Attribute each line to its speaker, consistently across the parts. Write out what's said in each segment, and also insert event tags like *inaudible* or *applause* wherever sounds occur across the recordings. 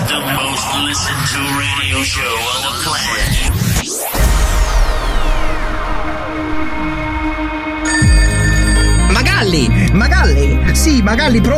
Speaker 1: most listened to radio show on the planet.
Speaker 2: Magalli!
Speaker 3: Magalli! Sì, Magalli,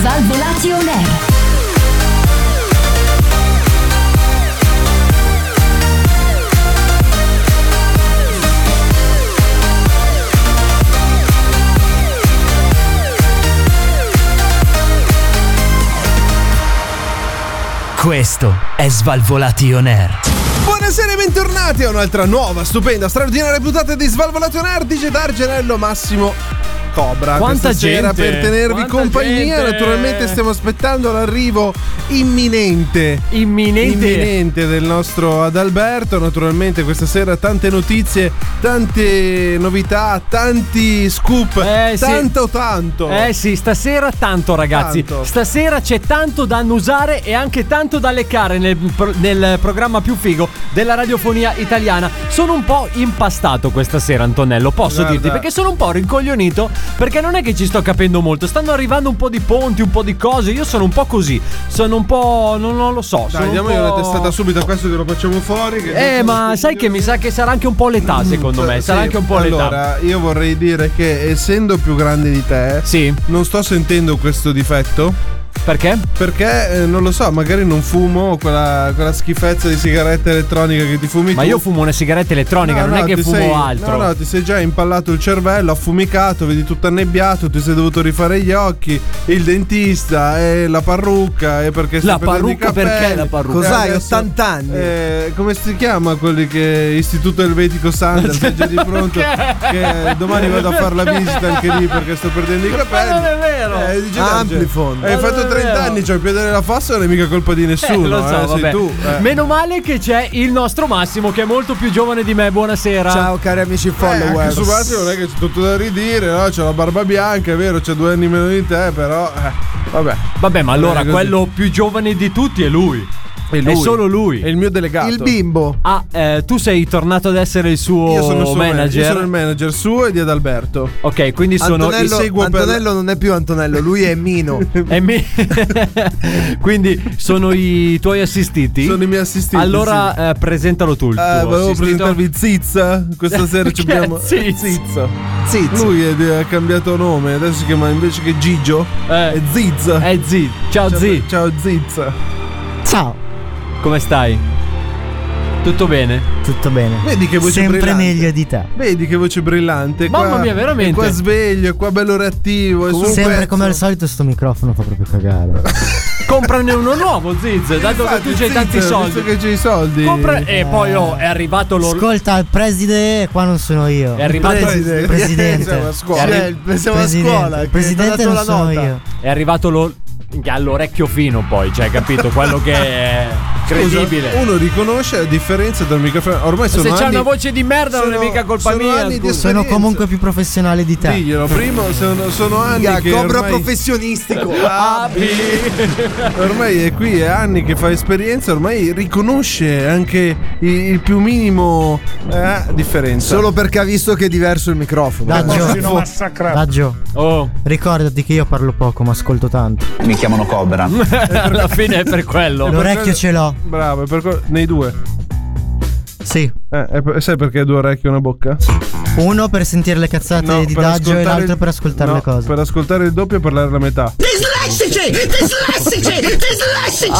Speaker 4: Svalvolati on air.
Speaker 5: Questo è Svalvolation Air.
Speaker 6: Buonasera e bentornati a un'altra nuova, stupenda, straordinaria puntata di Svalvolato Nardice d'Argenello Massimo Cobra.
Speaker 7: Quanta
Speaker 6: Questa sera
Speaker 7: gente,
Speaker 6: per tenervi
Speaker 7: quanta
Speaker 6: compagnia,
Speaker 7: gente.
Speaker 6: naturalmente stiamo aspettando l'arrivo imminente.
Speaker 7: Imminente.
Speaker 6: imminente del nostro Adalberto. Naturalmente questa sera tante notizie, tante novità, tanti scoop,
Speaker 7: Eh, sì.
Speaker 6: tanto tanto.
Speaker 7: Eh sì, stasera tanto ragazzi.
Speaker 6: Tanto.
Speaker 7: Stasera c'è tanto da annusare e anche tanto da leccare nel, pro- nel programma più figo della radiofonia italiana. Sono un po' impastato questa sera, Antonello, posso
Speaker 6: Guarda.
Speaker 7: dirti, perché sono un po' rincoglionito, perché non è che ci sto capendo molto. Stanno arrivando un po' di ponti, un po' di cose. Io sono un po' così. Sono un po'. non, non lo so. sono
Speaker 6: Dai,
Speaker 7: un
Speaker 6: diamogli
Speaker 7: po'-
Speaker 6: una testata subito a questo che lo facciamo fuori. che-
Speaker 7: Eh, ma sai che mi sa che sarà anche un po' l'età, Ah, secondo me.
Speaker 6: Mm, Sì,
Speaker 7: Sarà anche un po' l'età.
Speaker 6: Allora, io vorrei dire che essendo più grande di te,
Speaker 7: Sì.
Speaker 6: non sto sentendo questo difetto.
Speaker 7: Perché?
Speaker 6: Perché eh, non lo so, magari non fumo quella, quella schifezza di sigaretta elettronica che ti fumi
Speaker 7: Ma
Speaker 6: tu.
Speaker 7: io fumo una sigaretta elettronica,
Speaker 6: No,
Speaker 7: non
Speaker 6: no,
Speaker 7: è che
Speaker 6: ti
Speaker 7: fumo
Speaker 6: sei-
Speaker 7: altro.
Speaker 6: No, no, ti sei già impallato il cervello, affumicato, vedi tutto annebbiato, ti sei dovuto rifare gli occhi, il dentista e la parrucca e perché stai
Speaker 7: La
Speaker 6: perdendo i
Speaker 7: parrucca,
Speaker 6: capelli.
Speaker 7: perché la parrucca?
Speaker 3: Cos'hai,
Speaker 6: Eh,
Speaker 3: 80 anni?
Speaker 6: eh, come si chiama quelli che Istituto Elvetico Sanders è già
Speaker 7: *laughs*
Speaker 6: di pronto che domani vado a fare la visita anche lì perché sto perdendo i capelli.
Speaker 7: non è vero.
Speaker 6: Eh, dice, Eh,
Speaker 3: Amplifon.
Speaker 6: Hai
Speaker 7: Ma non
Speaker 6: fatto
Speaker 7: è
Speaker 6: 30
Speaker 7: vero.
Speaker 6: anni, c'hai il piede nella fossa, non è mica colpa di nessuno,
Speaker 7: Eh, lo so,
Speaker 6: eh,
Speaker 7: vabbè.
Speaker 6: sei tu. eh.
Speaker 7: Meno male che c'è il nostro Massimo che è molto più giovane di me. Buonasera.
Speaker 3: Ciao cari amici
Speaker 6: Eh, anche
Speaker 3: follower.
Speaker 6: su Massimo non è che c'è tutto da ridire, no? C'è la barba bianca, è vero, c'è due anni meno di te, però. eh, vabbè.
Speaker 7: Vabbè, ma allora
Speaker 6: Eh, così.
Speaker 7: quello più giovane di tutti è lui. È solo lui.
Speaker 6: È il mio delegato.
Speaker 3: Il bimbo.
Speaker 7: Ah, eh, tu sei tornato ad essere il suo
Speaker 6: Io sono il suo
Speaker 7: Oh, manager.
Speaker 6: manager. Io sono il manager suo e di Adalberto.
Speaker 7: Ok, quindi sono
Speaker 3: Antonello,
Speaker 7: il seguo per-
Speaker 3: Antonello non è più Antonello, lui è Mino.
Speaker 7: E mi- *laughs* Quindi sono i tuoi assistiti.
Speaker 6: *laughs* Sono i miei assistiti.
Speaker 7: Allora
Speaker 6: sì.
Speaker 7: eh, presentalo tu. Il
Speaker 6: Eh,
Speaker 7: tuo
Speaker 6: volevo
Speaker 7: assistito.
Speaker 6: presentarvi Zizza.
Speaker 7: *laughs*
Speaker 6: Questa sera ci
Speaker 7: Chi è
Speaker 6: abbiamo.
Speaker 7: Ziz?
Speaker 3: Zizzo.
Speaker 6: Lui è di- ha cambiato nome, adesso si chiama invece che Gigio.
Speaker 7: Eh.
Speaker 6: È Zizza.
Speaker 7: Eh, Zi. Ciao, Zi.
Speaker 6: Ciao Zizza.
Speaker 2: Ciao,
Speaker 7: Come stai? Tutto bene?
Speaker 2: tutto bene.
Speaker 6: Vedi che voce
Speaker 2: Sempre
Speaker 6: brillante.
Speaker 2: meglio di te.
Speaker 6: Vedi che voce brillante.
Speaker 7: Mamma
Speaker 6: qua-
Speaker 7: mia, veramente.
Speaker 6: è Qua sveglio, è qua bello reattivo. È sul
Speaker 2: Sempre
Speaker 6: pezzo.
Speaker 2: come al solito sto microfono fa proprio cagare.
Speaker 7: Comprane uno nuovo, Ziz, dato che
Speaker 6: Infatti,
Speaker 7: tu c'hai
Speaker 6: zitto,
Speaker 7: tanti
Speaker 6: Visto
Speaker 7: soldi.
Speaker 6: che c'hai i soldi.
Speaker 7: Compra- e poi oh, è arrivato l'or-
Speaker 2: Ascolta, il preside qua non sono io.
Speaker 7: è arrivato,
Speaker 3: Presidente.
Speaker 2: Presidente.
Speaker 6: Siamo a scuola.
Speaker 7: Sì,
Speaker 3: Eh, siamo a
Speaker 2: Presidente.
Speaker 3: scuola.
Speaker 2: Il presidente non sono io.
Speaker 7: è arrivato l'or- minchia, all'orecchio fino poi, cioè, capito? Quello che è
Speaker 6: Scusa,
Speaker 7: credibile.
Speaker 6: uno riconosce la differenza tra il microfono. Ormai sono
Speaker 7: Se c'è
Speaker 6: anni-
Speaker 7: una voce di merda non è
Speaker 6: sono-
Speaker 7: mica colpa
Speaker 6: sono
Speaker 7: mia.
Speaker 6: anni di
Speaker 7: scusa.
Speaker 6: esperienza.
Speaker 2: Sono comunque più professionale di te.
Speaker 6: Diglielo, primo sono, sono anni
Speaker 3: Minchia,
Speaker 6: che
Speaker 3: cobra
Speaker 6: ormai,
Speaker 3: professionistico.
Speaker 7: Ah,
Speaker 6: ormai è qui, è anni che fa esperienza, ormai riconosce anche il, il più minimo eh, differenza.
Speaker 3: Solo perché ha visto che è diverso il microfono.
Speaker 2: Dai, Gio.
Speaker 8: massacrato.
Speaker 2: Va, Gio,
Speaker 7: Oh,
Speaker 2: ricordati che io parlo poco ma ascolto tanto.
Speaker 9: Mi chiamano Cobra.
Speaker 7: *laughs* alla fine è per quello.
Speaker 2: L'orecchio ce l'ho.
Speaker 6: Bravo, è per que- nei due.
Speaker 2: Sì.
Speaker 6: Eh, è per- sai perché due orecchie e una bocca?
Speaker 2: Uno per sentire le cazzate
Speaker 6: No,
Speaker 2: di
Speaker 6: per
Speaker 2: Daggio e
Speaker 6: ascoltare
Speaker 2: l'altro
Speaker 6: il-
Speaker 2: per ascoltare
Speaker 6: no,
Speaker 2: le cose.
Speaker 6: Per ascoltare il doppio e parlare la metà.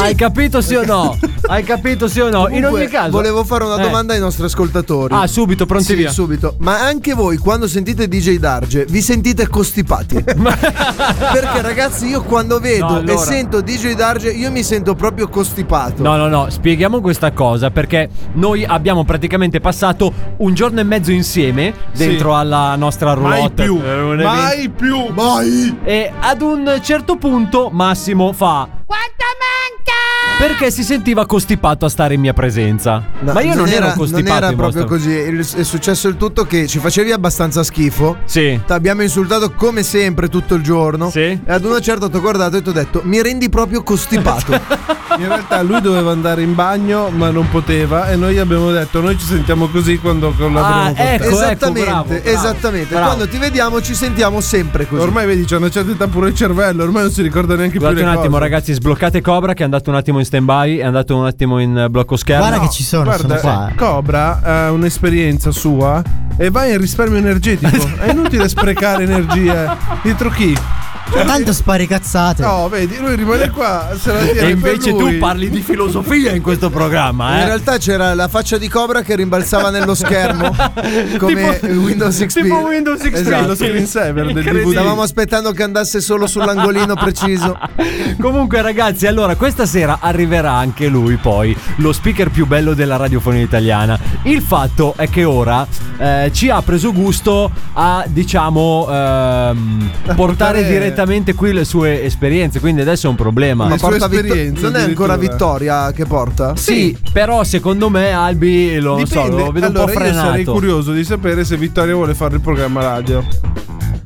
Speaker 7: Hai capito sì o no? Hai capito sì o no? In
Speaker 3: Comunque,
Speaker 7: ogni caso.
Speaker 3: volevo fare una
Speaker 7: Eh.
Speaker 3: domanda ai nostri ascoltatori.
Speaker 7: Ah, subito, pronti
Speaker 3: Sì,
Speaker 7: *laughs* via.
Speaker 3: subito. Ma anche voi, quando sentite DJ Darge, vi sentite
Speaker 6: *laughs*
Speaker 3: costipati? Perché, ragazzi, io quando vedo
Speaker 7: No, allora.
Speaker 3: e sento DJ
Speaker 6: Certo.
Speaker 3: Darge, io mi sento proprio costipato.
Speaker 7: No, no, no, spieghiamo questa cosa perché noi abbiamo praticamente passato un giorno e mezzo insieme dentro alla nostra
Speaker 6: Mai
Speaker 7: roulotte.
Speaker 6: più,
Speaker 7: Eh, un evento-
Speaker 6: mai più, mai.
Speaker 7: E ad un certo punto Massimo fa
Speaker 2: Quanto manca!
Speaker 7: perché si sentiva costipato a stare in mia presenza.
Speaker 3: No,
Speaker 7: Ma io non,
Speaker 3: era-
Speaker 7: ero costipato.
Speaker 3: Non era
Speaker 7: in
Speaker 3: proprio
Speaker 7: vostra-
Speaker 3: così. Il- è successo il tutto che ci facevi abbastanza schifo.
Speaker 7: Sì.
Speaker 3: T'abbiamo insultato come sempre tutto il giorno.
Speaker 7: Sì.
Speaker 3: E ad una certa ti ho guardato e ti ho detto: Mi rendi proprio costipato.
Speaker 6: *laughs* In realtà lui doveva andare in bagno, ma non poteva. E noi abbiamo detto: Noi ci sentiamo così quando collaboriamo
Speaker 7: Ah,
Speaker 6: con te.
Speaker 7: ecco,
Speaker 3: esattamente,
Speaker 7: bravo, bravo,
Speaker 3: esattamente.
Speaker 7: bravo.
Speaker 3: Quando ti vediamo ci sentiamo sempre così.
Speaker 6: Ormai vedi, c'è una certa età pure il cervello, ormai non si ricorda neanche
Speaker 7: Guardate
Speaker 6: più
Speaker 7: un
Speaker 6: le
Speaker 7: attimo,
Speaker 6: cose.
Speaker 7: ragazzi, sbloccate Cobra che è andato un attimo in stand-by, è andato un attimo in eh, blocco schermo.
Speaker 4: Guarda che ci sono,
Speaker 6: Guarda,
Speaker 4: sono qua.
Speaker 6: eh, Cobra ha un'esperienza sua e va in risparmio energetico.
Speaker 7: *laughs*
Speaker 6: È inutile sprecare energia. Dietro chi?
Speaker 2: eh.
Speaker 4: Tanto spari cazzate.
Speaker 6: No, vedi, lui rimane qua. Se la tiene
Speaker 7: E
Speaker 6: per
Speaker 7: invece
Speaker 6: lui.
Speaker 7: tu parli di filosofia in questo programma, eh?
Speaker 3: In realtà c'era la faccia di Cobra che rimbalzava nello
Speaker 7: *laughs*
Speaker 3: schermo come
Speaker 7: Tipo-
Speaker 3: Windows XP.
Speaker 7: tipo Windows XP.
Speaker 3: Esatto.
Speaker 6: lo screensaver del DVD.
Speaker 3: Stavamo aspettando che andasse solo sull'angolino preciso.
Speaker 7: Comunque, ragazzi, allora questa sera arriverà anche lui. Poi lo speaker più bello della radiofonia italiana. Il fatto è che ora eh, ci ha preso gusto a diciamo
Speaker 6: *laughs*
Speaker 7: ehm, portare
Speaker 6: portare-
Speaker 7: direttamente qui le sue esperienze. Quindi adesso è un problema.
Speaker 6: Ma- sue
Speaker 3: Porta vitto-
Speaker 6: esperienze,
Speaker 3: non è ancora
Speaker 6: addirittura.
Speaker 3: Vittoria che porta?
Speaker 7: sì, però secondo me Albi lo, *laughs* non so,
Speaker 6: Dipende.
Speaker 7: lo vedo
Speaker 6: allora,
Speaker 7: un po'
Speaker 6: io
Speaker 7: frenato.
Speaker 6: sarei curioso di sapere se Vittorio vuole fare il programma radio.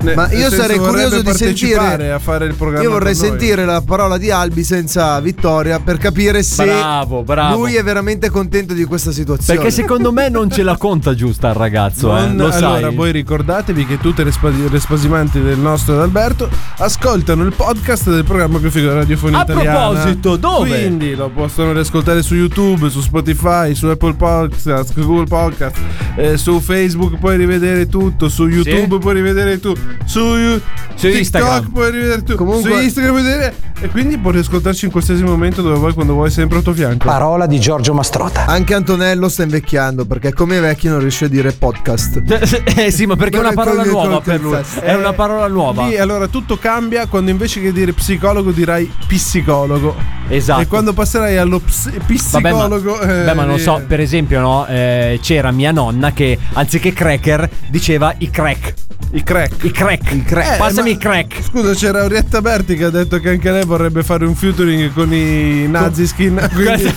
Speaker 6: Ne-
Speaker 3: Ma
Speaker 6: nel
Speaker 3: io
Speaker 6: senso,
Speaker 3: sarei
Speaker 6: vorrebbe
Speaker 3: curioso di
Speaker 6: partecipare
Speaker 3: sentire.
Speaker 6: a fare il programma
Speaker 3: Io vorrei
Speaker 6: con noi.
Speaker 3: sentire la parola di Albi senza Vittoria per capire se
Speaker 7: Bravo, bravo.
Speaker 3: lui è veramente contento di questa situazione.
Speaker 7: Perché secondo me non ce la conta giusta il ragazzo, eh,
Speaker 6: Non-
Speaker 7: lo
Speaker 6: allora,
Speaker 7: sai.
Speaker 6: voi ricordatevi che tutte le, spa- le spasimanti del nostro Alberto ascoltano il podcast del programma più figo della radiofonia
Speaker 7: A
Speaker 6: italiana.
Speaker 7: proposito, dove?
Speaker 6: Quindi lo possono riascoltare su YouTube, su Spotify, su Apple Podcast, su Google Podcast, eh, su Facebook puoi rivedere tutto, su YouTube puoi rivedere tu, su, Yu-
Speaker 7: Su
Speaker 6: TikTok
Speaker 7: Instagram.
Speaker 6: puoi rivedere tu,
Speaker 3: Comunque-
Speaker 6: su Instagram puoi vedere e quindi puoi ascoltarci in qualsiasi momento dove vuoi, quando vuoi, sempre al tuo fianco.
Speaker 10: Parola di Giorgio Mastrota.
Speaker 3: Anche Antonello sta invecchiando perché come vecchio non riesce a dire podcast.
Speaker 7: *laughs* eh sì, ma perché è una
Speaker 3: Come
Speaker 7: parola
Speaker 3: col-
Speaker 7: nuova
Speaker 3: col
Speaker 7: per lui.
Speaker 3: cazzo.
Speaker 7: È una parola nuova.
Speaker 6: Eh, Lì, allora tutto cambia quando invece che dire psicologo dirai psicologo.
Speaker 7: Esatto.
Speaker 6: E quando passerai allo ps-
Speaker 7: Vabbè, ma,
Speaker 6: psicologo. eh,
Speaker 7: beh, ma non
Speaker 6: lì-
Speaker 7: so, per esempio, no, eh, c'era mia nonna che anziché cracker diceva i crack.
Speaker 6: I crack.
Speaker 7: I crack.
Speaker 6: crack.
Speaker 7: Passami
Speaker 6: Eh,
Speaker 7: i crack.
Speaker 6: Scusa, c'era Orietta Berti che ha detto che anche lei vorrebbe fare un featuring con i nazi
Speaker 7: *laughs*
Speaker 6: skin. Quindi,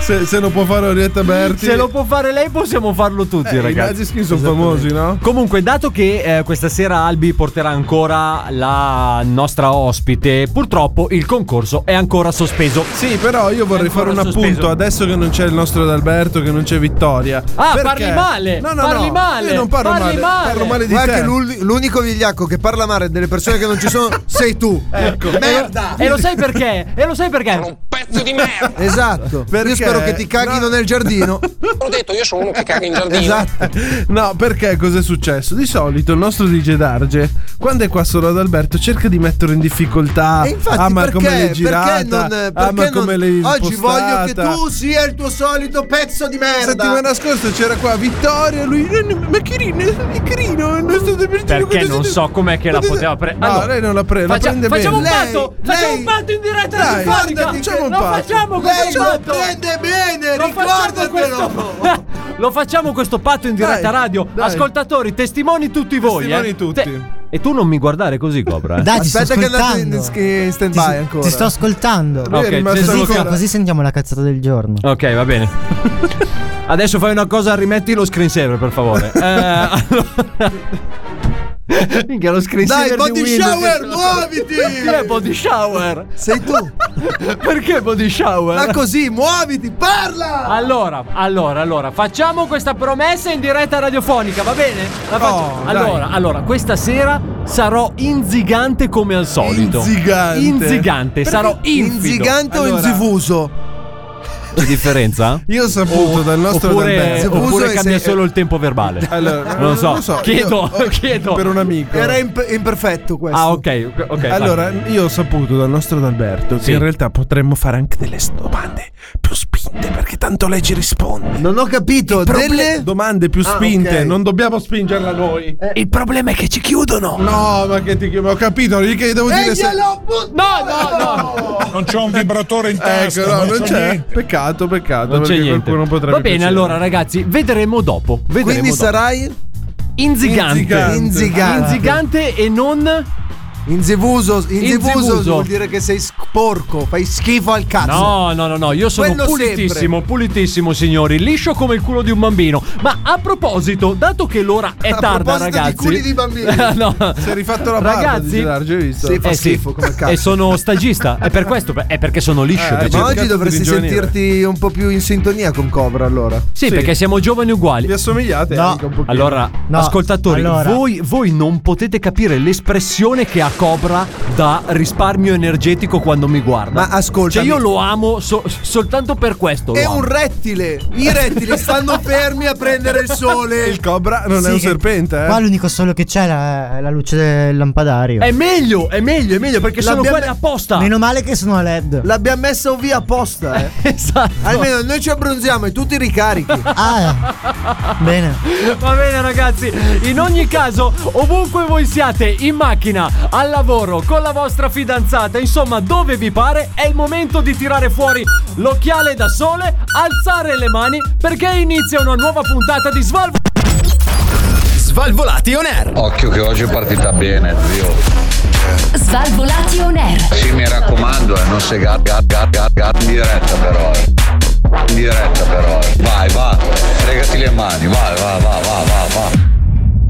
Speaker 6: se, se lo può fare Orietta Berti.
Speaker 7: Se lo può fare lei, possiamo farlo tutti,
Speaker 6: eh, I
Speaker 7: ragazzi.
Speaker 6: nazi skin sono famosi, no?
Speaker 7: Comunque, dato che eh, questa sera Albi porterà ancora la nostra ospite, purtroppo il concorso è ancora sospeso.
Speaker 6: Sì, però io vorrei fare un
Speaker 7: sospeso.
Speaker 6: appunto adesso che non c'è il nostro Adalberto, che non c'è Vittoria.
Speaker 7: Ah, parli male,
Speaker 6: No, no,
Speaker 7: parli
Speaker 6: no,
Speaker 7: male,
Speaker 6: Io non parlo
Speaker 7: parli
Speaker 6: male,
Speaker 7: male.
Speaker 6: parlo male di
Speaker 3: Guarda
Speaker 6: te.
Speaker 3: che l'ul- l'unico vigliacco che parla male delle persone che non ci
Speaker 6: *laughs*
Speaker 3: sono sei tu.
Speaker 6: Ecco.
Speaker 3: Merda!
Speaker 7: E lo sai perché? E lo sai perché?
Speaker 10: Pezzo di merda!
Speaker 3: Esatto.
Speaker 6: Perché?
Speaker 3: Io spero che ti caghino
Speaker 6: No.
Speaker 3: nel giardino.
Speaker 10: L'ho detto, io sono uno che caga in giardino.
Speaker 3: Esatto.
Speaker 6: No, perché cos'è successo? Di solito il nostro DJ Darge, quando è qua solo ad Alberto, cerca di metterlo in difficoltà.
Speaker 3: E infatti
Speaker 6: ama
Speaker 3: perché,
Speaker 6: come l'hai
Speaker 3: perché
Speaker 6: girata,
Speaker 3: non, perché
Speaker 6: ama
Speaker 3: non-
Speaker 6: come l'hai
Speaker 3: oggi voglio che
Speaker 6: impostata.
Speaker 3: tu sia il tuo solito pezzo di
Speaker 6: La
Speaker 3: merda.
Speaker 6: settimana scorsa c'era qua Vittorio e lui. "Eh, Ma Chirino, ma Chirino, non sto
Speaker 7: Perché non so com'è che la poteva prendere.
Speaker 6: No, lei non la prende. la
Speaker 7: Faccia-
Speaker 6: prende
Speaker 7: facciamo
Speaker 6: bene.
Speaker 7: un
Speaker 6: Lei-
Speaker 7: patto! facciamo
Speaker 6: lei-
Speaker 7: un patto in diretta
Speaker 6: Dai,
Speaker 7: telefonica!
Speaker 6: guardati, facciamo un
Speaker 7: Lo
Speaker 6: patto.
Speaker 7: facciamo
Speaker 3: Lei
Speaker 7: questo
Speaker 3: lo
Speaker 7: patto!
Speaker 3: prende bene,
Speaker 7: Lo facciamo,
Speaker 3: ricordatelo.
Speaker 7: questo... *laughs* lo facciamo questo patto in diretta
Speaker 6: Dai,
Speaker 7: radio.
Speaker 6: dai.
Speaker 7: Ascoltatori, testimoni tutti voi.
Speaker 6: Testimoni
Speaker 7: eh.
Speaker 6: tutti.
Speaker 7: E tu non mi guardare
Speaker 6: *laughs*
Speaker 7: così, Cobra. eh.
Speaker 4: Dai, ti sto
Speaker 3: Aspetta che andate
Speaker 4: ascoltando.
Speaker 3: in, in stand
Speaker 4: Ti-
Speaker 3: by ancora.
Speaker 4: Ti sto ascoltando.
Speaker 7: No,
Speaker 6: Lui è
Speaker 7: Ok,
Speaker 6: rimasto
Speaker 7: sì,
Speaker 4: Così,
Speaker 6: ancora-
Speaker 4: così sentiamo la cazzata del giorno.
Speaker 7: Ok,
Speaker 6: *laughs*
Speaker 7: va bene. Adesso fai una cosa, rimetti lo screensaver, per
Speaker 6: *laughs*
Speaker 7: favore. Eh, allora... Minchia, lo screensaver
Speaker 3: Dai, body
Speaker 7: di Windows.
Speaker 3: shower, muoviti!
Speaker 7: Perché body shower?
Speaker 3: Sei tu.
Speaker 7: *laughs* Perché body shower?
Speaker 3: Ma così, muoviti, parla!
Speaker 7: Allora, allora, allora, facciamo questa promessa in diretta radiofonica, va bene? La faccio-
Speaker 6: Oh, dai.
Speaker 7: allora, allora, questa sera sarò inzigante come al solito.
Speaker 6: Inzigante.
Speaker 7: Inzigante, sarò infido.
Speaker 3: Inzigante o
Speaker 6: Allora.
Speaker 3: inzifuso?
Speaker 7: C'è differenza?
Speaker 6: Io ho saputo dal nostro
Speaker 7: Oppure,
Speaker 6: Adalberto.
Speaker 3: Zebuso
Speaker 7: oppure
Speaker 3: e
Speaker 7: cambia
Speaker 3: se-
Speaker 7: solo il tempo verbale.
Speaker 6: Allora,
Speaker 7: non lo so. Chiedo,
Speaker 6: io-
Speaker 7: *laughs* chiedo.
Speaker 6: Per un amico.
Speaker 3: Era imp- imperfetto questo.
Speaker 7: Ah, ok, ok.
Speaker 6: Allora, io ho saputo dal nostro Adalberto
Speaker 7: Sì.
Speaker 6: che in realtà potremmo fare anche delle domande più spinte per perché tanto lei ci risponde.
Speaker 3: Non ho capito. Delle.
Speaker 6: Domande più spinte,
Speaker 3: ok.
Speaker 6: non dobbiamo spingerla noi.
Speaker 5: Il problema è che ci chiudono.
Speaker 6: No, ma che ti ma ho capito, gli che devo
Speaker 3: Eh,
Speaker 6: dire se
Speaker 8: Non c'è un vibratore in tasca.
Speaker 6: Ecco, no,
Speaker 8: non
Speaker 6: non
Speaker 8: c'ho
Speaker 6: c'è.
Speaker 8: niente.
Speaker 6: Peccato, peccato,
Speaker 7: Non c'è
Speaker 6: perché
Speaker 7: niente.
Speaker 6: qualcuno potrebbe
Speaker 7: Va bene,
Speaker 6: piacere.
Speaker 7: allora ragazzi, vedremo dopo. Vedremo
Speaker 3: Quindi
Speaker 7: dopo.
Speaker 3: sarai
Speaker 7: inzigante.
Speaker 6: Inzigante.
Speaker 3: inzigante.
Speaker 7: Inzigante e non
Speaker 3: Inzevuso. Inzevuso
Speaker 7: Inzevuso.
Speaker 3: vuol dire che sei sporco. Fai schifo al cazzo.
Speaker 7: No, no, no, no, io sono
Speaker 3: Quello
Speaker 7: pulitissimo, pulitissimo signori, liscio come il culo di un bambino. Ma a proposito, dato che l'ora è
Speaker 3: A
Speaker 7: tarda
Speaker 3: proposito di
Speaker 7: ragazzi,
Speaker 3: culi di bambini.
Speaker 7: *laughs* no.
Speaker 6: Si è rifatto la barba
Speaker 7: Ragazzi,
Speaker 6: di Gerardo, hai visto?
Speaker 3: Sì, fa
Speaker 7: eh sì,
Speaker 3: schifo come cazzo.
Speaker 7: e sono stagista, è per questo, è perché sono liscio.
Speaker 6: Eh,
Speaker 7: capito?
Speaker 3: Ma
Speaker 6: cercato
Speaker 3: oggi
Speaker 6: di
Speaker 3: dovresti
Speaker 6: ringiovanire.
Speaker 3: sentirti un po' più in sintonia con Cobra allora.
Speaker 7: sì,
Speaker 6: sì.
Speaker 7: perché siamo giovani uguali.
Speaker 6: Vi assomigliate
Speaker 4: No.
Speaker 6: anche un pochino.
Speaker 7: Allora,
Speaker 4: No,
Speaker 7: ascoltatori,
Speaker 4: allora.
Speaker 7: Voi, voi non potete capire l'espressione che ha Cobra da risparmio energetico quando mi guarda.
Speaker 3: Ma ascoltami.
Speaker 7: Cioè, io lo amo so- soltanto per questo. lo
Speaker 3: È
Speaker 7: amo.
Speaker 3: un rettile. I rettili stanno fermi a prendere il sole.
Speaker 6: il cobra non è un
Speaker 4: Sì.
Speaker 6: serpente, eh?
Speaker 4: Qua l'unico sole che c'è è la, è la luce del lampadario.
Speaker 7: È meglio, è meglio, è meglio perché sono
Speaker 3: L'abbiamo-
Speaker 7: quelle apposta.
Speaker 4: Meno male che sono
Speaker 6: *laughs*
Speaker 4: a LED.
Speaker 3: L'abbiamo messo via apposta, eh.
Speaker 7: *laughs* Esatto.
Speaker 3: Almeno noi ci abbronziamo e tu ti ricarichi.
Speaker 4: Ah, eh. bene.
Speaker 7: Va bene ragazzi, in ogni caso, ovunque voi siate, in macchina, al lavoro, con la vostra fidanzata, insomma dove vi pare, è il momento di tirare fuori l'occhiale da sole, alzare le mani perché inizia una nuova puntata di Svalvo.
Speaker 5: Svalvolati on air.
Speaker 8: Occhio che oggi è partita bene, zio.
Speaker 11: Svalvolati on air.
Speaker 8: Sì, mi raccomando, eh, non se gar, gar, gar, gar, gar- in diretta però. eh. In diretta però. eh. Vai, va. Fregati le mani, vai, va, va, va, va, va.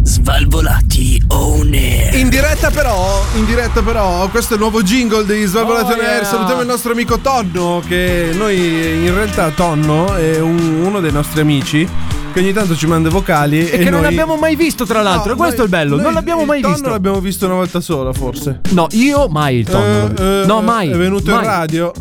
Speaker 5: Svalvolati on air.
Speaker 6: In diretta però, in diretta però, questo è il nuovo jingle di Svalvolazione
Speaker 7: Oh, yeah.
Speaker 6: Air. Salutiamo il nostro amico Tonno, che noi in realtà Tonno è un- uno dei nostri amici che ogni tanto ci manda i vocali. E,
Speaker 7: Che non
Speaker 6: noi-
Speaker 7: l'abbiamo mai visto tra l'altro,
Speaker 6: No,
Speaker 7: e questo
Speaker 6: noi-
Speaker 7: è il bello,
Speaker 6: noi
Speaker 7: non l'abbiamo
Speaker 6: il
Speaker 7: mai
Speaker 6: Tonno
Speaker 7: visto.
Speaker 6: l'abbiamo visto una volta sola, forse.
Speaker 7: No, io mai il tonno.
Speaker 6: Eh, eh,
Speaker 7: no, mai.
Speaker 6: È venuto
Speaker 7: mai.
Speaker 6: in radio.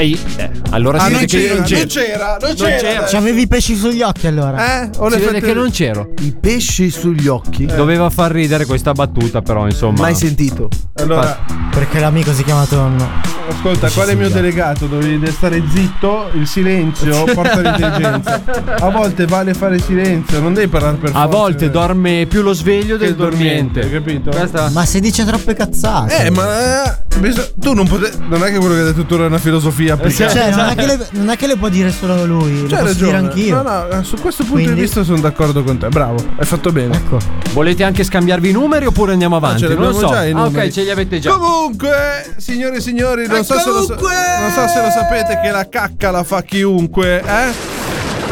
Speaker 7: Ehi, eh, allora si
Speaker 6: Ah, non
Speaker 7: vede che io
Speaker 6: c'era,
Speaker 7: non
Speaker 6: non c'era,
Speaker 7: c'ero.
Speaker 6: non c'era,
Speaker 4: Ci Cioè, avevi i pesci sugli occhi allora.
Speaker 6: Eh? Ho le
Speaker 7: Si vede
Speaker 6: fette-
Speaker 7: che non c'ero.
Speaker 3: I pesci sugli occhi.
Speaker 7: Eh. Doveva far ridere questa battuta, però, insomma.
Speaker 3: Mai sentito.
Speaker 6: Allora,
Speaker 4: Perché l'amico si chiama Tonno.
Speaker 6: ascolta, qual è il mio delegato? Dovevi stare zitto, il
Speaker 7: *laughs*
Speaker 6: silenzio porta l'intelligenza. A volte vale fare silenzio, non devi parlare per forza. eh.
Speaker 7: A volte dorme più lo sveglio
Speaker 6: Che
Speaker 7: del dormiente.
Speaker 6: dormiente, capito?
Speaker 7: Questa...
Speaker 4: Ma se dice troppe cazzate.
Speaker 6: Eh, ma bis- tu non pote- non è che quello che hai detto tu era una filosofia
Speaker 7: Eh,
Speaker 6: applicata.
Speaker 4: Cioè, non è, che le, non è che le può dire solo lui, le
Speaker 6: C'hai
Speaker 4: posso dire
Speaker 6: ragione.
Speaker 4: anch'io.
Speaker 6: No, no, su questo punto di
Speaker 4: Quindi-
Speaker 6: vista sono d'accordo con te. Bravo, hai fatto bene.
Speaker 4: Ecco.
Speaker 7: Volete anche scambiarvi i numeri oppure andiamo avanti?
Speaker 6: ce
Speaker 7: non lo
Speaker 6: l'abbiamo
Speaker 7: so.
Speaker 6: già i
Speaker 7: ah, ok,
Speaker 6: numeri.
Speaker 7: ce li avete già.
Speaker 6: Comunque, signore e signori, non, so se lo sa-
Speaker 3: comunque!
Speaker 6: non so se lo sapete che la cacca la fa chiunque, eh?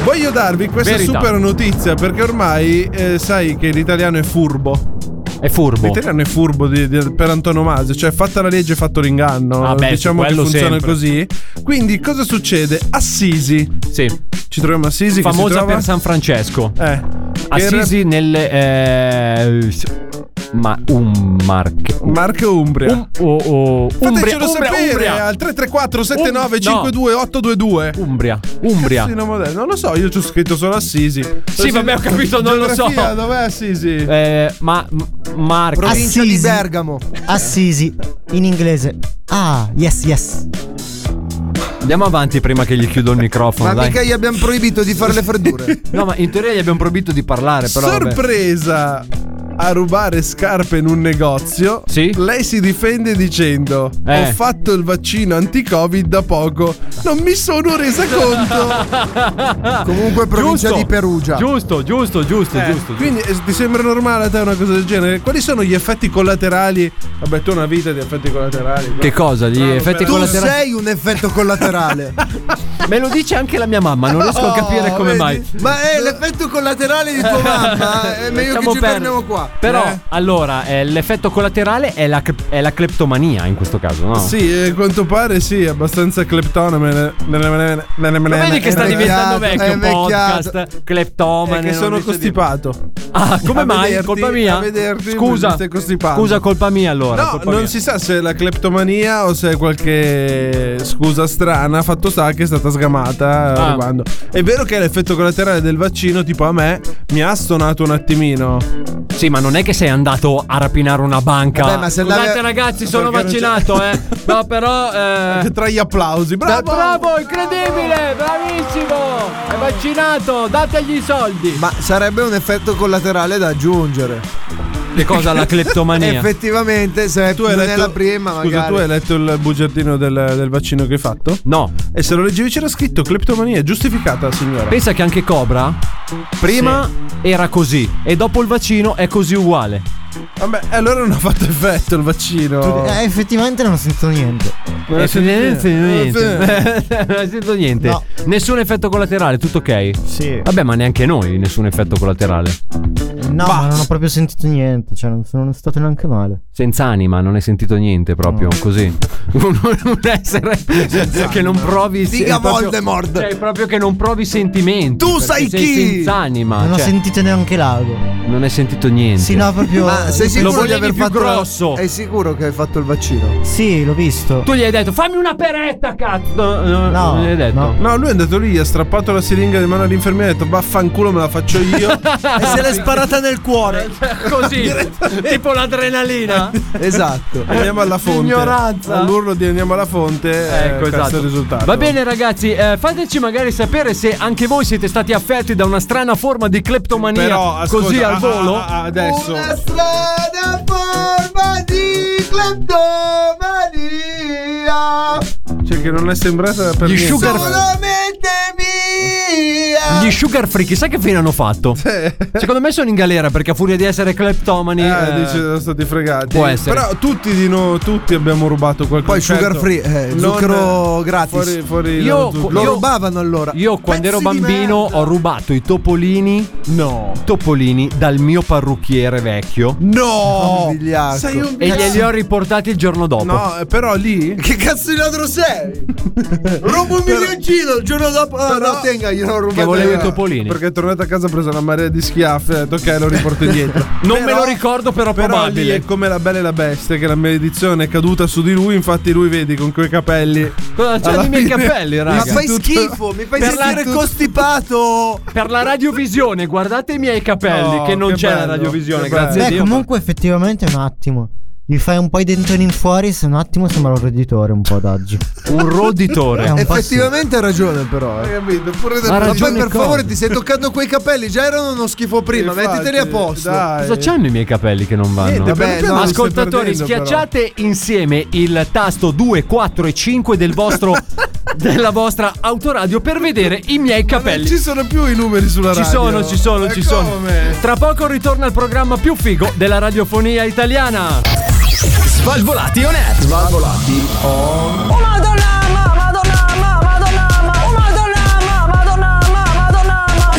Speaker 6: Voglio darvi questa
Speaker 7: Verità.
Speaker 6: super notizia perché ormai eh, sai che l'italiano è furbo.
Speaker 7: È furbo.
Speaker 6: L'italiano è furbo di- di- per antonomasia, cioè fatta la legge, fatto l'inganno.
Speaker 7: Ah, beh,
Speaker 6: diciamo
Speaker 7: su
Speaker 6: che
Speaker 7: quello
Speaker 6: funziona
Speaker 7: sempre.
Speaker 6: così. Quindi cosa succede? Assisi.
Speaker 7: Sì.
Speaker 6: Ci troviamo a Assisi. che si
Speaker 7: Famosa
Speaker 6: trova-
Speaker 7: per San Francesco.
Speaker 6: Eh. che era-
Speaker 7: Assisi nel. eh, s- ma un marche.
Speaker 6: Marco Umbria.
Speaker 7: Um, oh, oh, Umbria,
Speaker 6: Fatecelo
Speaker 7: Umbria,
Speaker 6: sapere
Speaker 7: Umbria.
Speaker 6: al 334 79
Speaker 7: Umbria. Umbria.
Speaker 6: Cazzino modello. Um- Non lo so, io ci ho scritto solo Assisi. Sì,
Speaker 7: vabbè, ho capito, non lo so.
Speaker 6: Dov'è Assisi?
Speaker 7: Eh, ma. m- Marche.
Speaker 3: Provincia di
Speaker 4: Assisi.
Speaker 3: Bergamo.
Speaker 4: Assisi in inglese. Ah, yes, yes.
Speaker 7: Andiamo avanti prima che gli chiudo il microfono.
Speaker 3: Ma
Speaker 7: dai.
Speaker 3: mica gli abbiamo proibito di fare le freddure.
Speaker 7: No, ma in teoria gli abbiamo proibito di parlare, però. vabbè.
Speaker 6: Sorpresa a rubare scarpe in un negozio.
Speaker 7: Sì.
Speaker 6: Lei si difende dicendo:
Speaker 7: Eh.
Speaker 6: Ho fatto il vaccino anti-Covid da poco. Non mi sono resa
Speaker 7: *laughs*
Speaker 6: conto.
Speaker 3: Comunque provincia
Speaker 7: Giusto.
Speaker 3: di Perugia.
Speaker 7: Giusto, giusto, giusto,
Speaker 6: Eh,
Speaker 7: giusto.
Speaker 6: Quindi eh, ti sembra normale a te una cosa del genere? Quali sono gli effetti collaterali? Vabbè, tu hai una vita di effetti collaterali.
Speaker 7: Che cosa? Gli
Speaker 6: Bravo, bravo.
Speaker 7: effetti
Speaker 3: Tu
Speaker 7: collaterali?
Speaker 3: sei un effetto
Speaker 7: *laughs*
Speaker 3: collaterale.
Speaker 7: Me lo dice anche la mia mamma,
Speaker 6: *laughs*
Speaker 7: non riesco a capire come
Speaker 6: Oh, vedi?
Speaker 7: mai.
Speaker 3: Ma eh, è l'effetto collaterale di
Speaker 7: *laughs*
Speaker 3: tua mamma. È meglio
Speaker 7: Lasciamo
Speaker 3: che ci
Speaker 7: perdere.
Speaker 3: fermiamo qua.
Speaker 7: Però,
Speaker 3: Eh.
Speaker 7: allora, eh, l'effetto collaterale è la, è la cleptomania in questo caso, no?
Speaker 6: Sì, eh, quanto pare sì, è abbastanza cleptonomane.
Speaker 7: Lo vedi
Speaker 6: Vedi
Speaker 7: che sta
Speaker 3: è vecchiato,
Speaker 7: diventando vecchio
Speaker 3: è
Speaker 7: podcast, cleptomane.
Speaker 6: che
Speaker 7: non
Speaker 6: sono
Speaker 7: dice di-
Speaker 6: costipato.
Speaker 7: Ah, come
Speaker 6: *laughs* A
Speaker 7: mai?
Speaker 6: vederti-
Speaker 7: colpa mia?
Speaker 6: a vederti
Speaker 7: Scusa.
Speaker 6: mi stai costipando.
Speaker 7: Scusa, colpa mia allora.
Speaker 6: No,
Speaker 7: colpa
Speaker 6: non
Speaker 7: mia.
Speaker 6: si sa se è la cleptomania o se è qualche scusa strana. Fatto sta che è stata sgamata. eh,
Speaker 7: Ah.
Speaker 6: arrivando. È vero che è l'effetto collaterale del vaccino, tipo a me, mi ha stonato un attimino.
Speaker 7: Sì, ma non è che sei andato a rapinare una banca.
Speaker 3: Vabbè, ma se andavi-
Speaker 7: Scusate ragazzi, sono
Speaker 3: Perché non c'è-
Speaker 7: vaccinato, eh. No, però eh,
Speaker 6: Tra gli applausi,
Speaker 7: da-
Speaker 6: bravo!
Speaker 7: bravo, incredibile, bravissimo! È vaccinato, dategli i soldi.
Speaker 3: Ma sarebbe un effetto collaterale da aggiungere.
Speaker 7: Che cosa la cleptomania?
Speaker 3: Effettivamente, se
Speaker 6: Tu hai
Speaker 3: non è
Speaker 6: letto-
Speaker 3: la prima,
Speaker 6: scusa,
Speaker 3: magari.
Speaker 6: tu hai letto il bugiardino del, del vaccino che hai fatto?
Speaker 7: No,
Speaker 6: E se lo leggevi c'era scritto cleptomania giustificata, signora.
Speaker 7: pensa che anche Cobra prima era così e dopo il vaccino è così uguale.
Speaker 6: Vabbè, allora non ha fatto effetto il vaccino.
Speaker 4: Eh, effettivamente non sento niente.
Speaker 6: Non
Speaker 7: Eh,
Speaker 6: ha sentito
Speaker 7: niente,
Speaker 6: niente.
Speaker 7: niente. *laughs* non ha sentito niente.
Speaker 4: No.
Speaker 7: Nessun effetto collaterale, tutto ok?
Speaker 4: Sì.
Speaker 7: Vabbè, ma neanche noi, nessun effetto collaterale.
Speaker 4: No, ma non ho proprio sentito niente. Cioè, non sono stato neanche male.
Speaker 7: Senza anima, non hai sentito niente proprio così. Un, un essere cioè, che non provi
Speaker 3: Dica
Speaker 7: è proprio-
Speaker 3: Voldemort.
Speaker 7: Cioè, proprio che non provi sentimenti.
Speaker 3: Tu
Speaker 7: perché
Speaker 3: sai
Speaker 7: sei
Speaker 3: chi?
Speaker 7: Senza
Speaker 6: Ah,
Speaker 7: anima.
Speaker 4: non ho
Speaker 7: cioè,
Speaker 4: sentito neanche l'ago.
Speaker 7: non hai sentito niente.
Speaker 4: Sì, no, proprio.
Speaker 3: Ma sei
Speaker 7: Lo
Speaker 3: sicuro di
Speaker 7: volevi
Speaker 3: aver
Speaker 7: più
Speaker 3: fatto
Speaker 7: grosso.
Speaker 3: È sicuro
Speaker 7: *laughs*
Speaker 3: che hai fatto il vaccino?
Speaker 4: Sì, l'ho visto.
Speaker 7: Tu gli hai detto, fammi una peretta, cazzo. No, no,
Speaker 4: No,
Speaker 7: non gli hai detto.
Speaker 4: no.
Speaker 6: No, lui è andato lì, ha strappato la siringa di mano all'infermiera e ha detto vaffanculo me la faccio
Speaker 7: *laughs*
Speaker 6: io.
Speaker 3: E se l'è sparata nel cuore.
Speaker 7: *laughs* Così, tipo l'adrenalina.
Speaker 3: esatto.
Speaker 6: andiamo alla fonte.
Speaker 7: Ignoranza.
Speaker 6: All'urlo di andiamo alla fonte. eh,
Speaker 7: Ecco,
Speaker 6: questo è
Speaker 7: esatto.
Speaker 6: il risultato.
Speaker 7: Va bene ragazzi, eh, fateci magari sapere se anche voi siete stati affetti da una strana forma di cleptomania
Speaker 6: Però ascolta,
Speaker 7: così al
Speaker 6: ah,
Speaker 7: volo.
Speaker 6: ah, ah, adesso.
Speaker 3: Una strana forma di cleptomania.
Speaker 6: Cioè, che non è sembrata per
Speaker 7: Gli
Speaker 6: niente.
Speaker 7: sugar-
Speaker 3: Solamente mia.
Speaker 7: Gli sugar freaky, sai che fine hanno fatto? Secondo me sono in galera perché a furia di essere cleptomani.
Speaker 6: Ah,
Speaker 7: eh,
Speaker 6: dice sono stati fregati.
Speaker 7: può essere.
Speaker 6: Però tutti di noi, tutti abbiamo rubato qualcosa.
Speaker 3: Poi sugar free, eh, zucchero gratis.
Speaker 6: Fuori, fuori
Speaker 7: Io-
Speaker 6: dalla zucchero.
Speaker 3: Lo
Speaker 7: Io-
Speaker 3: rubavano allora.
Speaker 7: Io quando ero
Speaker 3: Pezzi di
Speaker 7: bambino
Speaker 3: merda.
Speaker 7: ho rubato i topolini. No. Topolini dal mio parrucchiere vecchio.
Speaker 3: No! Un biliardo.
Speaker 6: Sei un
Speaker 7: E glieli ho riportati il giorno dopo.
Speaker 6: No, eh, però lì.
Speaker 3: Che cazzo di ladro sei?
Speaker 6: *laughs*
Speaker 3: Rubo un milioncino il giorno dopo. Ah, *laughs*
Speaker 6: Però-
Speaker 3: no, tenga, glielo ho rubato.
Speaker 7: Che volevo i
Speaker 3: io.
Speaker 7: topolini.
Speaker 6: Perché è tornato a casa ha preso una marea di schiaffi e ha detto ok lo
Speaker 3: *laughs*
Speaker 6: riporto indietro.
Speaker 7: Non me
Speaker 6: Però-
Speaker 7: lo ricordo, però,
Speaker 6: Però lì
Speaker 7: probabile.
Speaker 6: è come la bella e la bestia che la maledizione è caduta su di lui, infatti lui vedi con quei capelli.
Speaker 7: Cosa c'è
Speaker 6: Alla
Speaker 7: nei miei
Speaker 6: fine-
Speaker 7: capelli,
Speaker 3: Ma
Speaker 7: raga?
Speaker 3: fai schifo, mi fai
Speaker 7: Per la-
Speaker 3: sentire costipato.
Speaker 7: Per la radiovisione, guardate i miei capelli,
Speaker 6: No,
Speaker 7: che non
Speaker 6: che
Speaker 7: c'è la
Speaker 6: bello,
Speaker 7: radiovisione,
Speaker 6: che
Speaker 7: grazie a
Speaker 4: Beh,
Speaker 7: Dio.
Speaker 4: comunque, effettivamente un attimo. Gli fai un po' i dentoni in fuori, se un attimo sembra un roditore un po' d'oggi.
Speaker 7: Un roditore.
Speaker 4: *laughs* È un passo.
Speaker 3: Effettivamente ha ragione però. eh.
Speaker 6: Capito? Pure
Speaker 3: Ma poi
Speaker 7: ragione
Speaker 3: per
Speaker 7: cosa?
Speaker 3: favore ti sei toccato quei capelli, già erano uno schifo prima,
Speaker 6: Infatti,
Speaker 3: mettiteli a posto.
Speaker 6: Dai.
Speaker 7: Cosa c'hanno i miei capelli che non vanno?
Speaker 6: Niente,
Speaker 3: Vabbè,
Speaker 6: piano piano
Speaker 3: no.
Speaker 6: lo stai
Speaker 7: Ascoltatori,
Speaker 6: perdendo, però.
Speaker 7: schiacciate insieme il tasto 2, 4 e 5 del vostro, della vostra autoradio per vedere i miei
Speaker 6: Non
Speaker 7: capelli.
Speaker 6: ci sono più i numeri sulla
Speaker 7: Ci
Speaker 6: radio.
Speaker 7: sono, ci sono,
Speaker 6: Ma
Speaker 7: ci sono.
Speaker 6: come?
Speaker 7: Tra poco ritorna il programma più figo della radiofonia italiana. Svalvolati on air.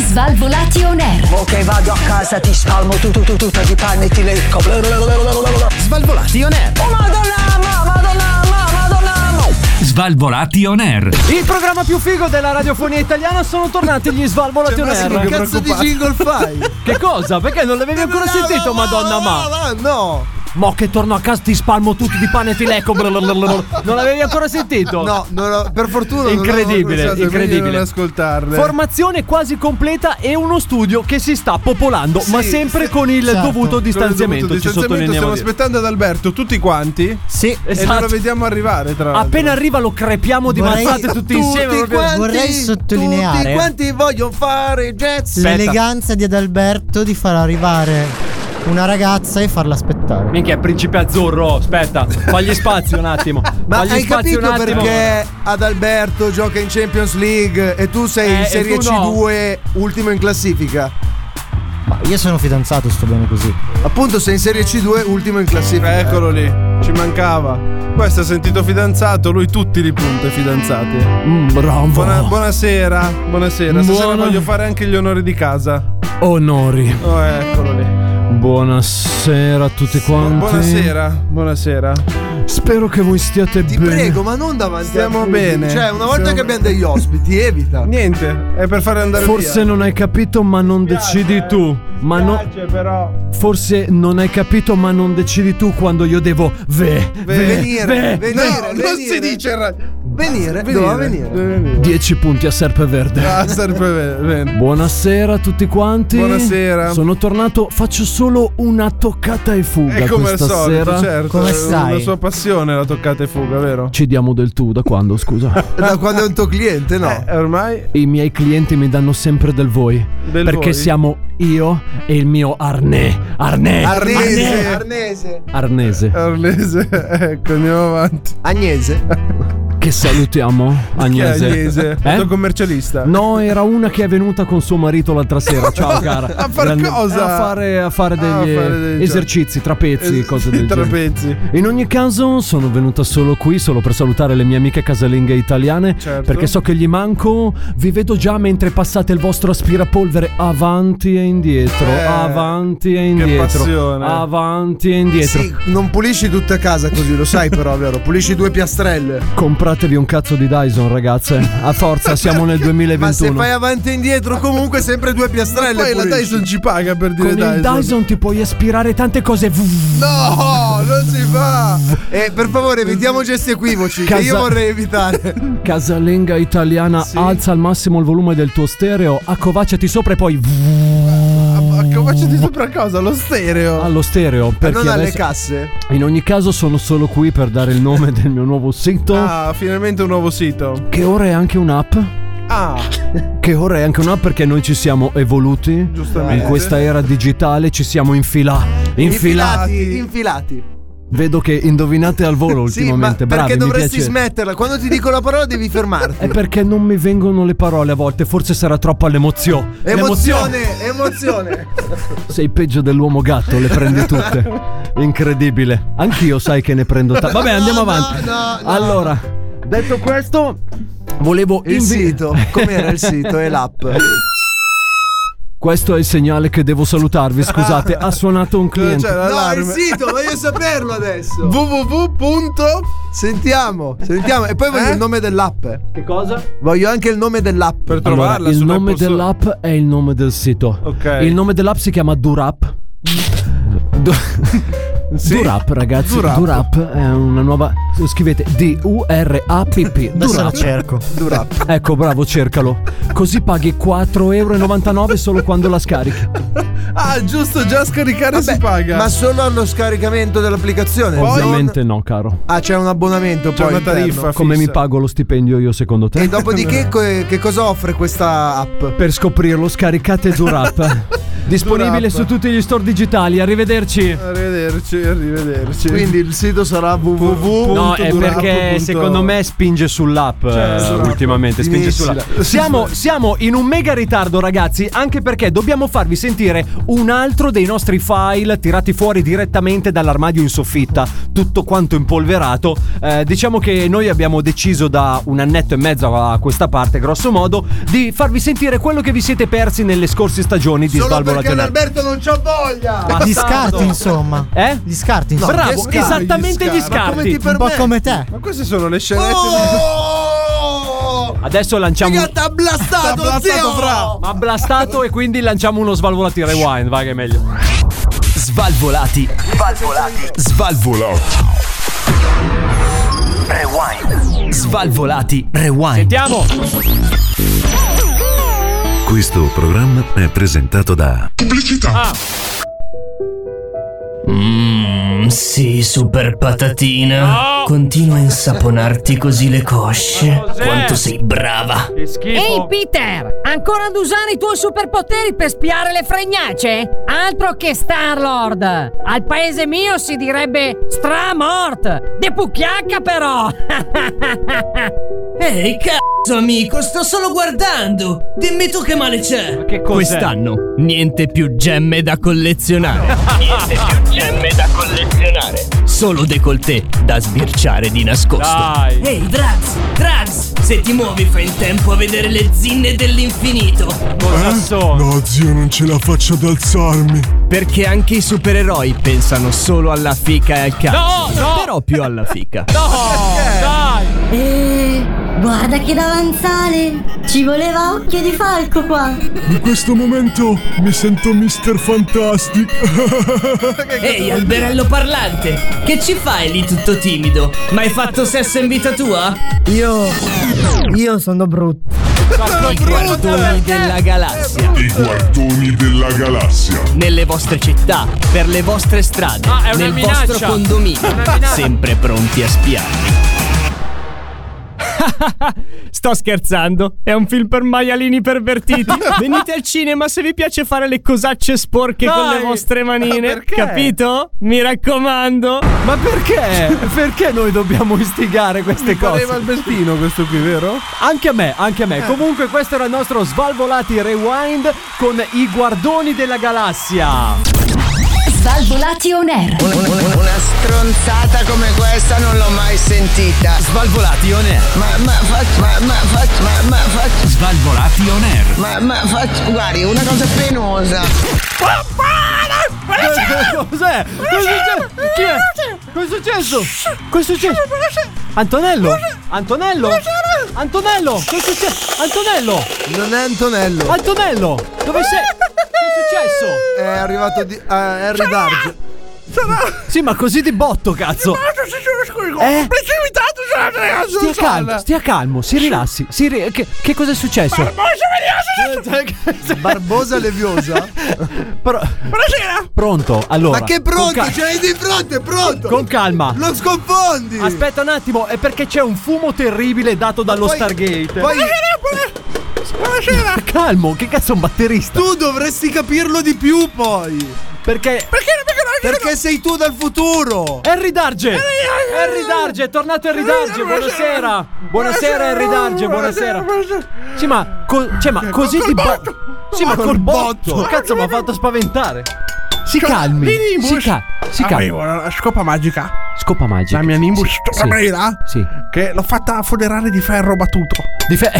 Speaker 11: Svalvolati on air.
Speaker 2: Ok, vado a casa, ti spalmo tu tu tu tu, ti panni e ti lecco.
Speaker 5: Svalvolati on air.
Speaker 2: Oh madonna, ma, madonna, ma, madonna, ma.
Speaker 5: Svalvolati on air.
Speaker 7: Il programma più figo della radiofonia italiana sono tornati gli Svalvolati on
Speaker 3: Ma
Speaker 6: Eh,
Speaker 3: sì, che
Speaker 7: air.
Speaker 3: cazzo di jingle fai?
Speaker 7: Che cosa? Perché non l'avevi ancora sentito, Madonna ma?
Speaker 3: No, no, no.
Speaker 7: Mo che torno a casa ti spalmo tutti di pane e ti lecco. Non l'avevi ancora sentito?
Speaker 3: No, non ho- per fortuna non
Speaker 7: Incredibile,
Speaker 3: avevo pensato,
Speaker 7: incredibile.
Speaker 6: Non ascoltarle.
Speaker 7: Formazione quasi completa e uno studio che si sta popolando, ma sempre con il
Speaker 4: certo.
Speaker 7: dovuto distanziamento.
Speaker 6: Con il dovuto
Speaker 7: ci
Speaker 6: distanziamento
Speaker 7: sottolineiamo
Speaker 6: stiamo
Speaker 7: di-
Speaker 6: aspettando ad Alberto *laughs* tutti quanti.
Speaker 4: Sì,
Speaker 6: E non
Speaker 7: Esatto.
Speaker 6: lo vediamo arrivare,
Speaker 2: Ah,
Speaker 6: tra l'altro.
Speaker 7: Appena arriva lo crepiamo di
Speaker 4: Vorrei-
Speaker 7: mazzate tutti insieme.
Speaker 3: Tutti
Speaker 7: proprio-
Speaker 3: quanti,
Speaker 4: Vorrei sottolineare-
Speaker 3: Tutti quanti vogliono fare jazz.
Speaker 7: Aspetta.
Speaker 4: l'eleganza di Adalberto di far arrivare una ragazza e farla aspettare.
Speaker 7: Minchia, è principe azzurro. Aspetta, fagli spazio un attimo.
Speaker 3: Ma
Speaker 7: fagli
Speaker 3: hai capito
Speaker 7: spazio un attimo.
Speaker 3: perché ad Alberto gioca in Champions League e tu sei
Speaker 7: Eh,
Speaker 3: in
Speaker 7: e
Speaker 3: Serie
Speaker 7: tu no.
Speaker 3: C2 ultimo in classifica?
Speaker 4: Ma io sono fidanzato, sto bene così.
Speaker 3: Appunto sei in Serie C2 ultimo in
Speaker 7: Eh,
Speaker 3: classifica.
Speaker 7: ecco.
Speaker 6: Eccolo lì, ci mancava. Questo ha sentito fidanzato, lui tutti li punta i fidanzati.
Speaker 7: Mm, bravo.
Speaker 6: Buona- buonasera, buonasera. Stasera
Speaker 7: Buona-
Speaker 6: voglio fare anche gli onori di casa.
Speaker 7: Onori.
Speaker 6: Oh, eccolo lì.
Speaker 7: Buonasera a tutti quanti.
Speaker 6: Buonasera, buonasera.
Speaker 7: Spero che voi stiate
Speaker 3: Ti
Speaker 7: bene.
Speaker 3: prego, ma non davanti
Speaker 6: Stiamo
Speaker 3: a tutti.
Speaker 6: bene.
Speaker 3: Cioè, una volta
Speaker 6: Stiamo-
Speaker 3: che abbiamo degli ospiti, evita.
Speaker 6: Niente, è per fare andare
Speaker 7: Forse
Speaker 6: via.
Speaker 7: non hai capito, ma non decidi tu. ma no- Forse non hai capito, ma non decidi tu quando io devo ve,
Speaker 3: venire,
Speaker 7: ve- ve-
Speaker 3: venire,
Speaker 7: ve-
Speaker 6: Eh,
Speaker 3: venire. Non si dice venire, doveva venire.
Speaker 7: 10 punti a Serpeverde.
Speaker 6: Ah, Serpeverde.
Speaker 7: Buonasera a tutti quanti.
Speaker 6: Buonasera.
Speaker 7: Sono tornato, faccio solo una toccata e fuga
Speaker 6: È come al
Speaker 7: questa
Speaker 6: solito,
Speaker 7: sera.
Speaker 6: certo. è La sua passione la toccata e fuga, vero?
Speaker 7: Ci diamo del tu da quando, scusa?
Speaker 6: *laughs*
Speaker 3: Da quando è un tuo cliente, no?
Speaker 6: ormai
Speaker 7: I miei clienti mi danno sempre del voi.
Speaker 6: Del
Speaker 7: perché
Speaker 6: voi?
Speaker 7: siamo io e il mio arnè. Arnè.
Speaker 3: Arnese.
Speaker 7: Arnè.
Speaker 3: Arnese.
Speaker 7: Arnese.
Speaker 6: Arnese, *laughs* ecco, andiamo avanti.
Speaker 3: Agnese.
Speaker 7: Che salutiamo, Agnese.
Speaker 6: Agnese,
Speaker 7: Eh?
Speaker 6: commercialista.
Speaker 7: No, era una che è venuta con suo marito l'altra sera. Ciao,
Speaker 6: *laughs*
Speaker 7: cara.
Speaker 6: A far
Speaker 7: Grande-
Speaker 6: cosa?
Speaker 7: A fare, a fare
Speaker 6: Ah, a
Speaker 7: degli eh,
Speaker 6: fare degli
Speaker 7: esercizi, trapezzi,
Speaker 6: Es- sì,
Speaker 7: cose del genere.
Speaker 6: trapezi.
Speaker 7: In ogni caso, sono venuta solo qui, solo per salutare le mie amiche casalinghe italiane.
Speaker 6: Certo.
Speaker 7: Perché so che gli manco. Vi vedo già mentre passate il vostro aspirapolvere avanti e indietro.
Speaker 6: Eh,
Speaker 7: avanti e indietro.
Speaker 6: passione.
Speaker 7: Avanti e indietro.
Speaker 3: Sì, non pulisci tutta casa così, lo sai però, *laughs* vero? Pulisci due piastrelle.
Speaker 7: Compratevi un cazzo di Dyson, ragazze. A forza, siamo
Speaker 6: *laughs*
Speaker 7: nel 2021.
Speaker 3: Ma se fai avanti e indietro, comunque sempre due piastrelle.
Speaker 6: Poi la
Speaker 3: pulisci.
Speaker 6: Dyson ci paga per dire
Speaker 7: Con il Dyson ti puoi aspirare tante cose.
Speaker 3: No, non si fa. Eh, per favore, evitiamo gesti equivoci che io
Speaker 7: Casa-
Speaker 3: vorrei *laughs* evitare.
Speaker 7: Casalinga italiana, alza al massimo il volume del tuo stereo, accovacciati sopra e poi
Speaker 6: Ma facciati sopra cosa? Lo stereo.
Speaker 3: Ah,
Speaker 7: allo stereo.
Speaker 3: Ma
Speaker 7: Perché
Speaker 3: non alle
Speaker 7: adesso-
Speaker 3: casse.
Speaker 7: in ogni caso sono solo qui per dare il nome del mio nuovo sito.
Speaker 6: Ah, finalmente un nuovo sito.
Speaker 7: Che ora è anche un'app.
Speaker 6: Ah,
Speaker 7: Che ora è anche un'app perché noi ci siamo evoluti.
Speaker 6: Giustamente.
Speaker 7: In questa era digitale ci siamo infila- infilati.
Speaker 3: Infilati. Infilati.
Speaker 7: Vedo che indovinate al volo
Speaker 3: *laughs* Sì, ma
Speaker 7: ultimamente.
Speaker 3: perché
Speaker 7: Bravi, mi
Speaker 3: dovresti
Speaker 7: piace.
Speaker 3: smetterla? Quando ti dico la parola devi fermarti. *laughs*
Speaker 7: È perché non mi vengono le parole a volte, forse sarà troppa l'emozio- l'emozione.
Speaker 3: Emozione, emozione.
Speaker 7: Sei peggio dell'uomo gatto, le
Speaker 3: *laughs*
Speaker 7: prendi tutte. Incredibile. Anch'io sai che ne prendo tante. Vabbè, andiamo
Speaker 3: no,
Speaker 7: avanti.
Speaker 3: no, no.
Speaker 7: Allora, detto questo, volevo
Speaker 3: Il
Speaker 7: invi-
Speaker 3: sito, *laughs* com'era il sito e *laughs* l'app?
Speaker 7: *laughs* Questo è il segnale che devo salutarvi, scusate, ha
Speaker 3: *laughs*
Speaker 7: suonato un cliente.
Speaker 6: Cioè,
Speaker 3: No, il
Speaker 6: l'allarme.
Speaker 3: sito, voglio saperlo adesso.
Speaker 6: www.
Speaker 3: Sentiamo, sentiamo. E poi voglio il nome dell'app.
Speaker 7: Che cosa?
Speaker 3: Voglò anche il nome dell'app.
Speaker 6: Per
Speaker 7: Allora,
Speaker 6: trovarla
Speaker 7: il
Speaker 6: sulle
Speaker 7: nome
Speaker 6: persone.
Speaker 7: dell'app è il nome del sito.
Speaker 6: Ok.
Speaker 7: Il nome dell'app si chiama Durap. Du- Durap, ragazzi. Durap. è una nuova. Scrivete D-U-R-A-P-P.
Speaker 4: Adesso la
Speaker 7: Durap.
Speaker 4: cerco.
Speaker 3: Durap.
Speaker 7: Ecco, bravo, cercalo. Così paghi 4,99 euro solo quando la scarichi.
Speaker 6: Ah, giusto, già scaricare si paga.
Speaker 3: Ma solo allo scaricamento dell'applicazione. non-
Speaker 7: Ovviamente no, caro.
Speaker 3: Ah, c'è un abbonamento
Speaker 6: C'è
Speaker 3: poi.
Speaker 6: una
Speaker 3: interno.
Speaker 6: tariffa.
Speaker 7: Come
Speaker 6: fissa.
Speaker 7: mi pago lo stipendio io secondo
Speaker 3: E
Speaker 6: *laughs*
Speaker 7: te?
Speaker 3: dopodiché co- che cosa offre questa app?
Speaker 7: Per scoprirlo scaricate
Speaker 3: *laughs*
Speaker 7: Durap. Disponibile
Speaker 6: Durap.
Speaker 7: su tutti gli store digitali. Arrivederci.
Speaker 6: Arrivederci, arrivederci.
Speaker 3: Quindi il sito sarà www.
Speaker 7: No, è
Speaker 6: Durap
Speaker 7: perché
Speaker 6: punto-
Speaker 7: secondo me spinge sull'app
Speaker 3: Cioè,
Speaker 7: eh,
Speaker 6: sull'app.
Speaker 3: esatto.
Speaker 7: ultimamente. Spinge
Speaker 3: Finissila.
Speaker 7: sull'app. Siamo, siamo in un mega ritardo, ragazzi, anche perché dobbiamo farvi sentire un altro dei nostri file tirati fuori direttamente dall'armadio in soffitta, tutto quanto impolverato. Eh, diciamo che noi abbiamo deciso da un annetto e mezzo a questa parte, grosso modo, di farvi sentire quello che vi siete persi nelle scorse stagioni di
Speaker 3: Solo
Speaker 7: Svalvola
Speaker 3: perché
Speaker 7: Genere.
Speaker 3: l'Alberto non c'ha voglia.
Speaker 4: Gli scarti, insomma.
Speaker 7: Eh?
Speaker 4: Gli scarti, insomma.
Speaker 7: Bravo,
Speaker 3: scarti,
Speaker 7: esattamente
Speaker 6: gli scarti. Ma
Speaker 7: gli scarti.
Speaker 3: Come ti
Speaker 4: Un po'
Speaker 3: permetti?
Speaker 4: come te.
Speaker 6: Ma queste sono le scenette.
Speaker 3: Oh!
Speaker 7: Adesso lanciamo
Speaker 3: Figa, t'ha *laughs* blastato,
Speaker 6: T'ha blastato,
Speaker 3: zio!
Speaker 6: fra.
Speaker 7: Ma blastato e quindi lanciamo uno svalvolati rewind, va che è meglio.
Speaker 5: Svalvolati. Svalvolati. Svalvolati. Rewind. Svalvolati. Rewind.
Speaker 7: Sentiamo!
Speaker 9: Questo programma è presentato da
Speaker 5: Mm, sì, super patatina. Continua a insaponarti così le cosce. Quanto sei brava.
Speaker 12: Ehi Peter, ancora ad usare i tuoi superpoteri per spiare le fregnacce? Altro che Star-Lord! Al paese mio si direbbe Stramort! De pucchiacca però!
Speaker 1: *laughs* Ehi, cazzo, amico, sto solo guardando. Dimmi tu che male c'è.
Speaker 7: Che
Speaker 5: Quest'anno niente più gemme da collezionare. niente più gemme da collezionare. Solo décolleté da sbirciare di nascosto.
Speaker 7: Dai!
Speaker 1: Ehi, Drax, Drax, se ti muovi fai in tempo a vedere le zinne dell'infinito.
Speaker 7: Cosa sono?
Speaker 5: Perché anche i supereroi pensano solo alla fica e al cazzo. No, no! Però più alla fica.
Speaker 12: E
Speaker 13: Guarda che davanzale! Ci voleva occhio di falco qua!
Speaker 14: In questo momento mi sento Mr. Fantastic.
Speaker 1: Ehi, alberello parlante, che ci fai lì tutto timido? Ma hai fatto sesso in vita tua?
Speaker 15: Io. Io sono brutto.
Speaker 5: I quartoni della galassia.
Speaker 14: I quartoni della galassia.
Speaker 5: Nelle vostre città, per le vostre strade,
Speaker 16: Ah, è una
Speaker 5: nel
Speaker 16: minaccia.
Speaker 5: vostro
Speaker 16: È
Speaker 5: condominio.
Speaker 16: una minaccia.
Speaker 5: Sempre pronti a spiarvi. *laughs* Sto scherzando, è un film per maialini
Speaker 7: *laughs*
Speaker 5: pervertiti. Venite al cinema se vi piace fare le cosacce sporche con
Speaker 7: Dai!
Speaker 5: le vostre
Speaker 7: Ma
Speaker 5: manine.
Speaker 7: perché?
Speaker 5: Capito? Mi raccomando.
Speaker 7: Ma perché? Perché noi dobbiamo istigare queste cose?
Speaker 6: pareva Albertino questo qui, vero?
Speaker 7: Anche a me, anche a
Speaker 5: Eh.
Speaker 7: me. Comunque questo era il nostro Svalvolati Rewind con i guardoni della galassia.
Speaker 11: Svalvolati on air.
Speaker 2: Una stronzata come questa non l'ho mai sentita.
Speaker 5: Svalvolati on air.
Speaker 2: Ma ma faccio, ma ma faccio, ma ma faccio.
Speaker 5: Svalvolati on air.
Speaker 2: Ma ma faccio, guardi, una cosa penosa.
Speaker 7: Cos'è? Cosa succe- Chi è? Cosa è successo? Cosa è successo? Antonello? Antonello? Antonello? Cosa è successo? Antonello?
Speaker 3: Non è Antonello.
Speaker 7: Antonello? Dove sei? Cosa è successo?
Speaker 3: È arrivato di, a Harry Darge.
Speaker 7: Sì, ma così di botto, cazzo. Eh? Stia calmo, stia calmo, si rilassi. si ri- che, che cosa è successo? Cioè,
Speaker 3: Barbosa leviosa?
Speaker 7: Buonasera! Pronto, allora.
Speaker 3: Ma che
Speaker 7: con
Speaker 3: pronto? cioè,
Speaker 7: cal-
Speaker 3: Ce l'hai di fronte, è pronto!
Speaker 7: Con calma.
Speaker 3: Non sconfondi!
Speaker 7: Aspetta un attimo, è perché c'è un fumo terribile dato dallo
Speaker 3: poi-
Speaker 7: Stargate.
Speaker 3: poi-
Speaker 7: Ma *laughs* Calmo, che cazzo è un batterista?
Speaker 3: Tu dovresti capirlo di più poi!
Speaker 7: Perché? Perché?
Speaker 3: Perché sei tu dal futuro!
Speaker 7: Harry Darge! Harry Darge, è tornato Harry Darge, buonasera! Buonasera Harry Darge, buonasera! Sì, ma, co- cioè, ma così di botto! Sì, ma col botto! Cazzo, mi ha fatto spaventare! Si
Speaker 3: Cioè,
Speaker 7: calmi, si,
Speaker 3: eh.
Speaker 7: cal- si
Speaker 3: Ah,
Speaker 6: Avevo
Speaker 7: calmi.
Speaker 6: la scopa magica.
Speaker 7: Scopa magica.
Speaker 6: La mia Nimbus
Speaker 7: Sì, sì,
Speaker 6: Torreira.
Speaker 7: Sì.
Speaker 3: Eh,
Speaker 6: Che l'ho fatta foderare di ferro battuto.
Speaker 7: Di fe-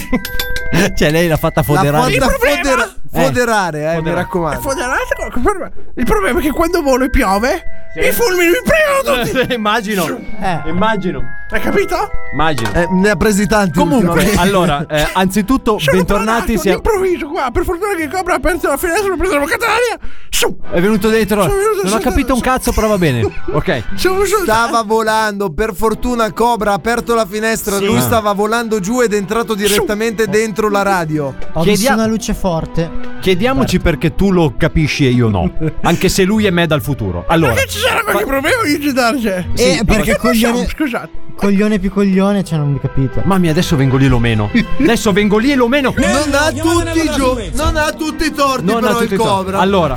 Speaker 7: *laughs* cioè, lei l'ha fatta foderare.
Speaker 6: Il problema-
Speaker 3: foderare, eh, mi
Speaker 6: È
Speaker 3: raccomando.
Speaker 6: foderato con- con- con- Il problema è che quando volo e piove, i fulmini mi prendono
Speaker 7: *laughs*
Speaker 6: tutti.
Speaker 7: Eh, immagino. Immagino.
Speaker 6: Hai capito?
Speaker 7: Immagino.
Speaker 3: Eh, ne ha presi tanti.
Speaker 7: Comunque,
Speaker 3: ultimamente.
Speaker 7: allora, eh, anzitutto, bentornati. Siamo...
Speaker 6: Improvviso qua, per fortuna che Cobra ha aperto la finestra, ho preso la boccata d'aria. Su!
Speaker 7: È venuto dentro.
Speaker 6: Sono venuto-
Speaker 7: Non
Speaker 6: sono-
Speaker 7: ho capito un cazzo, però va bene. Ok.
Speaker 3: Stava volando, per fortuna Cobra ha aperto la finestra,
Speaker 7: Ah.
Speaker 3: lui stava volando giù ed è entrato direttamente dentro la radio.
Speaker 4: Ho visto una luce forte.
Speaker 7: Chiediamoci perché tu lo capisci e io no. Anche se lui è me dal futuro. Allora,
Speaker 6: Ci sarà qualche problema di gitarce?
Speaker 4: Eh, perché coglione-
Speaker 6: Scusate.
Speaker 4: Coglione più coglione, cioè non mi capite.
Speaker 7: mamma mia, adesso vengo lì e lo meno. Adesso vengo lì e lo meno.
Speaker 3: Non ha tutti i gio- non ha tutti i torti,
Speaker 7: Non ha
Speaker 3: però
Speaker 7: tutti
Speaker 3: il
Speaker 7: i torti.
Speaker 3: Cobra. Cioè.
Speaker 7: Allora,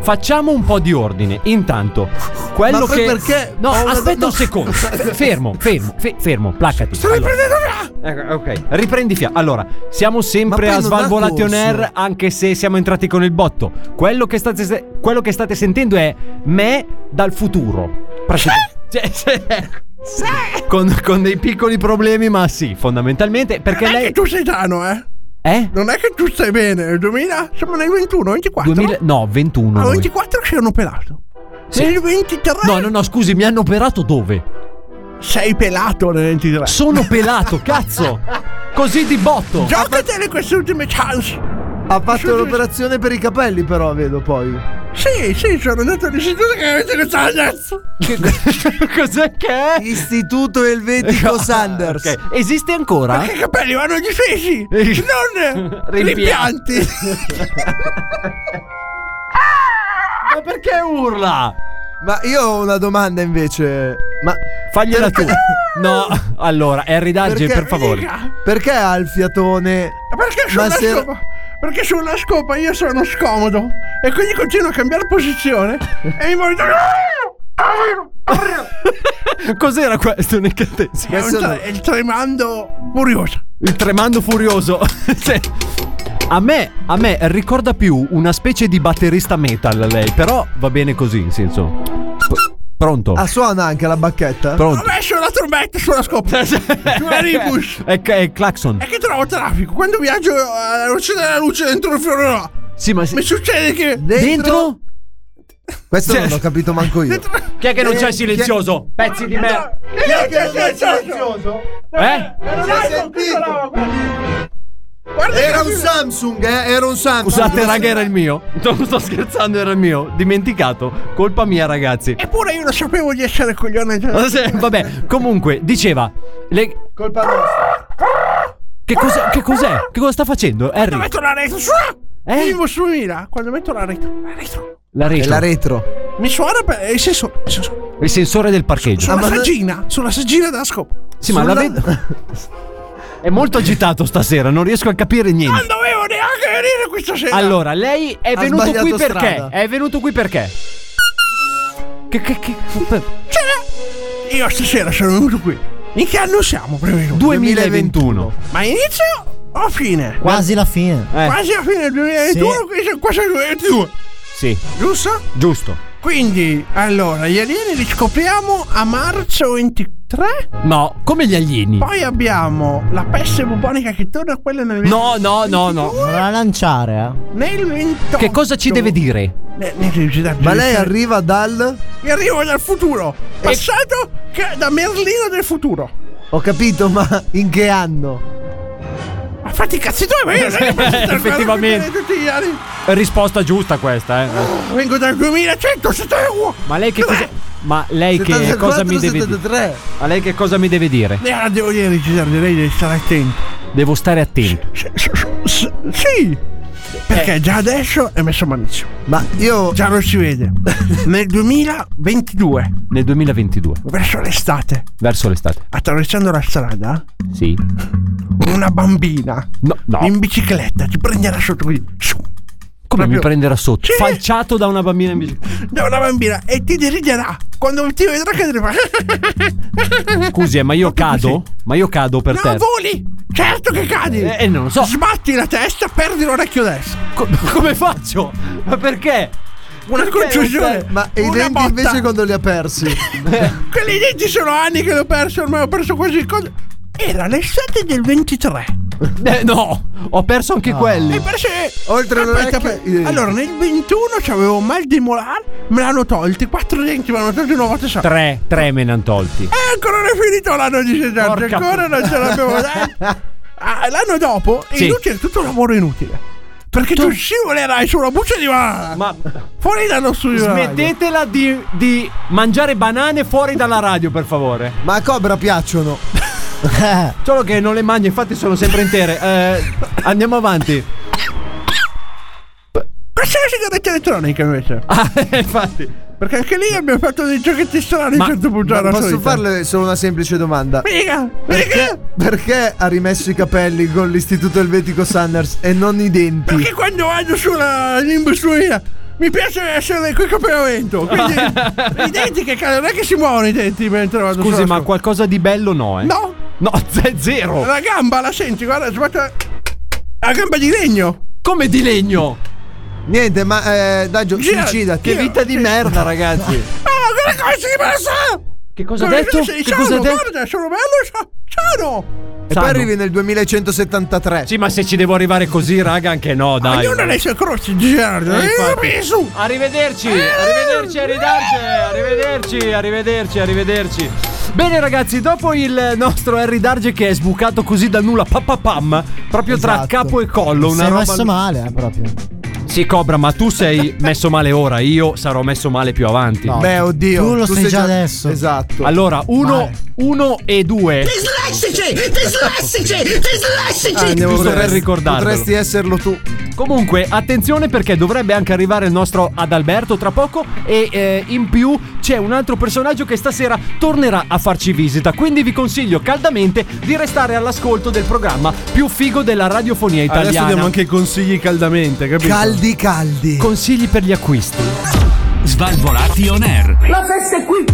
Speaker 7: facciamo un po' di ordine. Intanto, quello
Speaker 3: Ma poi
Speaker 7: che.
Speaker 3: perché-
Speaker 7: No,
Speaker 3: ho una-
Speaker 7: aspetta
Speaker 3: no. *laughs*
Speaker 7: un secondo. F- fermo, fermo, fe- fermo, placati.
Speaker 6: Sto
Speaker 7: Allora,
Speaker 6: riprendendo
Speaker 7: ecco, ok, riprendi fiato. Allora, siamo sempre
Speaker 3: Ma poi
Speaker 7: a
Speaker 3: non ha
Speaker 7: Svalvolation
Speaker 3: corso.
Speaker 7: Air, anche se siamo entrati con il botto. Quello che state, se- quello che state sentendo è me dal futuro.
Speaker 3: Eh?
Speaker 7: Praticamente. Cioè, cioè, Con, con dei piccoli problemi, ma sì, fondamentalmente. Perché
Speaker 6: Non è
Speaker 7: lei.
Speaker 6: che tu sei sano, eh?
Speaker 7: Eh?
Speaker 6: Non è che tu stai bene. 2000, siamo nel 21, 24.
Speaker 7: 2000 no, 21.
Speaker 3: Ah,
Speaker 6: Al
Speaker 7: noi.
Speaker 6: 24 ci hanno operato.
Speaker 7: Sì.
Speaker 6: Nel 23
Speaker 7: No, no, no, scusi, mi hanno operato dove?
Speaker 6: sei pelato nel 23.
Speaker 7: Sono pelato, cazzo! Così di botto!
Speaker 6: Giocatele queste ultime chance.
Speaker 3: Ha fatto l'operazione per i capelli, però, vedo poi.
Speaker 6: Sì, sì, sono andato all'istituto che avete questa ragazza.
Speaker 7: *laughs* Cos'è che è?
Speaker 3: Istituto Elvetico Sanders.
Speaker 7: *laughs* Ok, Esiste ancora?
Speaker 6: Che i capelli vanno difesi.
Speaker 7: *laughs*
Speaker 6: non
Speaker 7: Rimpianti.
Speaker 6: rimpianti.
Speaker 7: *laughs* Ma perché urla?
Speaker 3: Ma io ho una domanda invece. Ma
Speaker 7: Fagliela tu.
Speaker 3: Perché-
Speaker 7: No, allora, Harry Darge,
Speaker 3: Perché-
Speaker 7: per favore.
Speaker 3: perché ha il fiatone?
Speaker 6: Perché
Speaker 3: Ma
Speaker 6: sulla
Speaker 3: se-
Speaker 6: scopa? Perché sulla scopa io sono scomodo e quindi continuo a cambiare posizione e mi muovo.
Speaker 7: Cos'era questo incantesimo?
Speaker 6: È un tre- è il tremando furioso.
Speaker 7: Il tremando furioso. *laughs* Cioè, a me, a me ricorda più una specie di batterista metal lei, però va bene così, in senso. P- pronto?
Speaker 3: Ah, suona anche la bacchetta?
Speaker 6: Ho
Speaker 7: Pronto? Cioè,
Speaker 6: messo la trombetta sulla
Speaker 7: *laughs*
Speaker 6: scopa. Sulla Ribus.
Speaker 7: È, è il clacson.
Speaker 6: È che trovo traffico. Quando viaggio alla luce della luce dentro il fiore no.
Speaker 7: Sì, ma se-
Speaker 6: Mi succede che.
Speaker 7: dentro?
Speaker 3: Questo
Speaker 7: Cioè- *laughs*
Speaker 3: non l'ho capito manco io.
Speaker 7: Chi è che non c'è il
Speaker 3: silenzioso?
Speaker 7: Pezzi di merda.
Speaker 6: Che- che- che- che- che-
Speaker 7: Eh?
Speaker 3: Era un Samsung, eh? Era un Samsung.
Speaker 7: Scusate, raga, era il mio. *laughs* Non sto scherzando, era il mio. Dimenticato. Colpa mia, ragazzi.
Speaker 17: Eppure io lo sapevo di essere coglione.
Speaker 7: Ah, sì, *laughs* Vabbè, comunque, diceva. le-
Speaker 3: Colpa nostra.
Speaker 7: Che, cos'è, che cos'è? Che cosa sta facendo?
Speaker 17: Quando
Speaker 7: Harry,
Speaker 17: metto la retro, su!
Speaker 7: Eh?
Speaker 17: Vivo su Mira, quando metto la retro, la retro.
Speaker 7: la retro.
Speaker 3: La retro.
Speaker 17: Mi suona per. eh, sì, su- su- su-
Speaker 7: Il sensore del parcheggio.
Speaker 17: sulla saggina, sulla saggina della scopa.
Speaker 7: Sì, ma la vedo. *laughs* È molto agitato stasera, non riesco a capire niente.
Speaker 17: Non dovevo neanche venire questa sera.
Speaker 7: Allora, lei è
Speaker 17: Ha
Speaker 7: venuto qui
Speaker 17: sbagliato
Speaker 7: perché?
Speaker 17: strada.
Speaker 7: È venuto qui perché? Che, che, che.
Speaker 17: Cioè, io stasera sono venuto qui. In che anno siamo più o meno?
Speaker 7: 2021.
Speaker 17: Ma inizio o fine?
Speaker 4: Eh.
Speaker 18: Quasi la fine.
Speaker 17: Quasi alla fine del 2021,
Speaker 18: Sì.
Speaker 17: qui siamo quasi al 2022.
Speaker 7: Sì.
Speaker 17: Giusto?
Speaker 7: Giusto.
Speaker 17: Quindi, allora, gli alieni li scopriamo a marzo 23.
Speaker 7: No, come gli alieni.
Speaker 17: Poi abbiamo la peste bubonica che torna a quella nel
Speaker 7: No, no, no, no.
Speaker 18: Non la
Speaker 7: eh.
Speaker 18: lanciare,
Speaker 17: Nel 28.
Speaker 7: Che cosa ci deve dire?
Speaker 17: Ne- ne riuscite a
Speaker 3: Ma lei
Speaker 17: giudicare?
Speaker 3: arriva dal.
Speaker 17: Io arrivo dal futuro. Passato che- da Merlino del futuro.
Speaker 3: Ho capito, ma in che anno?
Speaker 17: Ma fatti i cazzi tuoi, ma io non
Speaker 7: *laughs*
Speaker 17: è che posso stare
Speaker 7: Effettivamente.
Speaker 17: qua a tutti gli anni.
Speaker 7: Risposta giusta questa, eh.
Speaker 17: Vengo dal 2171.
Speaker 7: Ma lei che cosa. Ma lei che cosa mi deve dire? A lei che cosa mi deve dire?
Speaker 17: Eh, la devo dire, Gisardo, lei deve stare attento.
Speaker 7: Devo stare attento.
Speaker 17: S- s- s- sì. Perché
Speaker 7: Eh.
Speaker 17: già adesso è messo malissimo.
Speaker 3: Ma io.
Speaker 17: Già lo si vede. Nel 2022,
Speaker 7: Nel 2022,
Speaker 17: verso l'estate,
Speaker 7: verso l'estate.
Speaker 17: attraversando la strada,
Speaker 7: Sì.
Speaker 17: una bambina
Speaker 7: No, no.
Speaker 17: in bicicletta ti prenderà sotto così. Su,
Speaker 7: Come mi
Speaker 17: proprio-
Speaker 7: prenderà sotto?
Speaker 17: Sì.
Speaker 7: Falciato da una bambina in bicicletta.
Speaker 17: Da una bambina e ti deriderà quando ti vedrà che fa.
Speaker 7: Scusi, eh, ma io cado? Ma io cado per
Speaker 17: *laughs* No,
Speaker 7: terra.
Speaker 17: voli! Certo che cadi!
Speaker 7: Eh, eh, non lo so.
Speaker 17: Sbatti la testa, perdi l'orecchio destro.
Speaker 7: Co- come faccio? Ma perché?
Speaker 17: Una contusione.
Speaker 3: eh, Ma e i
Speaker 17: Una
Speaker 3: denti
Speaker 17: botta.
Speaker 3: invece quando li ha persi?
Speaker 17: Quelli denti sono anni che l'ho perso, ormai ho perso quasi il coso. Era l'estate del 23.
Speaker 7: Eh, no, ho perso
Speaker 17: Ah.
Speaker 7: anche quelli.
Speaker 17: E perché.
Speaker 3: Oltre
Speaker 17: Aspetta,
Speaker 3: all'orecchio-
Speaker 17: aspetta. Allora, nel 21 c'avevo mal di molare, me l'hanno tolti. Quattro denti me l'hanno tolti una volta sola.
Speaker 7: Tre, tre me ne han tolti.
Speaker 17: E ancora non è finito l'anno di Sesardo,
Speaker 7: Porca
Speaker 17: ancora non ce
Speaker 7: *laughs*
Speaker 17: l'abbiamo dai. Ah, l'anno dopo,
Speaker 7: Sì.
Speaker 17: inutile, tutto un lavoro inutile. Perché tu, scivolerai sulla buccia di banana.
Speaker 7: Ma
Speaker 17: Fuori eh. dallo studio. radio.
Speaker 7: smettetela di, di mangiare banane fuori dalla radio, per favore.
Speaker 3: Ma a Cobra piacciono.
Speaker 18: eh.
Speaker 7: Solo che non le mangio, infatti sono sempre intere. Eh, andiamo avanti.
Speaker 17: Questa è la sigaretta elettronica invece.
Speaker 7: Ah, *laughs* infatti.
Speaker 17: Perché anche lì abbiamo fatto dei giochetti strani a
Speaker 7: Ma-
Speaker 17: un certo punto.
Speaker 3: Ma
Speaker 17: della
Speaker 3: posso
Speaker 17: solita.
Speaker 3: farle solo una semplice domanda?
Speaker 17: Mica, mica.
Speaker 3: Perché, perché ha rimesso i capelli con l'istituto elvetico Sanders e non i denti?
Speaker 17: Perché quando vado sulla l'imbustuina mi piace essere coi capelli a vento. Quindi i denti che cadono, non è che si muovono i denti mentre vado
Speaker 7: Scusi,
Speaker 17: sulla
Speaker 7: ma
Speaker 17: scu-
Speaker 7: qualcosa di bello no, eh?
Speaker 17: No,
Speaker 7: No, *laughs* z- zero.
Speaker 17: la gamba la senti, guarda, sbatta. La gamba di legno.
Speaker 7: Come di legno.
Speaker 3: Niente, ma eh, dai, Gio,
Speaker 17: Gira-
Speaker 3: suicidati.
Speaker 17: gira- gira.
Speaker 7: ragazzi.
Speaker 17: Ah, guarda come si passa!
Speaker 7: Che cosa ha detto?
Speaker 17: Sei
Speaker 7: Che cosa
Speaker 17: sano,
Speaker 7: ha detto?
Speaker 17: guarda, sono bello, sa- sano!
Speaker 3: E poi
Speaker 7: diciamo, Sanno.
Speaker 3: arrivi nel 2173.
Speaker 7: Sì, ma se ci devo arrivare così, raga, anche no, dai.
Speaker 17: Ognuno ha le sue croci, Gerardo.
Speaker 7: Eh,
Speaker 17: Eh,
Speaker 7: infatti.
Speaker 17: su!
Speaker 7: Arrivederci, arrivederci, arrivederci, arrivederci, arrivederci, arrivederci. Bene ragazzi, dopo il nostro Harry Darge che è sbucato così da nulla, papà pam, proprio tra
Speaker 3: Esatto.
Speaker 7: capo e collo, una
Speaker 18: Sei
Speaker 7: roba...
Speaker 18: messo male, eh, proprio.
Speaker 7: Sì, Cobra, ma tu sei messo male ora, io sarò messo male più avanti.
Speaker 18: No.
Speaker 3: Beh, oddio.
Speaker 18: Tu lo
Speaker 3: sei
Speaker 18: sei già adesso.
Speaker 3: Esatto.
Speaker 7: Allora, uno,
Speaker 18: Male.
Speaker 7: uno e due.
Speaker 19: Dislessici! Dislessici! Dislessici!
Speaker 3: Ah, Andiamo
Speaker 7: giusto
Speaker 3: potresti-
Speaker 7: per ricordarlo.
Speaker 3: Potresti esserlo tu.
Speaker 7: Comunque, attenzione perché dovrebbe anche arrivare il nostro Adalberto tra poco e eh, in più c'è un altro personaggio che stasera tornerà a farci visita, quindi vi consiglio caldamente di restare all'ascolto del programma più figo della radiofonia
Speaker 6: Adesso
Speaker 7: italiana.
Speaker 6: diamo anche consigli caldamente, capito?
Speaker 3: Caldi, caldi.
Speaker 7: consigli per gli acquisti.
Speaker 20: Svalvolati on air.
Speaker 4: La festa è qui!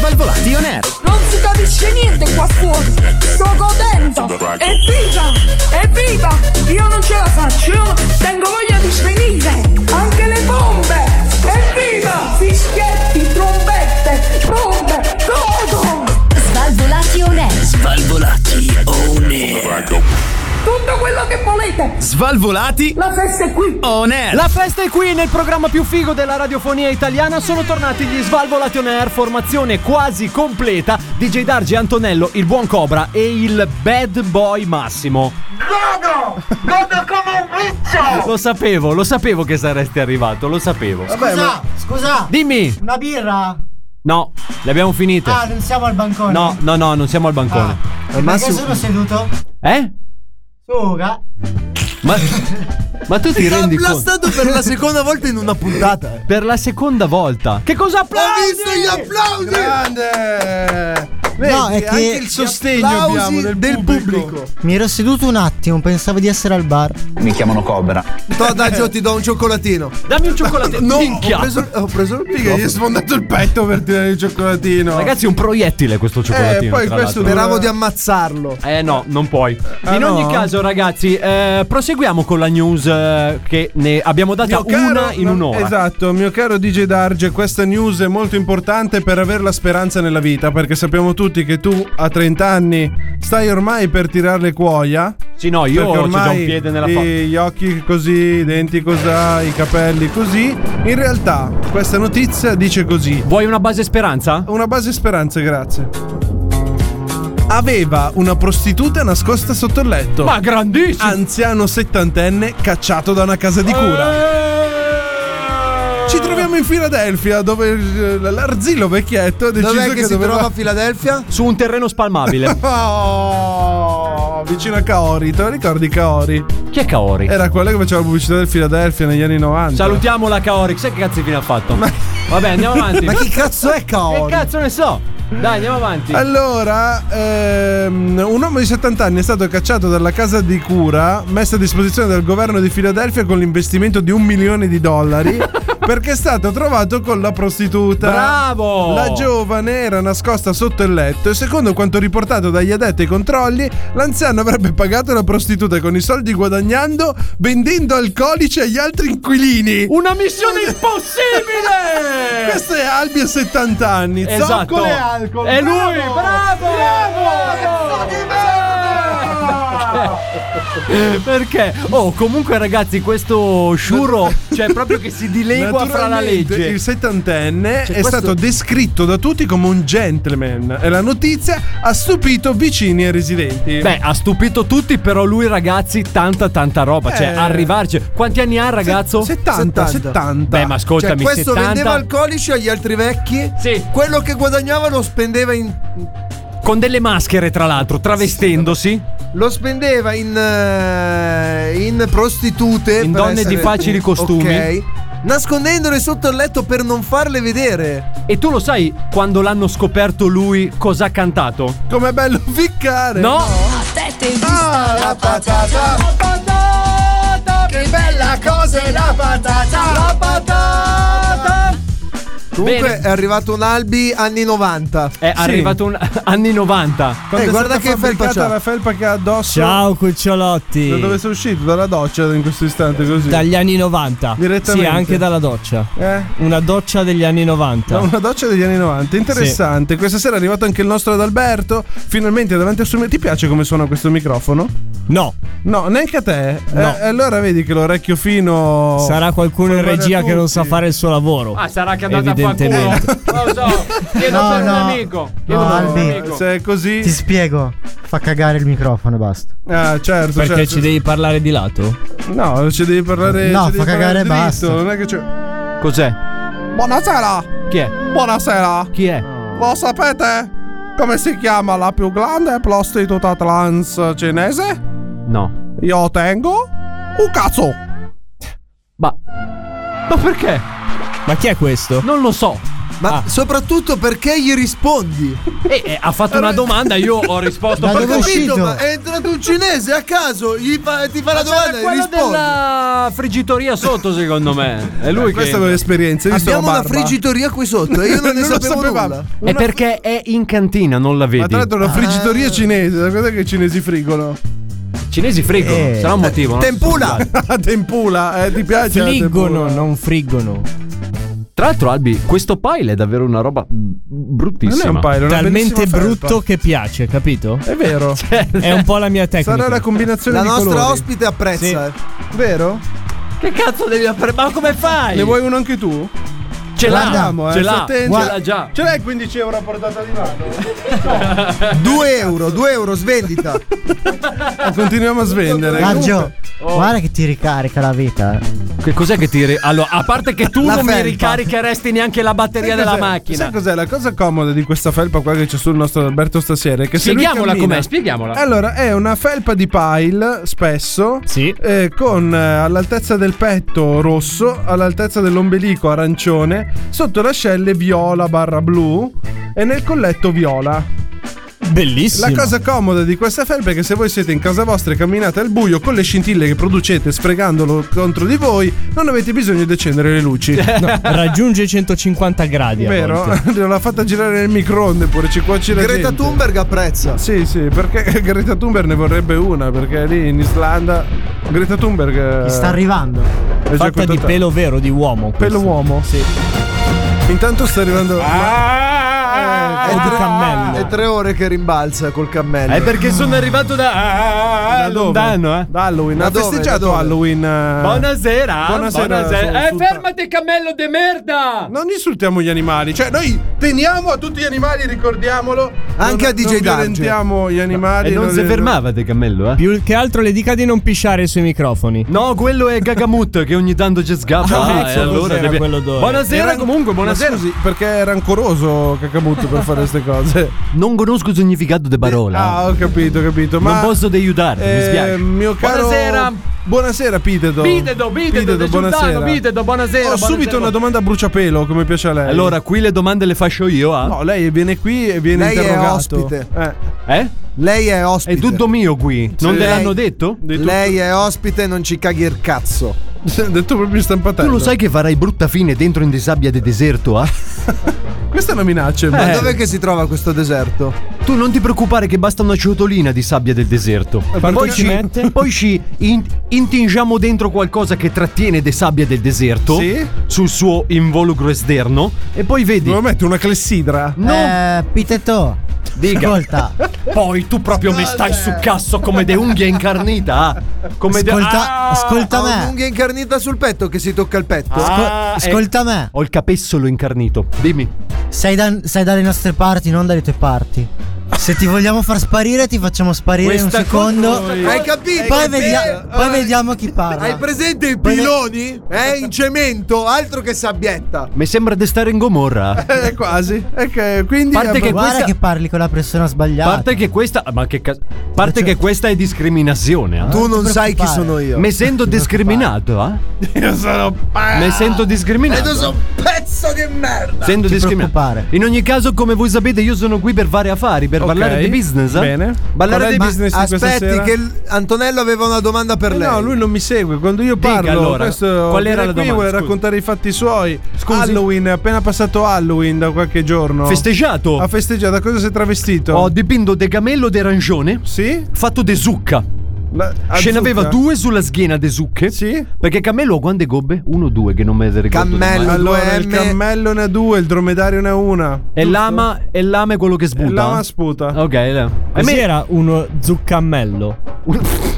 Speaker 20: Svalvolati on air.
Speaker 4: Non si capisce niente qua fuori! Sto godendo! Evviva! Evviva! Io non ce la faccio! Io tengo voglia di svenire! Anche le bombe! Evviva! Fischietti, trombette, bombe! Godo!
Speaker 21: Svalvolati on air.
Speaker 20: Svalvolati on air.
Speaker 4: Tutto quello che volete!
Speaker 5: Svalvolati.
Speaker 2: La festa è qui.
Speaker 4: Oh,
Speaker 5: On air.
Speaker 7: Eh. La festa è qui nel programma più figo della radiofonia italiana. Sono tornati gli Svalvolati on air, formazione quasi completa. DJ Dargi, Antonello, il buon Cobra e il bad boy Massimo.
Speaker 2: Godo! Godo come un riccio!
Speaker 7: Lo sapevo, lo sapevo che saresti arrivato, lo sapevo.
Speaker 4: Scusa, scusa.
Speaker 7: Dimmi.
Speaker 4: Una birra?
Speaker 7: No, le abbiamo finite.
Speaker 4: Ah, non siamo al bancone.
Speaker 7: No, no, no, non siamo al bancone.
Speaker 4: Perché sono seduto?
Speaker 7: Eh?
Speaker 4: Suga.
Speaker 7: Ma, ma tu ti rendi conto?
Speaker 3: Stato per la seconda volta in una puntata.
Speaker 7: *laughs*
Speaker 3: eh.
Speaker 7: Per la seconda volta. Che cosa applaudi?
Speaker 3: Ho visto gli applausi. Grande. Vedi,
Speaker 4: No, è che
Speaker 3: anche il sostegno
Speaker 4: applausi
Speaker 3: abbiamo del,
Speaker 4: del
Speaker 3: pubblico.
Speaker 4: Mi ero seduto un attimo, pensavo di essere al bar.
Speaker 8: Mi chiamano Cobra.
Speaker 3: To, Daggio, ti do un cioccolatino.
Speaker 7: Dammi un cioccolatino.
Speaker 3: No,
Speaker 7: Minchia.
Speaker 3: ho preso, ho preso il
Speaker 6: Figa, gli è sfondato il petto per tirare il cioccolatino.
Speaker 7: Ragazzi, è un proiettile questo cioccolatino.
Speaker 6: Eh, poi
Speaker 7: tra
Speaker 6: questo
Speaker 7: l'altro.
Speaker 3: Speravo di ammazzarlo.
Speaker 7: Eh no, non puoi.
Speaker 6: Ah,
Speaker 7: In ogni
Speaker 6: no?
Speaker 7: caso, ragazzi, eh, proseguiamo con la news eh, che ne abbiamo data
Speaker 6: Mio caro-
Speaker 7: una in
Speaker 6: no,
Speaker 7: un'ora.
Speaker 6: Esatto, mio caro DJ Darge, questa news è molto importante per avere la speranza nella vita, perché sappiamo tutti che tu a 30 anni stai ormai per tirare le cuoia.
Speaker 7: Sì, no, io
Speaker 6: perché
Speaker 7: ho già
Speaker 6: ormai
Speaker 7: un piede nella
Speaker 6: i-
Speaker 7: fa-
Speaker 6: Gli occhi così, i denti così, i capelli così. In realtà, questa notizia dice così.
Speaker 7: Vuoi una base speranza?
Speaker 6: Una base speranza, grazie. Aveva una prostituta nascosta sotto il letto.
Speaker 7: Ma grandissimo!
Speaker 6: Anziano settantenne cacciato da una casa di cura. Ci troviamo in Filadelfia dove eh, l'arzillo vecchietto ha deciso
Speaker 3: Dov'è che, si
Speaker 6: doveva...
Speaker 3: trova a Filadelfia?
Speaker 7: Su un terreno
Speaker 6: *laughs*
Speaker 7: spalmabile.
Speaker 6: Oh, vicino a Kaori, te lo ricordi Kaori?
Speaker 7: Chi è Kaori?
Speaker 6: Era quella che faceva la pubblicità del Filadelfia negli anni 90.
Speaker 7: Salutiamo la Kaori. Sai che cazzo fine ha fatto?
Speaker 6: *laughs*
Speaker 7: Vabbè, andiamo avanti.
Speaker 3: Ma chi cazzo è
Speaker 7: Che
Speaker 3: Kaori?
Speaker 7: cazzo ne so? Dai, andiamo avanti.
Speaker 6: Allora, ehm, un uomo di 70 anni è stato cacciato dalla casa di cura messa a disposizione dal governo di Filadelfia con l'investimento di un milione di dollari perché è stato trovato con la prostituta.
Speaker 7: Bravo!
Speaker 6: La giovane era nascosta sotto il letto e secondo quanto riportato dagli addetti ai controlli, l'anziano avrebbe pagato la prostituta con i soldi guadagnando vendendo alcolici agli altri inquilini.
Speaker 7: Una missione
Speaker 6: *laughs*
Speaker 7: impossibile!
Speaker 6: Questo è Albi a 70 anni.
Speaker 7: Esatto.
Speaker 6: Zoccolo e alcol.
Speaker 7: È
Speaker 6: Bravo!
Speaker 7: lui, bravo! Bravo! Perché? Oh, comunque ragazzi, questo sciuro cioè proprio che si dilegua fra la
Speaker 6: Naturalmente,
Speaker 7: legge.
Speaker 6: Il settantenne
Speaker 7: Cioè,
Speaker 6: è
Speaker 7: questo-
Speaker 6: stato descritto da tutti come un gentleman e la notizia ha stupito vicini e residenti.
Speaker 7: Beh, ha stupito tutti, però lui ragazzi, tanta tanta roba, cioè
Speaker 6: Eh.
Speaker 7: arrivarci. Quanti anni ha il ragazzo?
Speaker 6: 70, 70.
Speaker 7: Beh, ma
Speaker 3: Cioè,
Speaker 7: ascoltami,
Speaker 3: questo
Speaker 7: 70
Speaker 3: vendeva alcolici agli altri vecchi.
Speaker 7: Sì.
Speaker 3: Quello che guadagnava lo spendeva in.
Speaker 7: con delle maschere tra l'altro, travestendosi
Speaker 3: Lo spendeva in. eh, in prostitute.
Speaker 7: In
Speaker 3: per
Speaker 7: donne di facili costumi.
Speaker 3: Ok. Nascondendole sotto il letto per non farle vedere.
Speaker 7: e tu lo sai quando l'hanno scoperto lui cosa ha cantato?
Speaker 6: Com'è bello ficcare.
Speaker 7: No!
Speaker 6: Ah, la patata.
Speaker 2: Che bella cosa è la patata! La patata!
Speaker 3: Comunque
Speaker 7: Bene.
Speaker 3: è arrivato un Albi anni 90.
Speaker 7: È arrivato un *laughs* anni 90.
Speaker 6: Quando
Speaker 3: Eh,
Speaker 6: è
Speaker 3: guarda
Speaker 6: stata
Speaker 3: che felpa
Speaker 6: fabbricata
Speaker 3: c'ha.
Speaker 6: la felpa che ha addosso.
Speaker 5: cucciolotti.
Speaker 6: Da dove sei uscito? Dalla doccia in questo istante così.
Speaker 5: Dagli anni 90.
Speaker 6: Direttamente.
Speaker 5: Sì, anche dalla doccia.
Speaker 6: Eh?
Speaker 5: Una doccia degli anni 90.
Speaker 6: Da una doccia degli anni 90, interessante. Questa sera è arrivato anche il nostro Adalberto. Finalmente davanti al suo. Ti piace come suona questo microfono?
Speaker 5: No,
Speaker 6: No, neanche a te.
Speaker 5: No.
Speaker 6: Eh, allora vedi che l'orecchio fino.
Speaker 5: sarà qualcuno in
Speaker 6: Fa male a
Speaker 5: regia che non
Speaker 6: tutti.
Speaker 5: sa fare il suo lavoro.
Speaker 7: Ah, sarà che è andata a far culo. *laughs* Non
Speaker 5: Evidentemente.
Speaker 7: lo so. Chiedo
Speaker 4: No,
Speaker 7: per un
Speaker 4: no.
Speaker 7: amico. Chiedo
Speaker 4: No,
Speaker 7: per un
Speaker 4: Albi.
Speaker 7: amico.
Speaker 6: Se è così.
Speaker 4: Ti spiego. Fa cagare il microfono e basta.
Speaker 6: Ah, certo.
Speaker 5: Perché
Speaker 6: certo.
Speaker 5: ci devi parlare di lato?
Speaker 6: No, ci devi parlare.
Speaker 4: No,
Speaker 6: ci devi
Speaker 4: fa cagare e
Speaker 6: parlare dritto,
Speaker 4: basta.
Speaker 6: Non è che c'è.
Speaker 7: Cos'è?
Speaker 6: Buonasera!
Speaker 7: Chi è?
Speaker 6: Buonasera!
Speaker 7: Chi è?
Speaker 6: Lo sapete? Come si chiama la più grande prostituta trans cinese?
Speaker 7: No.
Speaker 6: Io tengo. Un cazzo!
Speaker 7: Ma Ma perché?
Speaker 5: Ma chi è questo?
Speaker 7: Non lo so.
Speaker 3: Ma
Speaker 7: Ah.
Speaker 3: soprattutto perché gli rispondi?
Speaker 7: Eh, eh, ha fatto una domanda, io ho risposto Cioè,
Speaker 4: Ma
Speaker 7: per-
Speaker 4: dove-
Speaker 3: Ho
Speaker 4: uscito?
Speaker 3: capito, ma è entrato un cinese a caso, gli fa- ti fa la domanda
Speaker 7: C'era
Speaker 3: e
Speaker 7: quello
Speaker 3: rispondi.
Speaker 7: della friggitoria sotto, secondo me. È lui
Speaker 6: Eh, Questa
Speaker 7: che
Speaker 6: è un'esperienza. hai visto
Speaker 3: Abbiamo
Speaker 6: la
Speaker 3: una
Speaker 6: barba?
Speaker 3: friggitoria qui sotto e io
Speaker 6: *laughs*
Speaker 3: non ne
Speaker 6: Non lo
Speaker 3: sapevo
Speaker 6: sapevamo.
Speaker 3: nulla.
Speaker 7: È perché è in cantina, non la
Speaker 6: Ma
Speaker 7: vedi.
Speaker 6: tra l'altro è una friggitoria cinese, sapete che i cinesi *laughs* friggono?
Speaker 7: I cinesi friggono,
Speaker 4: Eh.
Speaker 7: sarà un motivo. no?
Speaker 3: Tempura!
Speaker 6: Ah, tempura, eh, ti piace? la
Speaker 5: Friggono,
Speaker 6: tempura?
Speaker 5: non friggono.
Speaker 7: Tra l'altro, Albi, questo pile è davvero una roba bruttissima.
Speaker 5: Talmente brutto che piace, capito?
Speaker 7: È vero.
Speaker 4: Cioè,
Speaker 5: È un po' la mia tecnica.
Speaker 6: Eh. Sarà la combinazione
Speaker 3: La
Speaker 6: di
Speaker 3: nostra
Speaker 6: colori.
Speaker 3: ospite apprezza. eh.
Speaker 6: Vero?
Speaker 7: Che cazzo devi aprire? Ma come fai?
Speaker 6: Ne vuoi uno anche tu?
Speaker 7: Ce l'ha,
Speaker 6: Guardiamo, eh,
Speaker 7: ce
Speaker 6: sta
Speaker 7: l'ha,
Speaker 6: attento.
Speaker 7: ce l'ha già.
Speaker 6: Ce l'hai 15 euro a portata di mano?
Speaker 3: 2 euro, 2 euro, svendita.
Speaker 6: Continuiamo a svendere.
Speaker 4: Maggio,
Speaker 6: Comunque- Oh.
Speaker 4: guarda che ti ricarica la vita. eh.
Speaker 7: Che cos'è che ti Allora, a parte che tu
Speaker 4: La
Speaker 7: non mi
Speaker 4: felpa.
Speaker 7: ricaricheresti neanche la batteria
Speaker 6: Sai
Speaker 7: della
Speaker 6: cos'è-
Speaker 7: macchina.
Speaker 6: Sai cos'è la cosa comoda di questa felpa qua che c'è sul nostro Alberto stasera? È Che se lui
Speaker 7: Spieghiamola
Speaker 6: cammina- Eh,
Speaker 7: com'è, spieghiamola.
Speaker 6: Allora, è una felpa di pile spesso, eh, con eh, all'altezza del petto rosso, all'altezza dell'ombelico arancione, sotto l'ascelle viola barra blu e nel colletto viola.
Speaker 5: Bellissimo.
Speaker 6: La cosa comoda di questa felpa è che se voi siete in casa vostra e camminate al buio con le scintille che producete sfregandolo contro di voi, non avete bisogno di accendere le luci.
Speaker 5: No, raggiunge i 150 gradi. a
Speaker 6: Vero?
Speaker 5: volte.
Speaker 6: *laughs* Non l'ha fatta girare nel microonde pure, ci cuoce la
Speaker 3: Greta
Speaker 6: gente.
Speaker 3: Thunberg apprezza.
Speaker 6: Sì, sì, perché *laughs* Greta Thunberg ne vorrebbe una, perché lì in Islanda Greta Thunberg eh,
Speaker 4: Sta arrivando.
Speaker 6: è già
Speaker 5: Fatta di
Speaker 6: contrattata.
Speaker 5: pelo vero, di uomo.
Speaker 6: Pelo uomo. Sì. Intanto sta arrivando
Speaker 7: Ah,
Speaker 6: Ah,
Speaker 3: È tre, è tre ore che rimbalza col cammello.
Speaker 7: È Eh, perché sono arrivato
Speaker 6: eh,
Speaker 7: da.
Speaker 6: da dove?
Speaker 7: lontano, eh.
Speaker 6: Da Halloween.
Speaker 3: Da
Speaker 6: ha
Speaker 3: dove? Da
Speaker 6: festeggiato
Speaker 3: dove?
Speaker 6: Halloween. eh.
Speaker 7: Buonasera.
Speaker 6: Buonasera. sono sul-
Speaker 7: fermati, cammello de merda.
Speaker 6: Non insultiamo gli animali, cioè noi teniamo a tutti gli animali, ricordiamolo.
Speaker 3: Anche
Speaker 6: Non-
Speaker 3: a DJ
Speaker 6: Non
Speaker 3: Darge.
Speaker 6: violentiamo gli animali.
Speaker 7: E Eh, non si fermava De Cammello, eh?
Speaker 5: Più
Speaker 6: Ah!
Speaker 5: che altro le dica di non pisciare sui microfoni.
Speaker 7: No, quello è Gagamut che ogni tanto ci sgappa.
Speaker 5: Ah,
Speaker 7: e
Speaker 5: ecco cos'era quello d'ora.
Speaker 7: Buonasera,
Speaker 6: Era-
Speaker 7: comunque, buonasera.
Speaker 6: Ma scusi, perché era ancoroso Cacamuto per fare queste cose.
Speaker 7: Non conosco il significato de parola.
Speaker 6: *laughs* Ah, ho capito, ho capito. Ma eh, ehm,
Speaker 7: non posso aiutarti, mi spiace.
Speaker 6: mio caro.
Speaker 7: Buonasera.
Speaker 6: Buonasera, Pitedo.
Speaker 7: Bitedo, bitedo, De Giordano, bitedo, buonasera,
Speaker 6: Ho
Speaker 7: buonasera.
Speaker 6: subito una domanda a bruciapelo, come piace a lei.
Speaker 7: Allora, qui le domande le faccio io, ah.
Speaker 6: No, lei viene qui e viene
Speaker 3: Lei è
Speaker 6: interrogato.
Speaker 3: ospite.
Speaker 6: Eh. *laughs*
Speaker 7: Eh?
Speaker 3: Lei è ospite.
Speaker 7: È tutto mio qui. Non te
Speaker 3: lei-
Speaker 7: l'hanno detto?
Speaker 3: Lei è ospite, non ci caghi il cazzo.
Speaker 6: Detto proprio stampatello.
Speaker 7: Tu lo sai che farai brutta fine dentro in desabbia de deserto, ah?
Speaker 6: Questa è una minaccia.
Speaker 3: Ma
Speaker 7: Eh.
Speaker 3: dov'è che si trova questo deserto?
Speaker 7: Tu non ti preoccupare che basta una ciotolina di sabbia del deserto.
Speaker 4: Eh,
Speaker 7: Poi
Speaker 5: ci
Speaker 7: ci,
Speaker 5: mette?
Speaker 7: *laughs* poi ci in- intingiamo dentro qualcosa che trattiene de sabbia del deserto
Speaker 6: Sì?
Speaker 7: sul suo involucro esterno e poi vedi.
Speaker 6: Dove metti una clessidra?
Speaker 7: No,
Speaker 4: Eh, Pitetto.
Speaker 7: Dica.
Speaker 6: *laughs*
Speaker 4: Ascolta,
Speaker 7: poi tu proprio mi stai su cazzo come de unghia incarnita. ah. Come de-
Speaker 4: ascolta,
Speaker 6: Ah!
Speaker 4: ascolta
Speaker 3: Ha
Speaker 4: me.
Speaker 6: eh.
Speaker 3: un'unghia incarnita sul petto che si tocca il petto.
Speaker 7: Ah, eh,
Speaker 4: Ascolta me.
Speaker 7: Ho il capessolo incarnito. Dimmi.
Speaker 4: Sei, da- sei dalle nostre parti, non dalle tue parti. Se ti vogliamo far sparire, ti facciamo sparire in un
Speaker 7: Questa cosa-
Speaker 4: secondo.
Speaker 3: Hai capito?
Speaker 4: Poi,
Speaker 3: Hai
Speaker 4: vedia-
Speaker 3: capito?
Speaker 4: poi vediamo chi
Speaker 3: Hai
Speaker 6: Ah.
Speaker 4: parla.
Speaker 3: presente i piloni? Eh,
Speaker 6: *laughs*
Speaker 3: in cemento, altro che sabbietta.
Speaker 7: Mi sembra di stare in Gomorra. A
Speaker 6: Eh, quasi. Ok, quindi.
Speaker 7: parte che
Speaker 4: Guarda
Speaker 7: questa.
Speaker 4: che parli con la persona sbagliata.
Speaker 7: parte che questa. Ma che cazzo. Parte
Speaker 4: Cioè,
Speaker 7: che questa è discriminazione. ah.
Speaker 3: Tu non
Speaker 4: ti
Speaker 3: sai chi
Speaker 4: preoccupare.
Speaker 3: sono io.
Speaker 7: Mi sento discriminato, eh?
Speaker 6: Io sono.
Speaker 7: Mi sento discriminato.
Speaker 3: pezzo di merda.
Speaker 7: Sento
Speaker 4: ti
Speaker 7: discriminato.
Speaker 4: preoccupare.
Speaker 7: In ogni caso, come voi sapete, io sono qui per vari affari, per parlare di business. eh?
Speaker 6: Bene. Qual
Speaker 7: Parlare
Speaker 6: è
Speaker 7: di
Speaker 6: il
Speaker 7: business.
Speaker 6: business di questa
Speaker 3: Aspetti,
Speaker 6: sera?
Speaker 3: che l- Antonello aveva una domanda per lei.
Speaker 6: Eh, No, lui non mi segue. Quando io
Speaker 7: Dica,
Speaker 6: parlo,
Speaker 7: allora,
Speaker 6: questo
Speaker 7: qual
Speaker 6: viene
Speaker 7: era la
Speaker 6: qui,
Speaker 7: domanda?
Speaker 6: vuole
Speaker 7: Scusi.
Speaker 6: raccontare i fatti suoi.
Speaker 7: Scusi?
Speaker 6: Halloween, è appena passato Halloween da qualche giorno.
Speaker 7: Festeggiato.
Speaker 6: Ha festeggiato, a cosa sei travestito?
Speaker 7: Ho dipinto de gamello de rancione.
Speaker 6: Sì?
Speaker 7: Fatto de zucca.
Speaker 6: La- a
Speaker 7: Ce
Speaker 6: zucca?
Speaker 7: n'aveva due sulla schiena de zucche.
Speaker 6: Sì?
Speaker 7: Perché cammello ha quante gobbe? Uno, due, che non me le ricordo.
Speaker 3: Cammello.
Speaker 7: ormai.
Speaker 6: Allora, il
Speaker 3: 2M.
Speaker 6: cammello ne ha due, il dromedario ne ha una.
Speaker 7: E lama, e lama è quello che eh? sputa.
Speaker 6: E lama sputa.
Speaker 7: Ok, dai. E
Speaker 5: Così
Speaker 7: me-
Speaker 5: era uno zuccammello.
Speaker 6: *laughs*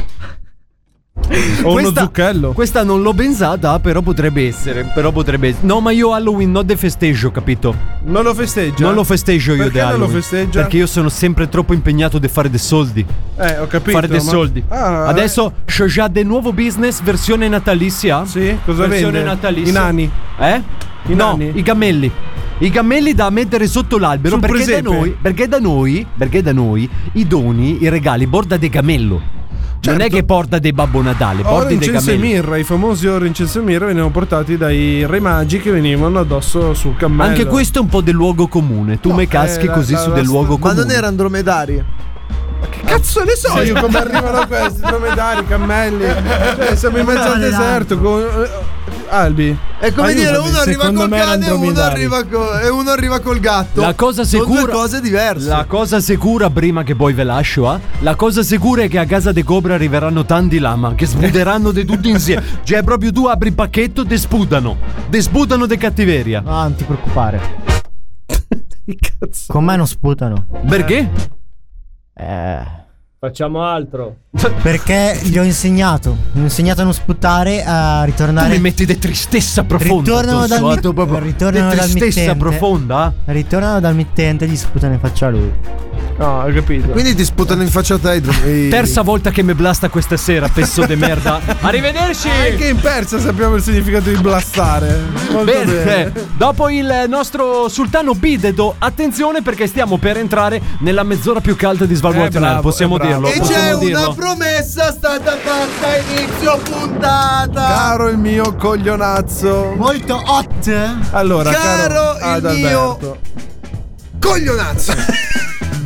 Speaker 6: O uno zucchello.
Speaker 7: Questa non l'ho pensata, però potrebbe essere. Però potrebbe essere. No, ma io Halloween non de festeggio, capito?
Speaker 6: Non lo festeggia?
Speaker 7: Non lo festeggio io
Speaker 6: Perché
Speaker 7: de
Speaker 6: non lo
Speaker 7: Halloween.
Speaker 6: festeggia?
Speaker 7: Perché io sono sempre troppo impegnato di fare dei soldi.
Speaker 6: Eh, ho capito.
Speaker 7: fare dei
Speaker 6: ma-
Speaker 7: soldi.
Speaker 6: Ah,
Speaker 7: Adesso c'ho già del nuovo business versione natalizia.
Speaker 6: Sì? Cosa
Speaker 7: versione
Speaker 6: vende?
Speaker 7: natalizia.
Speaker 6: I nani?
Speaker 7: Eh?
Speaker 6: I
Speaker 7: no,
Speaker 6: nani?
Speaker 7: i cammelli. I cammelli da mettere sotto l'albero
Speaker 6: Sul
Speaker 7: perché da,
Speaker 6: presepe.
Speaker 7: noi, perché da noi, perché da noi i doni, i regali porta dei cammello. Non è
Speaker 6: Certo.
Speaker 7: che porta dei Babbo Natale, porti dei
Speaker 6: Orange e
Speaker 7: cammelli.
Speaker 6: mirra, i famosi orange e mirra venivano portati dai re magi che venivano addosso sul cammello.
Speaker 7: Anche questo è un po' del luogo comune. Tu
Speaker 6: No,
Speaker 7: me caschi
Speaker 6: eh, la-
Speaker 7: così
Speaker 6: la-
Speaker 7: su
Speaker 6: la-
Speaker 7: del
Speaker 6: ma
Speaker 7: luogo comune.
Speaker 3: Ma non era Andromedari?
Speaker 6: Che cazzo ne so io come arrivano questi dromedari, cammelli? Cioè, siamo in mezzo al deserto. con- eh, Albi.
Speaker 3: È come dire, uno arriva col cane e uno arriva, co- e uno arriva col gatto.
Speaker 7: La cosa
Speaker 3: Sono due
Speaker 7: sicura.
Speaker 3: cose diverse.
Speaker 7: La cosa sicura, prima che poi ve lascio, eh, la cosa sicura è che a casa de Cobra arriveranno tanti lama che spuderanno di tutti insieme.
Speaker 3: *laughs*
Speaker 7: Cioè, proprio tu apri il pacchetto, te spudano. Te spudano di cattiveria.
Speaker 4: Ah, non ti preoccupare. Con me non sputano.
Speaker 7: Perché?
Speaker 4: Eh.
Speaker 22: Facciamo altro.
Speaker 4: Perché gli ho insegnato. Gli ho insegnato a non sputare, a ritornare.
Speaker 3: eh.
Speaker 7: Tu mi metti di tristezza profonda
Speaker 4: Ritornano
Speaker 7: addosso,
Speaker 4: dal,
Speaker 7: eh, tu proprio-
Speaker 4: ritornano
Speaker 7: di
Speaker 4: dal
Speaker 7: tristezza
Speaker 4: mittente.
Speaker 7: profonda? ah.
Speaker 4: Ritornano dal mittente e gli sputano in faccia a lui.
Speaker 6: No, ho capito.
Speaker 3: Quindi ti sputano in faccia a te.
Speaker 7: Terza volta che mi blasta questa sera, pezzo de
Speaker 3: *laughs*
Speaker 7: merda. Arrivederci!
Speaker 6: Anche in Persia Eh, sappiamo il significato di blastare. Molto bene.
Speaker 7: Bene, dopo il nostro sultano Bidedo, attenzione perché stiamo per entrare nella mezz'ora più calda di
Speaker 3: Eh, bravo,
Speaker 7: Svalvolation. Possiamo
Speaker 3: eh, bravo.
Speaker 7: dirlo.
Speaker 3: E c'è
Speaker 7: possiamo dirlo.
Speaker 3: una promessa stata fatta a inizio puntata.
Speaker 6: Caro il mio coglionazzo.
Speaker 4: Molto hot.
Speaker 6: Allora, caro,
Speaker 3: Caro il
Speaker 6: Adalberto.
Speaker 3: Coglionazzo.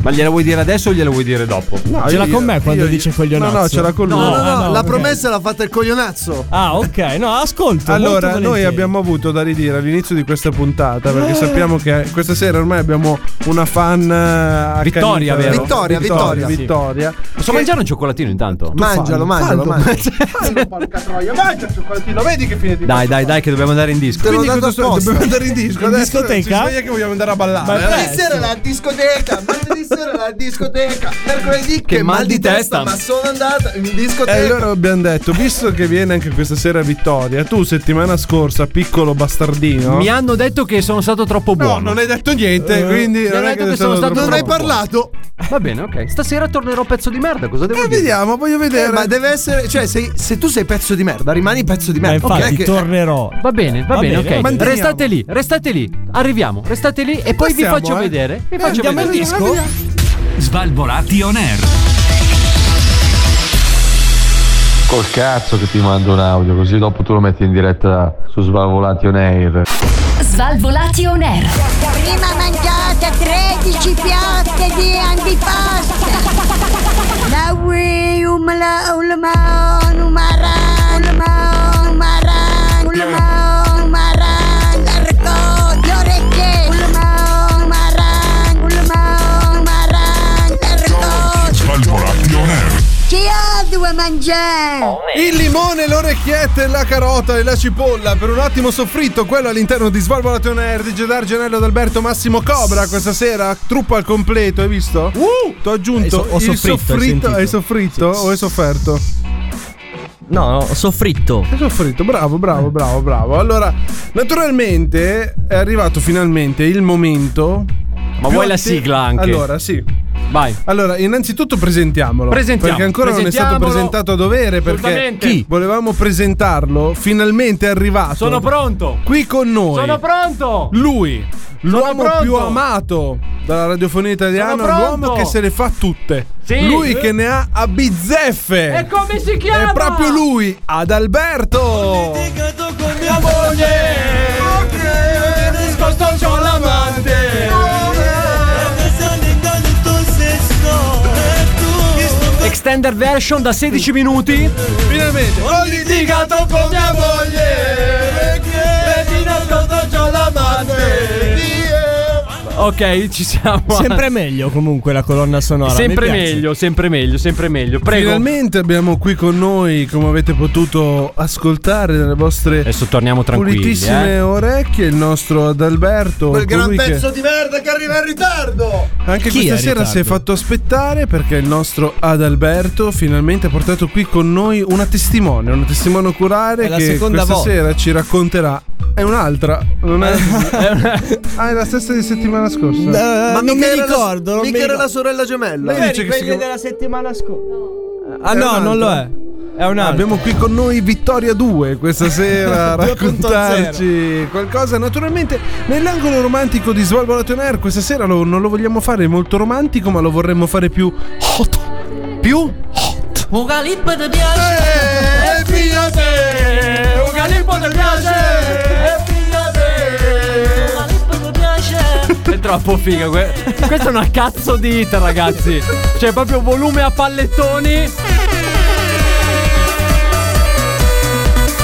Speaker 7: Ma gliela vuoi dire adesso o gliela vuoi dire dopo?
Speaker 6: Ah,
Speaker 22: No, ce l'ha con me quando dice coglionazzo.
Speaker 6: No, no, ce l'ha con lui.
Speaker 22: No, no, no,
Speaker 3: la
Speaker 22: ok.
Speaker 3: promessa l'ha fatta il coglionazzo.
Speaker 22: Ah, ok. No, ascolto. molto
Speaker 6: Allora, noi
Speaker 22: volentieri.
Speaker 6: abbiamo avuto da ridire all'inizio di questa puntata perché sappiamo che questa sera ormai abbiamo una fan eh, accanita.
Speaker 7: Vittoria, vero?
Speaker 6: Vittoria, Vittoria,
Speaker 7: Sì.
Speaker 6: Vittoria.
Speaker 7: Posso
Speaker 6: Che-
Speaker 7: mangiare un cioccolatino intanto? Cioè,
Speaker 3: Mangialo, mangialo,
Speaker 7: *laughs*
Speaker 3: mangialo.
Speaker 6: Fallo, porca troia, cioè, mangia il cioccolatino, vedi che fine di
Speaker 7: Dai, dai, dai, che dobbiamo andare in disco.
Speaker 6: Quindi
Speaker 3: dato
Speaker 6: cosa so-
Speaker 3: apposta.
Speaker 6: dobbiamo andare in disco
Speaker 22: In
Speaker 6: adesso,
Speaker 22: discoteca?
Speaker 6: ci sveglia che vogliamo andare a ballare.
Speaker 22: Ma
Speaker 6: Allora,
Speaker 22: beh,
Speaker 6: sì,
Speaker 3: sera la discoteca, martedì sera la discoteca, mercoledì che, mal di testa, ma sono andata in discoteca.
Speaker 6: Eh, E allora abbiamo detto, visto che viene anche questa sera Vittoria, tu settimana scorsa, piccolo bastardino,
Speaker 7: Mi hanno detto che sono stato troppo buono.
Speaker 6: non hai detto niente,
Speaker 7: Eh,
Speaker 6: quindi
Speaker 7: mi
Speaker 6: non
Speaker 7: hanno
Speaker 6: è
Speaker 7: detto
Speaker 6: che
Speaker 7: che sono stato
Speaker 6: troppo
Speaker 7: troppo
Speaker 6: buono.
Speaker 3: parlato.
Speaker 7: Va bene, ok. Stasera tornerò pezzo di merda. Cosa devo
Speaker 6: Eh,
Speaker 7: dire?
Speaker 6: vediamo, voglio vedere.
Speaker 3: Eh, ma deve essere, cioè, se, se tu sei pezzo di merda, rimani pezzo di
Speaker 22: Ma
Speaker 3: merda.
Speaker 22: Eh, infatti,
Speaker 3: ok? Che-
Speaker 22: tornerò.
Speaker 7: Va bene, va,
Speaker 22: Va
Speaker 7: bene,
Speaker 22: bene,
Speaker 7: ok.
Speaker 22: va bene.
Speaker 7: Restate lì, restate lì. Arriviamo, restate lì e poi
Speaker 6: Passiamo,
Speaker 7: vi faccio
Speaker 6: eh.
Speaker 7: vedere. Vi
Speaker 6: Eh,
Speaker 7: faccio
Speaker 6: andiamo
Speaker 7: vedere.
Speaker 6: in disco?
Speaker 5: Svalvolati on air.
Speaker 8: Col cazzo che ti mando un audio, così dopo tu lo metti in diretta su Svalvolati on Air.
Speaker 11: Svalvolati on air.
Speaker 13: Prima mangiate 13 piatte di antipasto. La um, ui umla ulma numara ulma numara ulma numara l'arco le orecchie ulma numara ulma numara l'arco.
Speaker 14: Svalvolati on air.
Speaker 13: Chi ha due mangiare?
Speaker 6: Il limone, le orecchiette, la carota e la cipolla. Per un attimo soffritto, quello all'interno di Svalvolato on Air di Gedar Genello d'Alberto Massimo Cobra. Questa sera, truppa al completo, hai visto? Uh! T'ho aggiunto
Speaker 22: Hai so- ho
Speaker 6: il
Speaker 22: soffritto, hai sentito.
Speaker 6: Hai soffritto o hai sofferto?
Speaker 22: No, no, soffritto.
Speaker 6: Hai soffritto, bravo, bravo, bravo, bravo. Allora, naturalmente è arrivato finalmente il momento.
Speaker 7: Ma
Speaker 6: più
Speaker 7: vuoi la
Speaker 6: atti-
Speaker 7: sigla anche?
Speaker 6: Allora, sì.
Speaker 7: Vai.
Speaker 6: Allora, innanzitutto presentiamolo.
Speaker 7: Presentiamo,
Speaker 6: Perché ancora non è stato
Speaker 7: presentiamolo.
Speaker 6: presentato a dovere. Perché
Speaker 7: Assolutamente. Chi?
Speaker 6: volevamo presentarlo. Finalmente è arrivato.
Speaker 7: Sono pronto.
Speaker 6: Qui con noi.
Speaker 7: Sono pronto.
Speaker 6: Lui, l'uomo
Speaker 7: pronto.
Speaker 6: più amato dalla radiofonia
Speaker 7: Sono
Speaker 6: italiana.
Speaker 7: pronto.
Speaker 6: L'uomo che se le fa tutte.
Speaker 7: Sì. Ecco,
Speaker 6: Lui che ne ha a bizzeffe.
Speaker 7: E come si chiama?
Speaker 6: È proprio lui, Adalberto.
Speaker 7: Extender version da 16 minuti.
Speaker 6: Finalmente. Ho litigato con mia moglie. Perché?
Speaker 7: Ok, ci siamo. *laughs*
Speaker 22: Sempre meglio comunque la colonna sonora. mi
Speaker 7: Sempre
Speaker 22: piace.
Speaker 7: meglio, sempre meglio, sempre meglio. Prego.
Speaker 6: Finalmente abbiamo qui con noi, come avete potuto ascoltare dalle vostre
Speaker 7: Adesso torniamo tranquilli.
Speaker 6: pulitissime
Speaker 7: Eh.
Speaker 6: orecchie, il nostro Adalberto.
Speaker 3: Quel gran
Speaker 6: colui che
Speaker 3: pezzo di merda che arriva in ritardo.
Speaker 6: anche
Speaker 22: Chi
Speaker 6: questa
Speaker 22: è in
Speaker 6: sera si è
Speaker 22: ritardo?
Speaker 6: fatto aspettare perché il nostro Adalberto finalmente ha portato qui con noi una testimone, una testimone oculare
Speaker 22: È la
Speaker 6: che
Speaker 22: seconda
Speaker 6: questa
Speaker 22: volta.
Speaker 6: sera ci racconterà. È un'altra,
Speaker 22: *laughs*
Speaker 6: non è? ah, è la stessa di settimana scorsa.
Speaker 3: Ma
Speaker 22: non
Speaker 3: mica
Speaker 22: mi
Speaker 3: era la-
Speaker 22: ricordo, non
Speaker 3: mica
Speaker 22: mi
Speaker 3: era
Speaker 22: ricordo.
Speaker 3: la sorella gemella.
Speaker 6: Lei dice che si chiama-
Speaker 22: settimana scorsa. Ah,
Speaker 6: È
Speaker 22: no,
Speaker 6: un
Speaker 22: non
Speaker 6: altro.
Speaker 22: lo è. È
Speaker 7: Ah,
Speaker 22: un altro.
Speaker 6: Ah, Abbiamo qui con noi Vittoria 2 questa
Speaker 22: *laughs*
Speaker 6: sera a
Speaker 22: 2.0.
Speaker 6: raccontarci qualcosa. Naturalmente, nell'angolo romantico di Svalvolato on Air, questa sera lo- non lo vogliamo fare molto romantico, ma lo vorremmo fare più hot. Più hot.
Speaker 1: Un galip ti piace?
Speaker 6: E pigliate! Un galippo del piace!
Speaker 1: Un galip ti piace?
Speaker 7: E troppo figa. que- Questa è una cazzo di hit, ragazzi. Cioè, proprio volume a pallettoni.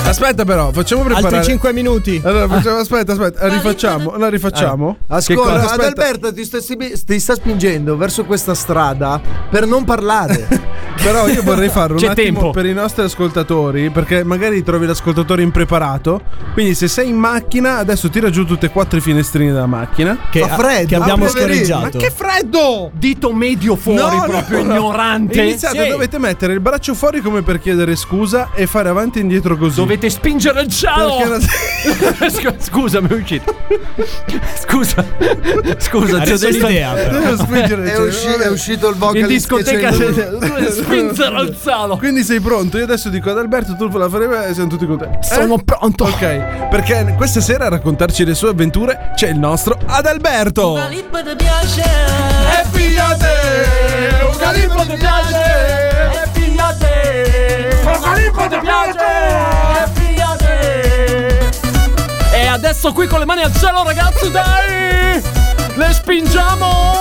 Speaker 6: Aspetta, però, facciamo preparare.
Speaker 3: cinque
Speaker 6: minuti. Allora, facciamo- aspetta, aspetta, rifacciamo. La rifacciamo. Ah, Che cosa?
Speaker 3: Ascolta,
Speaker 6: Aspetta.
Speaker 3: Adalberto ti sta, si- ti sta spingendo verso questa strada per non
Speaker 6: *laughs*
Speaker 3: parlare.
Speaker 6: Però io vorrei farlo un attimo per i nostri ascoltatori, perché magari trovi l'ascoltatore impreparato. Quindi, se sei in macchina, adesso tira giù tutte e quattro i finestrine della macchina.
Speaker 22: Che- Fa freddo. che abbiamo
Speaker 6: Ah, poverino,
Speaker 22: scorreggiato.
Speaker 6: Ma che freddo!
Speaker 7: Dito medio fuori, proprio ignorante.
Speaker 6: Iniziate,
Speaker 7: Sì.
Speaker 6: dovete mettere il braccio fuori come per chiedere scusa e fare avanti e indietro così.
Speaker 7: Dovete spingere il
Speaker 6: *laughs*
Speaker 7: ciao.
Speaker 6: Perché la-
Speaker 7: *laughs* Scusa, Scusa, mi è uscito. Scusa, scusa, ti ho
Speaker 3: Adesso
Speaker 7: detto
Speaker 3: l'idea, però.
Speaker 6: Devo spingere il
Speaker 3: È
Speaker 6: cielo,
Speaker 3: usci-
Speaker 6: Cioè, vabbè.
Speaker 3: è uscito il vocalist
Speaker 6: In discoteca
Speaker 3: che c'è in
Speaker 6: se-
Speaker 3: lui.
Speaker 7: *laughs* Spinzero al salo.
Speaker 6: Quindi sei pronto? Io adesso dico ad Alberto, tu la faremo e siamo tutti contenti.
Speaker 7: Sono pronto.
Speaker 6: Ok, perché questa sera a raccontarci le sue avventure c'è il nostro Adalberto.
Speaker 2: Calippo ti piace?
Speaker 7: Eh,
Speaker 2: E
Speaker 6: figliate!
Speaker 2: Un calippo ti piace? E figliate! Un calippo ti piace? E figliate!
Speaker 7: E adesso qui con le mani al cielo, ragazzi, dai! Le spingiamo!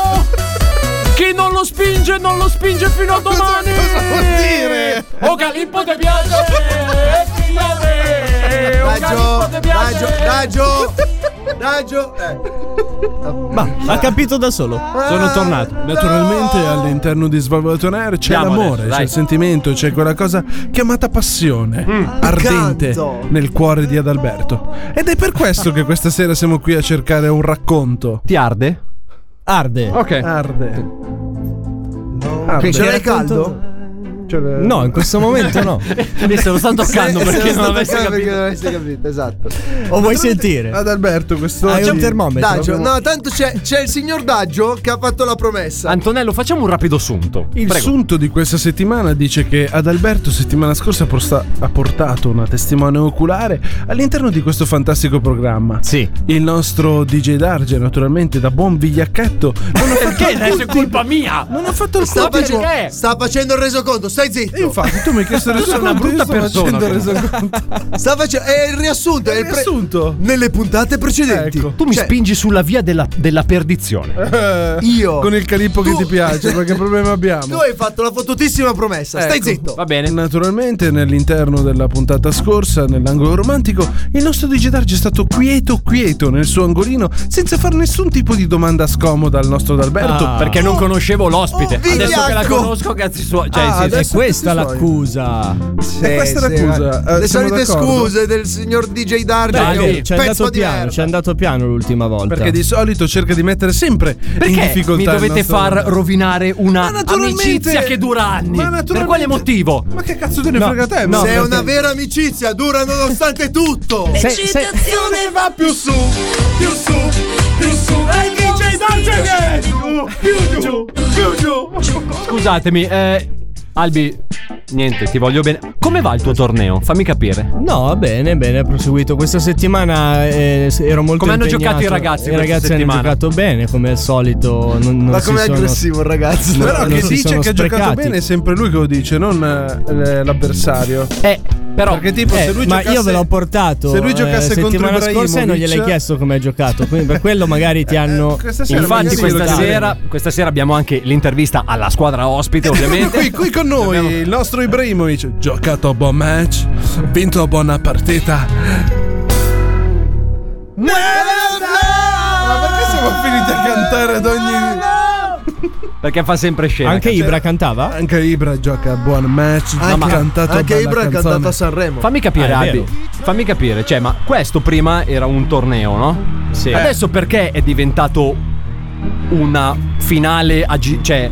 Speaker 7: Chi non lo spinge, non lo spinge fino a domani! Cosa vuol dire? O Calippo ti piace! e figliate! O Calippo ti piace!
Speaker 3: Daggio! Daggio! Eh.
Speaker 6: Ha capito da solo.
Speaker 3: Sono
Speaker 6: tornato. Naturalmente all'interno di Svalvolato Air c'è
Speaker 7: Andiamo
Speaker 6: l'amore,
Speaker 7: adesso, dai.
Speaker 6: c'è il sentimento, c'è quella cosa chiamata passione ardente
Speaker 7: Canto.
Speaker 6: nel cuore di Adalberto. Ed è per questo che questa sera siamo qui a cercare un racconto.
Speaker 7: Ti arde? Arde. Ok.
Speaker 6: Arde.
Speaker 22: Ah,
Speaker 7: Quindi
Speaker 6: Ce l'hai
Speaker 7: racconto-
Speaker 6: caldo?
Speaker 3: Eh,
Speaker 22: No, in questo momento
Speaker 6: *laughs*
Speaker 22: no.
Speaker 7: Mi sto
Speaker 22: stanno toccando
Speaker 3: eh, Se- se
Speaker 22: Ah, perché
Speaker 3: lo sta
Speaker 22: non avessi
Speaker 3: toccando perché
Speaker 22: capito.
Speaker 3: non avessi capito, esatto.
Speaker 22: O vuoi sentire?
Speaker 6: Ad Alberto questo
Speaker 22: Hai un termometro?
Speaker 3: Daggio. No, tanto c'è, c'è il signor Daggio che ha fatto la promessa.
Speaker 7: Antonello, facciamo un rapido sunto.
Speaker 6: Il
Speaker 7: Prego.
Speaker 6: sunto di questa settimana dice che Adalberto settimana scorsa ha prosta- ha portato una testimone oculare all'interno di questo fantastico programma. Sì. Il nostro DJ Darge, naturalmente, da buon vigliacchetto, *laughs* non ha fatto
Speaker 7: Perché Eh, adesso è colpa mia?
Speaker 6: Non ho fatto
Speaker 3: sta,
Speaker 6: alcun-
Speaker 3: facendo-
Speaker 6: Perché?
Speaker 3: sta facendo il resoconto, stai zitto.
Speaker 6: Infatti, tu mi hai chiesto il
Speaker 3: Tu sei una
Speaker 6: resoconto, io
Speaker 3: brutta
Speaker 6: sto
Speaker 3: persona,
Speaker 6: facendo il
Speaker 3: comunque.
Speaker 6: resoconto.
Speaker 3: Sta facendo. È il riassunto. È il pre- nelle puntate precedenti.
Speaker 6: Ecco,
Speaker 7: Tu mi
Speaker 3: Cioè,
Speaker 7: spingi sulla via della, della perdizione.
Speaker 3: Io.
Speaker 6: Con il calippo che ti piace, *laughs* ma che problema abbiamo?
Speaker 3: Tu hai fatto la fottutissima promessa. Stai
Speaker 6: Ecco,
Speaker 3: zitto.
Speaker 7: Va bene.
Speaker 6: Naturalmente, nell'interno della puntata scorsa, nell'angolo romantico, il nostro DJ Darge è stato quieto, quieto nel suo angolino, senza far nessun tipo di domanda scomoda al nostro D'Alberto.
Speaker 7: Ah. Perché non conoscevo l'ospite.
Speaker 6: oh,
Speaker 7: adesso che la
Speaker 6: vigliacco.
Speaker 7: conosco, cazzi suoi. Cioè,
Speaker 6: Ah,
Speaker 7: sì,
Speaker 6: adesso
Speaker 7: è questa
Speaker 6: tutti suoi.
Speaker 7: l'accusa.
Speaker 6: E questa è l'accusa. Eh,
Speaker 3: Le
Speaker 6: siamo
Speaker 3: solite
Speaker 6: d'accordo?
Speaker 3: scuse del signor DJ Darge.
Speaker 22: Dai,
Speaker 3: che è un
Speaker 22: ci è
Speaker 3: pezzo
Speaker 22: andato
Speaker 3: di
Speaker 22: piano,
Speaker 3: merda.
Speaker 22: ci è andato piano l'ultima volta.
Speaker 6: Perché di solito cerca di mettere sempre in
Speaker 7: Perché
Speaker 6: difficoltà.
Speaker 7: mi
Speaker 6: il
Speaker 7: dovete
Speaker 6: nostro-
Speaker 7: far rovinare
Speaker 6: Ma
Speaker 7: una
Speaker 6: naturalmente-
Speaker 7: amicizia che dura anni?
Speaker 6: Ma
Speaker 7: per
Speaker 6: naturalmente-
Speaker 7: quale motivo?
Speaker 6: Ma che cazzo te ne
Speaker 7: No,
Speaker 6: frega te?
Speaker 7: no,
Speaker 6: ma-
Speaker 3: Se è una
Speaker 6: perché-
Speaker 3: vera amicizia, dura nonostante tutto.
Speaker 7: Se- se-
Speaker 2: L'eccitazione va più su, più su, più su. E DJ Darge che è giù, più giù, più giù.
Speaker 7: Scusatemi, eh, Albi, niente, ti voglio bene. Come va il tuo torneo? Fammi capire.
Speaker 22: No, bene, bene, ho proseguito. Questa settimana eh, s- ero molto
Speaker 7: Come hanno
Speaker 22: impegnato. Eh,
Speaker 7: giocato i ragazzi
Speaker 22: I
Speaker 7: questa
Speaker 22: ragazzi hanno
Speaker 7: settimana?
Speaker 22: giocato bene, come al solito. Non, non
Speaker 3: Ma
Speaker 22: si
Speaker 3: com'è
Speaker 22: sono-
Speaker 3: aggressivo il ragazzo?
Speaker 22: No,
Speaker 6: Però
Speaker 22: non
Speaker 6: che
Speaker 22: si
Speaker 6: dice
Speaker 22: sono
Speaker 6: che ha giocato
Speaker 22: sprecati.
Speaker 6: bene è sempre lui che lo dice, non eh, l'avversario.
Speaker 7: Eh, però.
Speaker 6: Perché tipo
Speaker 22: Eh,
Speaker 6: se lui
Speaker 22: ma
Speaker 6: giocasse
Speaker 22: io ve l'ho portato.
Speaker 6: se lui
Speaker 22: eh,
Speaker 6: giocasse contro
Speaker 22: settimana scorsa e non gliel'hai
Speaker 6: Ibrahimovic-
Speaker 22: chiesto come hai giocato. Quindi per quello magari ti hanno.
Speaker 6: questa sera
Speaker 7: Infatti,
Speaker 6: magari
Speaker 7: questa
Speaker 6: lo chiede.
Speaker 7: sera, questa sera abbiamo anche l'intervista alla squadra ospite,
Speaker 6: Proprio
Speaker 7: ovviamente.
Speaker 6: Ecco qui, qui con noi il nostro Ibrahimovic giocato a buon match vinto a buona partita ma perché siamo finiti a cantare ad ogni
Speaker 7: Perché fa sempre scena.
Speaker 22: Anche
Speaker 7: cazzo.
Speaker 22: Ibra cantava?
Speaker 6: anche Ibra gioca a buon match
Speaker 3: Anche-
Speaker 6: ha cantato
Speaker 3: anche
Speaker 6: bella
Speaker 3: Ibra ha
Speaker 6: canzone.
Speaker 3: cantato a Sanremo.
Speaker 7: Fammi capire,
Speaker 22: Ah, è
Speaker 7: Albi.
Speaker 22: vero.
Speaker 7: Fammi capire, cioè, ma questo prima era un torneo, no?
Speaker 22: Eh.
Speaker 7: Sì. Adesso perché è diventato una finale a gi-
Speaker 6: *laughs*
Speaker 7: cioè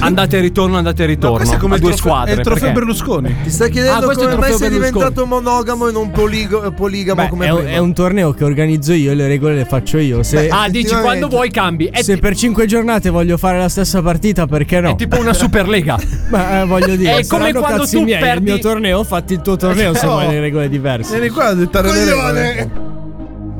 Speaker 7: andate e ritorno, andate e ritorno.
Speaker 6: questo è come
Speaker 7: a
Speaker 6: il
Speaker 7: due
Speaker 6: trofeo-
Speaker 7: squadre.
Speaker 6: è il trofeo
Speaker 7: perché?
Speaker 6: Berlusconi
Speaker 3: Ti sta
Speaker 7: Ah,
Speaker 3: chiedendo
Speaker 7: questo è il
Speaker 3: come mai
Speaker 7: trofeo
Speaker 3: sei
Speaker 7: Berlusconi.
Speaker 3: diventato monogamo e non poligo- poligamo
Speaker 22: Beh,
Speaker 3: come
Speaker 22: è, un,
Speaker 3: prima?
Speaker 22: è un torneo che organizzo io, le regole le faccio io. Se,
Speaker 7: Ah, dici
Speaker 3: Effettivamente.
Speaker 7: quando vuoi cambi. È,
Speaker 22: se
Speaker 7: ti-
Speaker 22: per 5 giornate voglio fare la stessa partita, perché no?
Speaker 7: è tipo
Speaker 6: *laughs*
Speaker 7: una Superlega.
Speaker 22: Ma eh, voglio dire,
Speaker 7: È come
Speaker 22: saranno
Speaker 7: quando
Speaker 22: cazzi
Speaker 7: tu
Speaker 22: miei,
Speaker 7: perdi-
Speaker 22: il mio torneo, fatti il tuo torneo se
Speaker 6: No.
Speaker 22: vuoi le regole diverse.
Speaker 6: vieni qua a dettare le regole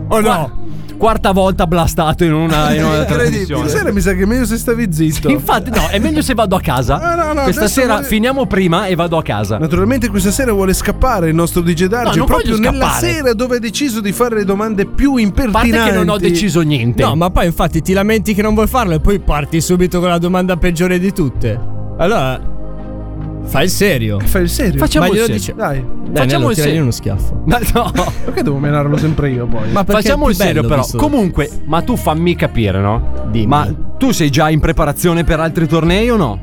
Speaker 22: Oh no!
Speaker 7: quarta volta blastato in una, in una trasmissione.
Speaker 6: Stasera mi sa che è meglio se stavi zitto.
Speaker 7: Infatti, no, è meglio se vado a casa.
Speaker 6: Ah, Certo. no, no,
Speaker 7: Questa
Speaker 6: adesso
Speaker 7: sera
Speaker 6: voglio-
Speaker 7: finiamo prima e vado a casa.
Speaker 6: Naturalmente questa sera vuole scappare il nostro DJ Darge
Speaker 7: No, non
Speaker 6: proprio
Speaker 7: voglio
Speaker 6: nella
Speaker 7: scappare.
Speaker 6: sera dove ha deciso di fare le domande più
Speaker 22: parte
Speaker 6: impertinenti.
Speaker 22: niente. No, ma poi infatti ti lamenti che non vuoi farlo e poi parti subito con la domanda peggiore di tutte. Allora, fai il serio.
Speaker 6: Eh, Fai il serio.
Speaker 22: Facciamo il
Speaker 6: Maglielo
Speaker 22: serio.
Speaker 6: dice- Dai.
Speaker 22: Facciamo il serio. uno schiaffo.
Speaker 7: Ma no.
Speaker 6: Perché devo menarlo sempre io poi?
Speaker 7: Ma Facciamo il serio, però. Comunque, ma tu fammi capire, no? Ma tu sei già in preparazione per altri tornei o no?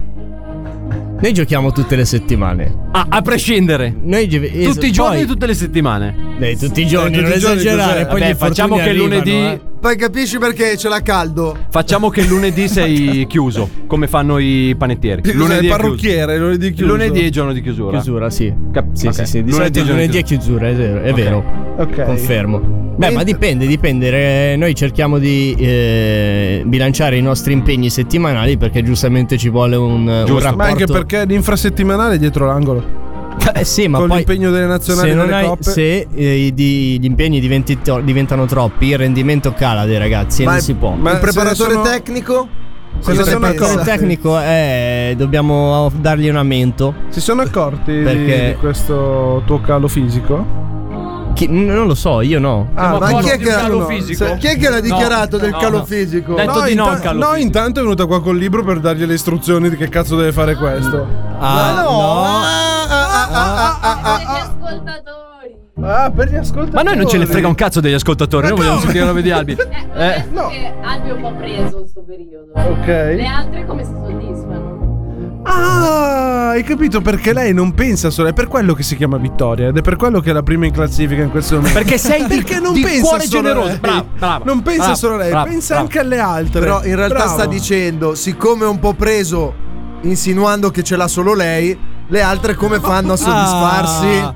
Speaker 22: Noi giochiamo tutte le settimane.
Speaker 7: Ah, a prescindere.
Speaker 22: Noi gi- es-
Speaker 7: tutti i giorni
Speaker 22: poi-
Speaker 7: e tutte le settimane.
Speaker 22: Dai, tutti i giorni,
Speaker 7: Dai,
Speaker 22: non
Speaker 7: tutti i giorni,
Speaker 22: esagerare.
Speaker 7: cos'è?
Speaker 22: Poi
Speaker 7: Vabbè,
Speaker 22: gli infortuni
Speaker 7: facciamo che
Speaker 22: arrivano,
Speaker 7: lunedì-
Speaker 22: eh.
Speaker 3: Poi capisci perché ce l'ha caldo.
Speaker 7: Facciamo che lunedì
Speaker 22: *laughs*
Speaker 7: sei chiuso, come fanno i panettieri.
Speaker 6: Sì, cos'è,
Speaker 7: Lunedì
Speaker 6: il
Speaker 7: è
Speaker 6: parrucchiere,
Speaker 7: chiuso.
Speaker 6: lunedì è chiuso.
Speaker 7: Lunedì è giorno di chiusura.
Speaker 22: Chiusura, sì. sì,
Speaker 7: ok.
Speaker 22: sì, sì. Di
Speaker 7: Lunedì
Speaker 22: solito
Speaker 7: è
Speaker 22: il
Speaker 7: giorno di
Speaker 22: lunedì è chiusura, è vero. È vero.
Speaker 6: Ok.
Speaker 22: Confermo. Beh, ma dipende, dipende. Eh, Noi cerchiamo di eh, bilanciare i nostri impegni settimanali perché giustamente ci vuole un, un rapporto.
Speaker 6: Ma anche perché l'infrasettimanale è dietro l'angolo.
Speaker 22: Eh sì, ma
Speaker 6: Con
Speaker 22: poi
Speaker 6: l'impegno delle nazionali
Speaker 22: se,
Speaker 6: e
Speaker 22: non
Speaker 6: delle
Speaker 22: hai-
Speaker 6: coppe.
Speaker 22: se eh, i- di- gli impegni diventi to- diventano troppi, il rendimento cala dei ragazzi e
Speaker 3: Ma
Speaker 22: non
Speaker 3: il-
Speaker 22: si
Speaker 6: *laughs*
Speaker 22: può.
Speaker 3: ma il preparatore
Speaker 6: sono-
Speaker 3: tecnico?
Speaker 6: Se
Speaker 22: il
Speaker 6: ne sono
Speaker 22: preparatore
Speaker 6: accorti.
Speaker 22: tecnico è dobbiamo dargli un aumento.
Speaker 6: Si sono accorti di-
Speaker 22: Perché-
Speaker 6: di questo tuo calo fisico?
Speaker 22: Chi- n- non lo so, io no.
Speaker 7: Eh,
Speaker 6: Ah,
Speaker 3: ma chi è,
Speaker 7: di
Speaker 3: che
Speaker 7: un calo
Speaker 3: no,
Speaker 7: fisico?
Speaker 3: se- chi è che l'ha
Speaker 7: No,
Speaker 3: dichiarato del
Speaker 7: no,
Speaker 3: calo
Speaker 7: no.
Speaker 3: fisico?
Speaker 7: Detto di no al
Speaker 6: intan-
Speaker 7: calo
Speaker 6: no,
Speaker 7: fisico.
Speaker 6: intanto è venuta qua col libro per dargli le istruzioni di che cazzo deve fare questo.
Speaker 7: Ah,
Speaker 6: Ma Ah, per gli ascoltatori.
Speaker 7: Ma noi non ce ne frega un cazzo degli ascoltatori, noi vogliamo sentire la roba di Albi. Eh,
Speaker 6: No.
Speaker 21: Che Albi è un po' preso questo periodo.
Speaker 6: Ok.
Speaker 21: Le altre come si soddisfano?
Speaker 6: Ah, hai capito perché lei non pensa solo. È per quello che si chiama Vittoria. Ed è per quello che è la prima in classifica in questo momento. *laughs*
Speaker 7: Perché sei di-
Speaker 6: Perché non
Speaker 7: di
Speaker 6: pensa
Speaker 7: cuore
Speaker 6: solo a
Speaker 7: generoso.
Speaker 6: lei.
Speaker 7: Brava, brava,
Speaker 6: non pensa
Speaker 7: brava,
Speaker 6: solo a lei,
Speaker 7: brava,
Speaker 6: pensa
Speaker 7: brava.
Speaker 6: anche alle altre.
Speaker 3: Però in realtà
Speaker 6: Bravo.
Speaker 3: sta dicendo, siccome è un po' preso, insinuando che ce l'ha solo lei, le altre come fanno
Speaker 6: Ah.
Speaker 3: a soddisfarsi?
Speaker 7: Ah.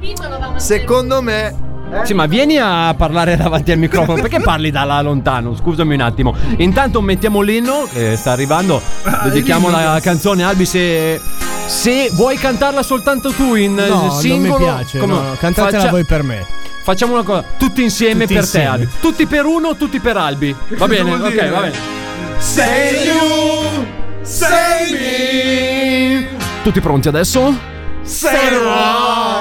Speaker 3: Secondo me... eh?
Speaker 7: Sì, ma vieni a parlare davanti al
Speaker 22: *laughs*
Speaker 7: microfono. Perché parli da là lontano? Scusami un attimo. Intanto mettiamo l'inno che sta arrivando.
Speaker 22: Ah,
Speaker 7: Dedichiamo
Speaker 22: l'inno.
Speaker 7: la canzone Albi se. Se vuoi cantarla soltanto tu in eh,
Speaker 22: No,
Speaker 7: singolo,
Speaker 22: non mi piace.
Speaker 7: come-
Speaker 22: no. Cantatela
Speaker 7: faccia-
Speaker 22: voi per me.
Speaker 7: Facciamo una cosa, tutti insieme
Speaker 22: Tutti
Speaker 7: per
Speaker 22: insieme.
Speaker 7: te, Albi. Tutti per uno, tutti per Albi. Va
Speaker 22: *laughs* cosa
Speaker 7: bene,
Speaker 22: vuol
Speaker 7: ok,
Speaker 22: dire?
Speaker 7: va bene.
Speaker 2: Sei you,
Speaker 7: sei me. Tutti pronti adesso?
Speaker 2: Sei noi.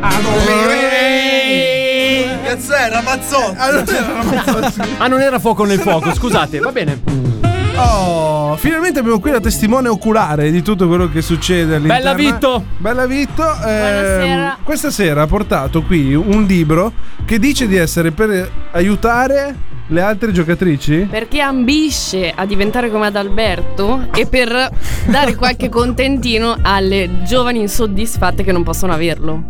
Speaker 6: Ah,
Speaker 2: Amore.
Speaker 3: Cazzo, Ramazzotti.
Speaker 7: Ah, non era fuoco nel fuoco, scusate, va bene.
Speaker 6: Oh, finalmente abbiamo qui la testimone oculare di tutto quello che succede all'interno.
Speaker 7: Bella Vitto!
Speaker 6: Bella Vitto! ehm, questa sera ha portato qui un libro che dice di essere per aiutare le altre giocatrici.
Speaker 21: Per chi ambisce a diventare come ad Alberto e per dare qualche contentino alle giovani insoddisfatte che non possono averlo.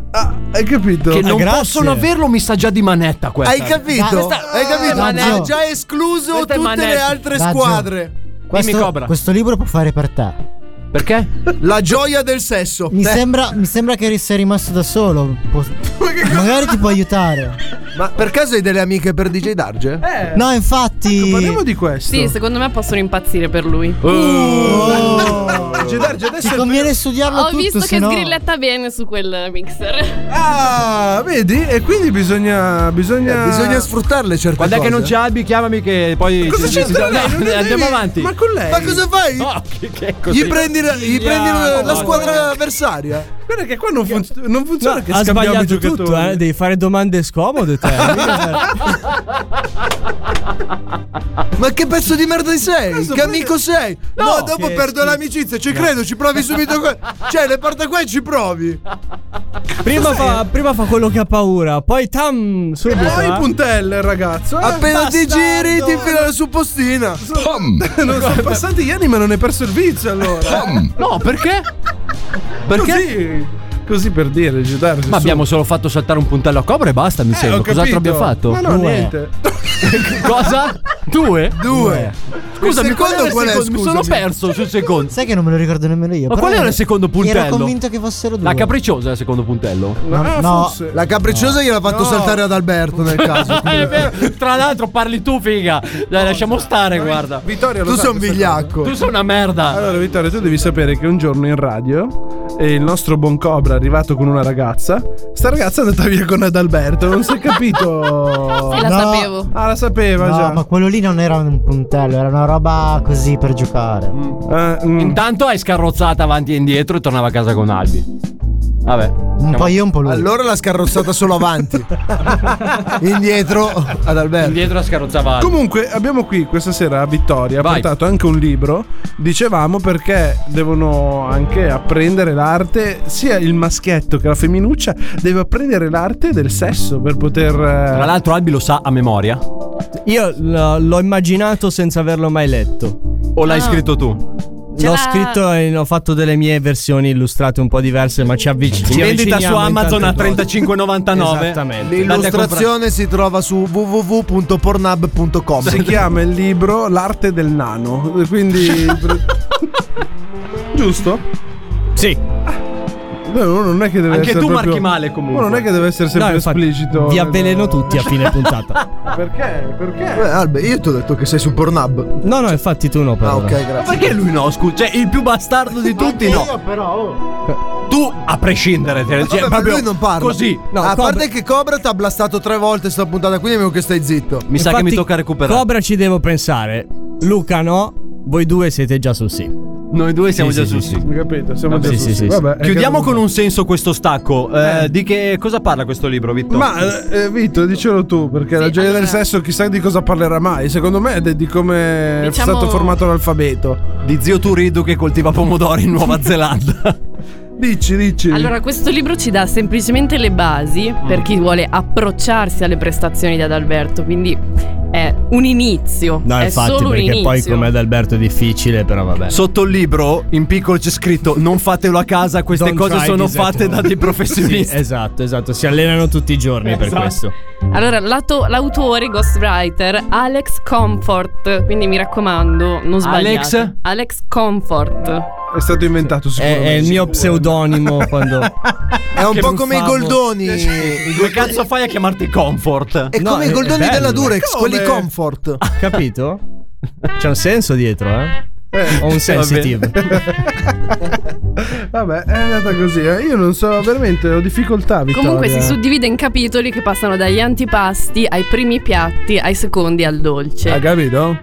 Speaker 6: Hai capito?
Speaker 4: Ah,
Speaker 7: Che non possono averlo, mi sa già di manetta questa.
Speaker 3: Hai capito?
Speaker 7: Questa-
Speaker 3: Hai capito?
Speaker 7: Questa è
Speaker 3: Ha
Speaker 7: manetta.
Speaker 3: Ah, già escluso
Speaker 7: Questa è
Speaker 3: tutte le
Speaker 7: manetta.
Speaker 3: altre
Speaker 4: Raggio.
Speaker 3: squadre.
Speaker 4: Questo, questo libro può fare per te.
Speaker 7: Perché?
Speaker 3: La gioia del sesso.
Speaker 4: Mi,
Speaker 3: Eh.
Speaker 4: sembra, mi sembra che sei rimasto da solo. Po-
Speaker 7: *laughs*
Speaker 4: Magari ti può aiutare.
Speaker 3: Ma per caso hai delle amiche per DJ Darge?
Speaker 7: Eh.
Speaker 4: No, infatti.
Speaker 7: Ecco,
Speaker 6: Parliamo di questo.
Speaker 21: Sì, secondo me possono impazzire per lui.
Speaker 7: Uh,
Speaker 6: DJ Darge Ah, adesso
Speaker 4: Ti conviene studiarlo
Speaker 21: Ho
Speaker 4: tutto,
Speaker 21: visto che
Speaker 4: se no-
Speaker 21: sgrilletta bene su quel mixer.
Speaker 6: Ah, vedi? E quindi bisogna. Bisogna,
Speaker 3: Eh,
Speaker 6: *laughs*
Speaker 3: bisogna sfruttarle certe
Speaker 7: Guarda che
Speaker 3: cose.
Speaker 7: non c'è Albi, chiamami che poi
Speaker 6: Cosa
Speaker 7: ci- ci-
Speaker 6: c'entra
Speaker 7: ci-
Speaker 6: lei? Non
Speaker 7: Dai,
Speaker 6: devi-
Speaker 7: andiamo avanti. *laughs*
Speaker 6: Ma con lei?
Speaker 3: Ma cosa fai?
Speaker 7: No, che, che cos'è?
Speaker 3: Gli prendi, la, gli prendi la, la
Speaker 7: no,
Speaker 3: squadra avversaria.
Speaker 6: Guarda che qua non, funz- non funziona. che
Speaker 22: ha
Speaker 6: scambiamo i
Speaker 22: sbagliato
Speaker 6: giocatori.
Speaker 22: tutto, eh. Devi fare domande scomode te.
Speaker 3: Ma che pezzo di merda sei?
Speaker 6: Questo
Speaker 3: che
Speaker 6: prende-
Speaker 3: amico sei? No,
Speaker 6: No,
Speaker 3: dopo
Speaker 6: che
Speaker 3: perdo l'amicizia. Ci credo, ci provi subito. *laughs* que- cioè, le porta qua e ci provi.
Speaker 22: prima, fa, prima fa quello che ha paura, poi tam subito.
Speaker 6: Poi
Speaker 22: eh.
Speaker 6: puntelle il ragazzo. eh.
Speaker 3: Appena ti
Speaker 6: Bastardo.
Speaker 3: giri, ti infila la suppostina.
Speaker 6: Non sono passati gli anni, ma non è perso il vizio allora.
Speaker 7: No,
Speaker 6: *laughs*
Speaker 7: perché? Perché?
Speaker 6: Così, così per dire, giudarsi.
Speaker 7: Ma abbiamo solo fatto saltare un puntello a cobra e basta,
Speaker 6: Eh,
Speaker 7: mi sembra. Cos'altro abbiamo fatto?
Speaker 6: *laughs* Ma no,
Speaker 7: Due.
Speaker 6: niente.
Speaker 7: Cosa? Due?
Speaker 22: Eh.
Speaker 3: Due.
Speaker 7: Scusami,
Speaker 3: Il
Speaker 7: qual era
Speaker 3: secondo
Speaker 7: il
Speaker 3: qual è,
Speaker 7: secondo? Mi sono
Speaker 3: scusami?
Speaker 7: perso sul secondo.
Speaker 4: Sai che non me lo ricordo nemmeno
Speaker 7: Ma
Speaker 4: io. però
Speaker 7: qual era
Speaker 4: ero-
Speaker 7: il secondo puntello?
Speaker 4: Ero convinto che fossero due.
Speaker 7: La capricciosa è il secondo *laughs* puntello.
Speaker 4: No,
Speaker 6: Ah,
Speaker 4: no.
Speaker 6: forse.
Speaker 3: La capricciosa gliel'ha fatto saltare ad Alberto *laughs* nel caso.
Speaker 7: Ah, è vero. Tra l'altro parli tu, figa. Dai, lasciamo stare, guarda.
Speaker 6: Vittoria, lo
Speaker 3: tu
Speaker 6: sa
Speaker 3: sei un
Speaker 6: questa cosa?
Speaker 3: vigliacco.
Speaker 7: Tu sei una merda.
Speaker 6: Allora, Vittoria, tu devi sapere che un giorno in radio e il nostro buon Cobra è arrivato con una ragazza. Sta ragazza è andata via con Adalberto, non si è
Speaker 21: *laughs*
Speaker 6: capito.
Speaker 21: Sì, la
Speaker 6: No.
Speaker 21: sapevo.
Speaker 6: Ah, la sapevo
Speaker 4: No,
Speaker 6: già.
Speaker 4: ma quello lì non era un puntello, era una roba così per giocare.
Speaker 7: Mm,
Speaker 6: Eh, mm.
Speaker 7: Intanto hai scarrozzata avanti e indietro e tornava a casa con Albi. Vabbè.
Speaker 4: Un po' io, un po' lui.
Speaker 3: Allora l'ha scarrozzata
Speaker 22: *laughs*
Speaker 3: solo avanti. Indietro ad Alberto.
Speaker 7: Indietro la scarrozzava Albi.
Speaker 6: Comunque abbiamo qui questa sera a Vittoria, ha
Speaker 7: Vai.
Speaker 6: portato anche un libro, dicevamo perché devono anche apprendere l'arte, sia il maschietto che la femminuccia deve apprendere l'arte del sesso per poter... eh,
Speaker 7: Tra l'altro Albi lo sa a memoria.
Speaker 22: Io l- l'ho immaginato senza averlo mai letto.
Speaker 7: O l'hai Ah. scritto tu?
Speaker 22: L'ho
Speaker 21: C'era-
Speaker 22: scritto e ho fatto delle mie versioni illustrate un po' diverse, ma ci avviciniamo.
Speaker 7: In vendita su Amazon a
Speaker 22: 35,99. Esattamente.
Speaker 3: L'illustrazione si trova su www.pornhub.com.
Speaker 6: Si chiama il libro L'arte del nano, quindi... Giusto?
Speaker 22: Sì.
Speaker 6: non è che deve
Speaker 7: Anche
Speaker 6: essere
Speaker 7: tu
Speaker 6: proprio-
Speaker 7: marchi male comunque.
Speaker 6: Ma non è che deve essere sempre
Speaker 22: No, infatti,
Speaker 6: esplicito.
Speaker 22: vi avveleno tutti a fine puntata.
Speaker 6: Perché? Perché?
Speaker 3: *laughs* Eh, Albe, io ti ho detto che sei su Pornhub.
Speaker 22: No, no, infatti tu no, però.
Speaker 3: Ah, ok, grazie.
Speaker 7: Perché lui no? Scusa, cioè il più bastardo di tutti no.
Speaker 4: oh.
Speaker 7: Tu a prescindere, te- cioè,
Speaker 3: Vabbè, ma
Speaker 7: proprio
Speaker 3: lui non parla.
Speaker 7: Così. Ah,
Speaker 3: No, a parte che Cobra ti ha blastato tre volte sta puntata, quindi è meglio che stai zitto.
Speaker 22: Infatti, Cobra ci devo pensare. Luca no, voi due siete già su sì.
Speaker 7: Noi due siamo
Speaker 22: Sì,
Speaker 7: già
Speaker 22: sì,
Speaker 7: su
Speaker 22: sì, Eh,
Speaker 7: sì.
Speaker 22: sì.
Speaker 6: Capito, siamo
Speaker 22: Sì,
Speaker 6: già
Speaker 22: sì,
Speaker 6: su
Speaker 22: sì, sì.
Speaker 6: Vabbè, è
Speaker 7: Chiudiamo
Speaker 6: caduto.
Speaker 7: con un senso questo stacco. Eh, Di che cosa parla questo libro, Vittorio?
Speaker 6: Ma eh, Vito, dicelo tu, perché la gioia del sesso chissà di cosa parlerà mai. Secondo me è de- di come è
Speaker 21: Diciamo-
Speaker 6: stato formato l'alfabeto.
Speaker 7: Di zio Turido che coltiva pomodori in
Speaker 22: *laughs*
Speaker 7: Nuova Zelanda.
Speaker 6: dici, dici.
Speaker 21: Allora, questo libro ci dà semplicemente le basi per chi vuole approcciarsi alle prestazioni di Adalberto, quindi è un inizio.
Speaker 22: No,
Speaker 21: è
Speaker 22: infatti,
Speaker 21: solo un
Speaker 22: perché
Speaker 21: inizio.
Speaker 22: poi come ad Alberto è difficile, però vabbè.
Speaker 7: Sotto il libro, in piccolo c'è scritto: Non fatelo a casa, queste
Speaker 22: Don't
Speaker 7: cose
Speaker 22: try
Speaker 7: sono
Speaker 22: this at
Speaker 7: fatte
Speaker 22: home."
Speaker 7: *laughs* da dei professionisti.
Speaker 22: Sì, esatto, esatto, si allenano tutti i giorni per
Speaker 21: Esatto.
Speaker 22: questo.
Speaker 21: Allora, lato- l'autore, ghostwriter, Alex Comfort, quindi mi raccomando, non sbagliate.
Speaker 22: Alex?
Speaker 21: Alex Comfort.
Speaker 6: È stato inventato
Speaker 22: È,
Speaker 6: sicuramente.
Speaker 22: è il mio pseudonimo quando
Speaker 3: È un
Speaker 7: Che
Speaker 3: po' come i
Speaker 7: buffavo.
Speaker 3: goldoni.
Speaker 7: Che cazzo fai a chiamarti Comfort?
Speaker 3: È
Speaker 22: No,
Speaker 3: come i
Speaker 22: è-
Speaker 3: goldoni
Speaker 22: è
Speaker 3: della
Speaker 22: bello.
Speaker 3: Durex,
Speaker 22: Come?
Speaker 3: quelli comfort.
Speaker 22: capito? C'è un senso dietro, eh? Ho un sensitive.
Speaker 6: *laughs* Vabbè, è andata così. eh. Io non so, veramente ho difficoltà. Vittoria.
Speaker 21: Comunque si suddivide in capitoli che passano dagli antipasti ai primi piatti, ai secondi al dolce.
Speaker 6: Hai capito?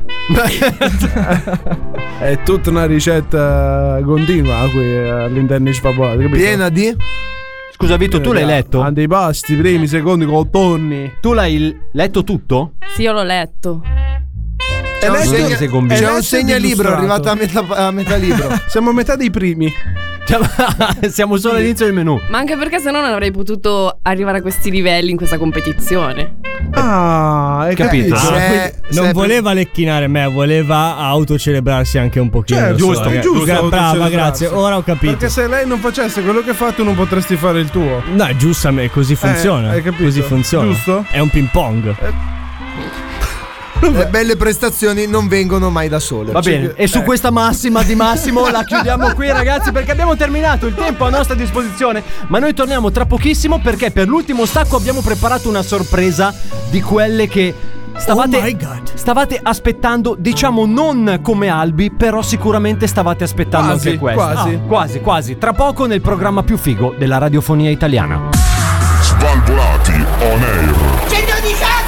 Speaker 6: è tutta una ricetta continua qui eh, all'interno di Sfabolati. capito?
Speaker 3: Piena di?
Speaker 7: *laughs* Scusa, Vito, tu
Speaker 22: esatto.
Speaker 7: l'hai letto?
Speaker 6: Ha dei pasti, primi, secondi, coltonni.
Speaker 7: Tu l'hai letto tutto?
Speaker 21: Sì, io l'ho letto.
Speaker 6: È
Speaker 3: un
Speaker 6: letto-
Speaker 3: segna-
Speaker 7: sei convinto.
Speaker 6: è
Speaker 3: C'è
Speaker 6: letto
Speaker 3: un segnalibro
Speaker 6: ed
Speaker 3: arrivato
Speaker 6: illustrato.
Speaker 3: a metà, a metà libro.
Speaker 6: Siamo a metà dei primi.
Speaker 7: Cioè, *laughs* Siamo solo all'inizio del menù.
Speaker 21: Ma anche perché sennò non avrei potuto arrivare a questi livelli in questa competizione.
Speaker 6: Ah, hai
Speaker 7: Capito.
Speaker 6: capito?
Speaker 22: Ah, quindi non voleva lecchinare me, voleva autocelebrarsi anche un pochino.
Speaker 7: Cioè,
Speaker 6: Certo,
Speaker 22: so,
Speaker 6: giusto,
Speaker 22: ragazzi.
Speaker 6: giusto
Speaker 22: Gra- Brava,
Speaker 6: autocelebrarsi.
Speaker 22: grazie. Ora ho capito.
Speaker 6: Perché se lei non facesse quello che fa, tu non potresti fare il tuo.
Speaker 22: No, giustamente,
Speaker 7: Eh,
Speaker 22: così funziona.
Speaker 6: hai capito?
Speaker 22: così funziona.
Speaker 6: Giusto?
Speaker 22: È un ping pong.
Speaker 3: Le eh, belle prestazioni non vengono mai da
Speaker 6: Cioè,
Speaker 3: sole. Cioè,
Speaker 7: Va bene,
Speaker 6: eh.
Speaker 7: e su questa massima di
Speaker 6: *laughs*
Speaker 7: Massimo la chiudiamo qui ragazzi perché abbiamo terminato il tempo a nostra disposizione, ma noi torniamo tra pochissimo perché per l'ultimo stacco abbiamo preparato una sorpresa di quelle che
Speaker 6: Oh
Speaker 7: stavate, stavate aspettando, diciamo non come Albi, però sicuramente stavate aspettando
Speaker 6: Quasi,
Speaker 7: anche questa.
Speaker 6: quasi.
Speaker 7: Ah, quasi, quasi, tra poco nel programma più figo della radiofonia italiana.
Speaker 14: Svalvolati on air.
Speaker 2: 118!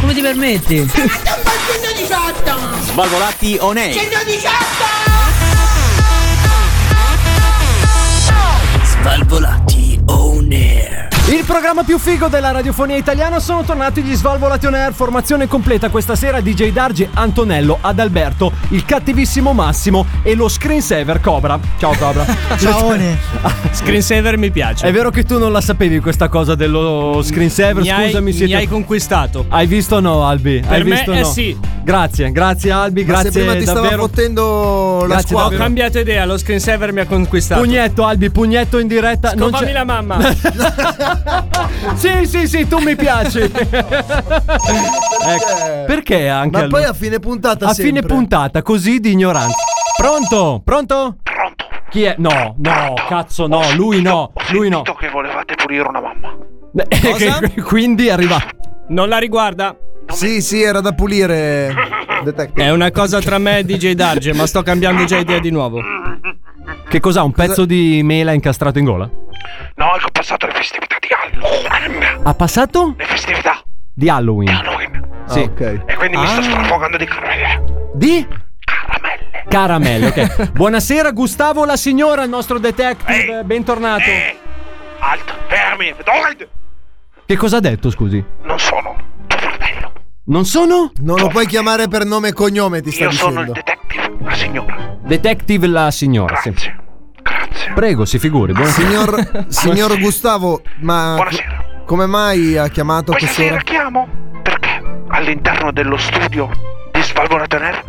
Speaker 23: Come ti permetti?
Speaker 2: 118!
Speaker 23: Svalvolati on
Speaker 2: 118!
Speaker 1: Svalvolati on air.
Speaker 7: Il programma più figo della radiofonia italiana sono tornati gli Svalvolati on Air, formazione completa questa sera DJ Darge, Antonello, Adalberto, il cattivissimo Massimo e lo screensaver Cobra. Ciao Cobra.
Speaker 4: Ciaone.
Speaker 22: *laughs* Screensaver mi piace.
Speaker 7: È vero che tu non la sapevi questa cosa dello screensaver,
Speaker 22: Mi hai-
Speaker 7: scusami
Speaker 22: mi
Speaker 7: siete...
Speaker 22: hai conquistato.
Speaker 7: Hai visto o no Albi?
Speaker 22: Per
Speaker 7: Hai
Speaker 22: me
Speaker 7: visto o
Speaker 22: è
Speaker 7: no?
Speaker 22: sì.
Speaker 7: Grazie, grazie Albi,
Speaker 3: Ma se
Speaker 7: grazie
Speaker 3: prima ti stava
Speaker 7: davvero.
Speaker 3: fottendo la
Speaker 7: Grazie
Speaker 3: squadra.
Speaker 22: Ho
Speaker 7: davvero.
Speaker 22: cambiato idea, lo screensaver mi ha conquistato.
Speaker 7: Pugnetto Albi, pugnetto in diretta. non
Speaker 22: Scopami
Speaker 7: c'è-
Speaker 22: la mamma.
Speaker 7: *laughs* Sì, sì, sì, tu
Speaker 22: *laughs*
Speaker 7: mi piaci. Ecco, Perché anche
Speaker 3: Ma
Speaker 7: a
Speaker 3: poi
Speaker 7: lui?
Speaker 3: a fine puntata
Speaker 7: a
Speaker 3: sempre.
Speaker 7: fine puntata così di ignoranza. Pronto? Pronto? Chi è? No, no, cazzo no, lui no, lui no.
Speaker 17: che volevate pulire una mamma.
Speaker 7: *laughs* Quindi arriva.
Speaker 22: Non la riguarda.
Speaker 3: Sì, sì, era da pulire.
Speaker 22: È una cosa tra me e DJ Darge, ma sto cambiando già idea di nuovo.
Speaker 7: Che cos'ha? Un pezzo di mela incastrato in gola?
Speaker 17: No, ecco, ho passato le festività di Halloween.
Speaker 7: Ha passato?
Speaker 17: Le festività
Speaker 7: Di Halloween. Sì.
Speaker 17: E quindi
Speaker 22: Ah.
Speaker 17: mi sto strafogando di caramelle.
Speaker 7: Di? Caramelle. Caramelle,
Speaker 17: *laughs*
Speaker 7: ok. Buonasera Gustavo la signora, il nostro detective, Eh, bentornato.
Speaker 17: Alto, fermi, Dorid!
Speaker 7: Che cosa ha detto, scusi?
Speaker 17: Non sono.
Speaker 7: Non sono?
Speaker 3: Non lo puoi chiamare per nome e cognome, ti sta
Speaker 17: Io sono
Speaker 3: dicendo.
Speaker 17: il detective, la signora.
Speaker 7: Detective la signora. Grazie. Grazie. Prego, si figuri. Buonasera.
Speaker 3: Signor, signor Gustavo, ma. Come mai ha chiamato
Speaker 17: Questa sera
Speaker 3: quest'ora?
Speaker 17: chiamo perché all'interno dello studio di Svalvolato Nero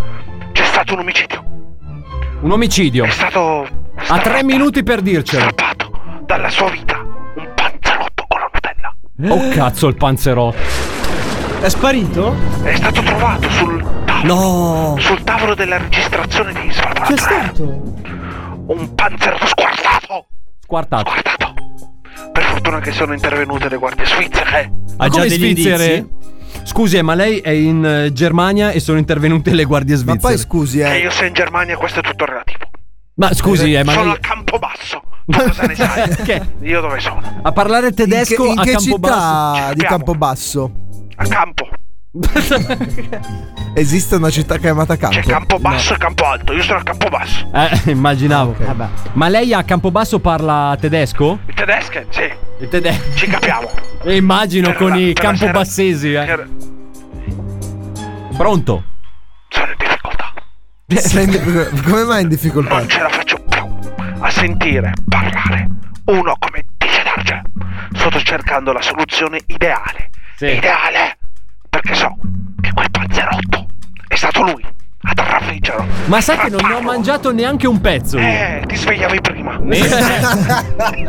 Speaker 17: c'è stato un omicidio.
Speaker 7: Un omicidio.
Speaker 17: È stato
Speaker 7: Ha tre minuti per dircelo.
Speaker 17: dalla sua vita Eh?
Speaker 7: Oh cazzo, il panzerotto.
Speaker 22: È sparito?
Speaker 17: È stato trovato sul tavolo. Sul tavolo della registrazione di Svalvolato C'è stato? Un panzerotto squartato!
Speaker 7: Squartato.
Speaker 17: Per fortuna che sono intervenute le guardie svizzere.
Speaker 7: Ma come svizzere? Scusi, eh, ma lei è in eh, Germania e sono intervenute le guardie svizzere. Ma poi
Speaker 3: scusi, eh,
Speaker 17: E io sono in Germania, questo è tutto relativo.
Speaker 7: Ma scusi, eh, ma
Speaker 17: sono
Speaker 7: lei-
Speaker 17: a Campobasso. Tu cosa ne
Speaker 7: *laughs*
Speaker 17: sai? Io dove sono?
Speaker 7: a parlare tedesco
Speaker 3: in che, in
Speaker 7: a
Speaker 3: che
Speaker 7: Campobasso.
Speaker 3: città di Campobasso?
Speaker 17: A campo.
Speaker 3: Esiste una città chiamata Campo?
Speaker 17: C'è Campobasso e Campo Alto. Io sono a Campobasso.
Speaker 7: Eh, *laughs* immaginavo. Ma lei a Campobasso parla tedesco?
Speaker 17: Il tedesco? Sì.
Speaker 7: Il tedesco.
Speaker 17: Ci capiamo.
Speaker 7: E immagino
Speaker 17: Per
Speaker 7: con
Speaker 17: la-
Speaker 7: i
Speaker 17: per la sera-
Speaker 7: campobassesi. eh. Pronto?
Speaker 3: Sei in dif- come mai in difficoltà?
Speaker 17: Non ce la faccio più a sentire parlare uno come dice Darge. Sto cercando la soluzione ideale.
Speaker 7: Eh,
Speaker 17: Ideale! Perché so che quel panzerotto è stato lui a trafiggerlo.
Speaker 7: Ma sai che non ne ho mangiato neanche un pezzo. io.
Speaker 17: Eh, ti svegliavi
Speaker 7: *laughs*
Speaker 17: prima.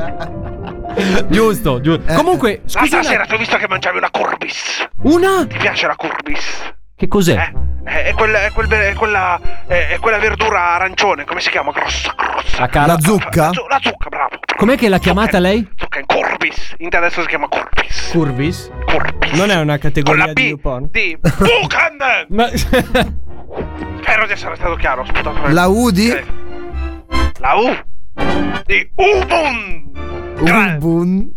Speaker 7: Eh. giusto, giusto. Comunque, scusa.
Speaker 17: L'altra
Speaker 7: un
Speaker 17: sera
Speaker 7: att-
Speaker 17: ti ho visto che mangiavi una Curbis.
Speaker 7: Una?
Speaker 17: Ti piace la Curbis?
Speaker 7: Che cos'è?
Speaker 17: Eh, è, quella- è quel be- è quella, eh, è- è quella verdura arancione, come si chiama? Grossa, grossa.
Speaker 7: La cara- La zucca?
Speaker 22: Ah.
Speaker 17: La, zu- la zucca, bravo.
Speaker 7: Com'è che l'ha chiamata lei?
Speaker 17: Zucca in Curbis. In adesso si chiama Curbis.
Speaker 22: Curvis? Non è una
Speaker 17: Con
Speaker 22: categoria
Speaker 17: la
Speaker 22: di
Speaker 17: B.
Speaker 22: YouPorn? *laughs*
Speaker 17: Di Buchanan!
Speaker 7: *laughs*
Speaker 17: Spero di essere stato chiaro, ho sputato per-
Speaker 3: La U di?
Speaker 17: Eh, La U di Ubun!
Speaker 3: Ubun.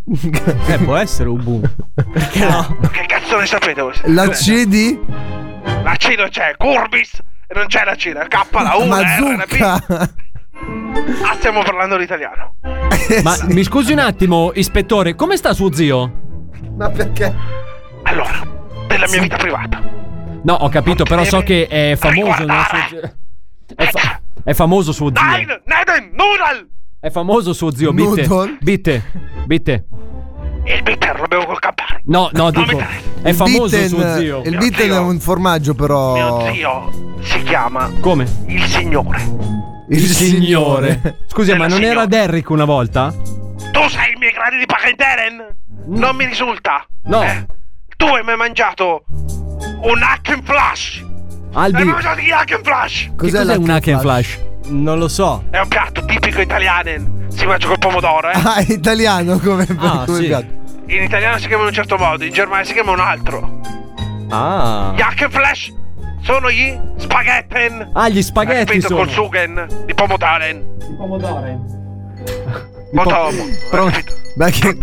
Speaker 22: Eh, può essere Ubun.
Speaker 17: Che, che cazzo ne sapete voi? Cioè,
Speaker 3: La C di?
Speaker 17: La C non c'è, Curbis! E non c'è la C, la K, la U,
Speaker 3: Ma
Speaker 17: la R, la B.
Speaker 3: zucca.
Speaker 17: Ah, stiamo parlando l'italiano.
Speaker 7: Ma mi scusi un attimo, ispettore, come sta suo zio?
Speaker 3: *laughs* Ma perché?
Speaker 17: Allora, della mia vita privata.
Speaker 7: No, ho capito, però so che è famoso. no?
Speaker 17: Guardare!
Speaker 7: È famoso suo zio.
Speaker 17: Nein, Cioè, Neden, Nudel!
Speaker 7: È famoso suo zio, Bitte.
Speaker 17: Noodle?
Speaker 7: Bitte. Bitte.
Speaker 17: Il bitter lo bevo col campare.
Speaker 7: No, no, dico. È
Speaker 3: Il
Speaker 7: famoso
Speaker 3: Ditten-
Speaker 7: suo zio.
Speaker 3: Il Ditten è un formaggio, però.
Speaker 17: Mio zio si chiama.
Speaker 7: Come?
Speaker 17: Il signore.
Speaker 7: Il signore. Scusi, ma non era Derrick una volta?
Speaker 17: Tu sei i miei gradi di Pachenteren?
Speaker 3: Mm.
Speaker 17: Non mi risulta.
Speaker 7: No.
Speaker 17: Eh. Tu hai mai mangiato un hack and flash? Hai
Speaker 22: Albi.
Speaker 17: mai mangiato gli hack and flash?
Speaker 22: Cos'è,
Speaker 7: un hack and
Speaker 22: Non lo so.
Speaker 17: È un piatto tipico italiano. Si mangia col pomodoro, eh?
Speaker 3: Ah, è italiano come, come piatto.
Speaker 17: In italiano si chiama in un certo modo, in Germania si chiama un altro.
Speaker 7: Ah.
Speaker 17: Gli hack and flash sono gli spaghetten.
Speaker 7: Ah, gli
Speaker 3: Eh,
Speaker 7: spaghetti
Speaker 17: Ripeto,
Speaker 7: sono.
Speaker 17: col sugen di pomodaren.
Speaker 7: Di pomodoro.
Speaker 17: Pronto.
Speaker 3: Ma, che-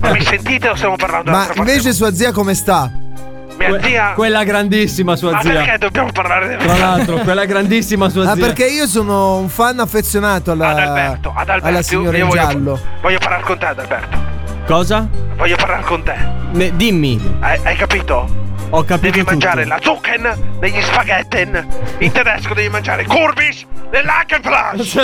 Speaker 17: Ma mi sentite o stiamo parlando
Speaker 3: ma
Speaker 17: d'altra parte?
Speaker 3: invece sua zia come sta?
Speaker 17: Mia zia.
Speaker 7: Quella grandissima sua
Speaker 17: Ma
Speaker 7: zia.
Speaker 17: perché dobbiamo parlare di
Speaker 7: Tra l'altro, quella grandissima sua
Speaker 3: Ah,
Speaker 7: zia.
Speaker 3: perché io sono un fan affezionato alla,
Speaker 17: Alberto, ad Alberto,
Speaker 3: alla
Speaker 17: io-
Speaker 3: signora
Speaker 17: io
Speaker 3: in
Speaker 17: voglio,
Speaker 3: giallo.
Speaker 17: Voglio parlare con te, ad Alberto.
Speaker 22: Cosa?
Speaker 17: Voglio parlare con te.
Speaker 22: Ne- dimmi.
Speaker 17: Hai, hai capito?
Speaker 22: Ho capito
Speaker 17: Devi
Speaker 22: tutto.
Speaker 17: mangiare la zucken negli spaghetten. In tedesco devi mangiare kurbis
Speaker 22: *laughs*
Speaker 17: nell'Hackenflash.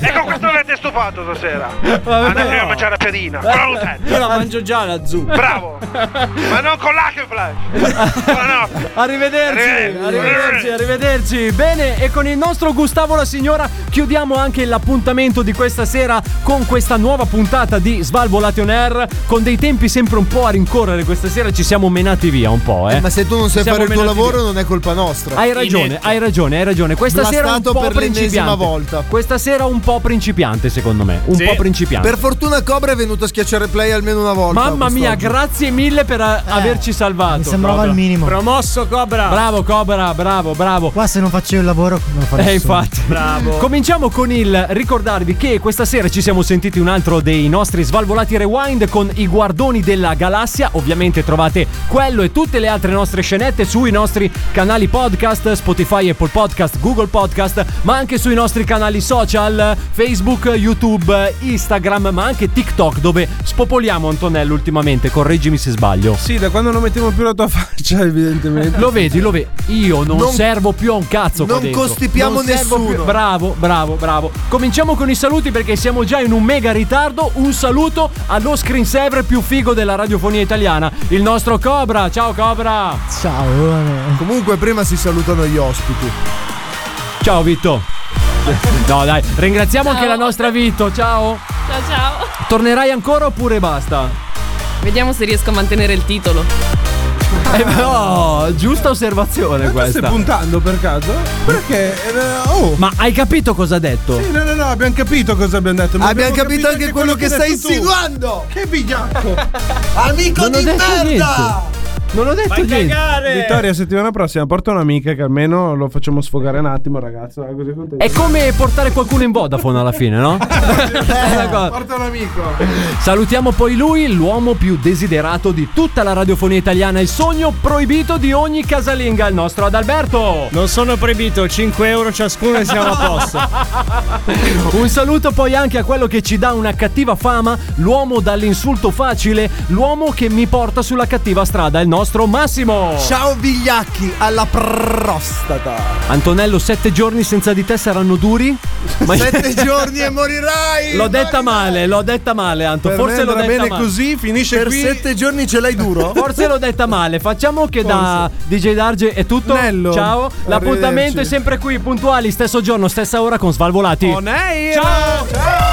Speaker 17: e con questo avete stufato stasera. Andiamo a mangiare la piadina. Pronte.
Speaker 22: Io la mangio già la zucca.
Speaker 17: Bravo. Ma non con l'Hackenflash.
Speaker 22: *laughs*
Speaker 7: Arrivederci,
Speaker 17: Arrivederci.
Speaker 7: arrivederci, arrivederci. Bene, e con il nostro Gustavo la signora chiudiamo anche l'appuntamento di questa sera con questa nuova puntata di Svalvolation Air con dei tempi sempre un po' a rincorrere questa sera ci siamo menati via un po', eh.
Speaker 3: ma se tu non sai
Speaker 7: Siamo
Speaker 3: fare il tuo
Speaker 7: meno
Speaker 3: lavoro, non è colpa nostra.
Speaker 7: Hai ragione, hai ragione, hai ragione. Questa sera un
Speaker 3: Blastato
Speaker 7: po'
Speaker 3: per l'ennesima
Speaker 7: principiante.
Speaker 3: volta.
Speaker 7: Questa sera un po' principiante, secondo me. Un
Speaker 3: Sì.
Speaker 7: po' principiante.
Speaker 3: Per fortuna Cobra è venuto a schiacciare play almeno una volta.
Speaker 7: Mamma mia,
Speaker 3: quest'oggi.
Speaker 7: grazie mille per a- averci salvato. Eh, Mi
Speaker 4: sembrava il minimo.
Speaker 7: Promosso Cobra. Bravo Cobra, bravo, bravo.
Speaker 4: Qua se non faccio il lavoro non lo fa
Speaker 7: Eh,
Speaker 4: nessuno.
Speaker 7: infatti. Cominciamo con il ricordarvi che questa sera ci siamo sentiti un altro dei nostri svalvolati rewind con i guardoni della galassia. Ovviamente trovate quello e tutte le altre nostre scenette sui nostri canali podcast, Spotify, Apple Podcast, Google Podcast, ma anche sui nostri canali social, Facebook, YouTube, Instagram, ma anche TikTok dove spopoliamo Antonello ultimamente, correggimi se sbaglio.
Speaker 6: Sì, da quando non mettiamo più la tua *laughs* faccia, evidentemente.
Speaker 7: Lo vedi, lo vedi. Io non,
Speaker 6: Non-
Speaker 7: servo più a un cazzo. qua
Speaker 6: non
Speaker 7: dentro.
Speaker 6: costipiamo
Speaker 7: Non servo
Speaker 6: nessuno.
Speaker 7: Bravo, bravo, bravo. Cominciamo con i saluti perché siamo già in un mega ritardo. Un saluto allo screensaver più figo della radiofonia italiana, il nostro Cobra. Ciao Cobra.
Speaker 3: Ciao. Comunque, prima si salutano gli ospiti.
Speaker 7: Ciao Vitto. *laughs* No, dai, ringraziamo anche la nostra Vitto. Ciao.
Speaker 21: Ciao ciao.
Speaker 7: Tornerai ancora oppure basta?
Speaker 21: Vediamo se riesco a mantenere il titolo.
Speaker 7: Eh, no, giusta osservazione questa.
Speaker 6: Stai puntando per caso? Perché? eh, Oh.
Speaker 7: Ma hai capito cosa ha detto?
Speaker 6: Sì, no, no, no, abbiamo capito cosa abbiamo detto. ma
Speaker 3: Abbiamo capito anche quello che stai
Speaker 6: hai detto tu.
Speaker 3: insinuando.
Speaker 6: Che bigliacco!
Speaker 3: Amico
Speaker 6: Non ho
Speaker 7: *laughs*
Speaker 3: di
Speaker 6: detto
Speaker 3: merda!
Speaker 6: niente.
Speaker 7: Non ho detto
Speaker 6: Vai
Speaker 7: niente.
Speaker 6: *laughs* Vittoria, settimana prossima porta un'amica che almeno lo facciamo sfogare un attimo, ragazzo. era Così contento.
Speaker 7: È come portare qualcuno in Vodafone alla
Speaker 3: *laughs*
Speaker 7: fine, no?
Speaker 3: Eh,
Speaker 6: Porta un amico.
Speaker 7: Salutiamo poi lui, l'uomo più desiderato di tutta la radiofonia italiana, il sogno proibito di ogni casalinga, il nostro Adalberto.
Speaker 22: Non sono proibito, 5 euro ciascuno e siamo a posto.
Speaker 7: Un saluto poi anche a quello che ci dà una cattiva fama, l'uomo dall'insulto facile, l'uomo che mi porta sulla cattiva strada, il nostro Massimo.
Speaker 3: Ciao vigliacchi, alla prostata.
Speaker 7: Antonello, sette giorni senza di te saranno duri? Ma-
Speaker 3: Sette giorni e morirai.
Speaker 7: *laughs* L'ho detta male, l'ho detta male, Anto.
Speaker 3: Per
Speaker 7: Forse
Speaker 3: me
Speaker 7: l'ho
Speaker 3: andrà
Speaker 7: detta
Speaker 3: bene
Speaker 7: male.
Speaker 3: così, finisce Per qui. sette giorni ce l'hai duro? *laughs*
Speaker 7: Forse l'ho detta male. Facciamo che da DJ Darge è tutto.
Speaker 6: Nello,
Speaker 7: Ciao. L'appuntamento è
Speaker 6: arrivederci.
Speaker 7: sempre qui, puntuali, stesso giorno, stessa ora con Svalvolati.
Speaker 6: On air.
Speaker 7: Ciao.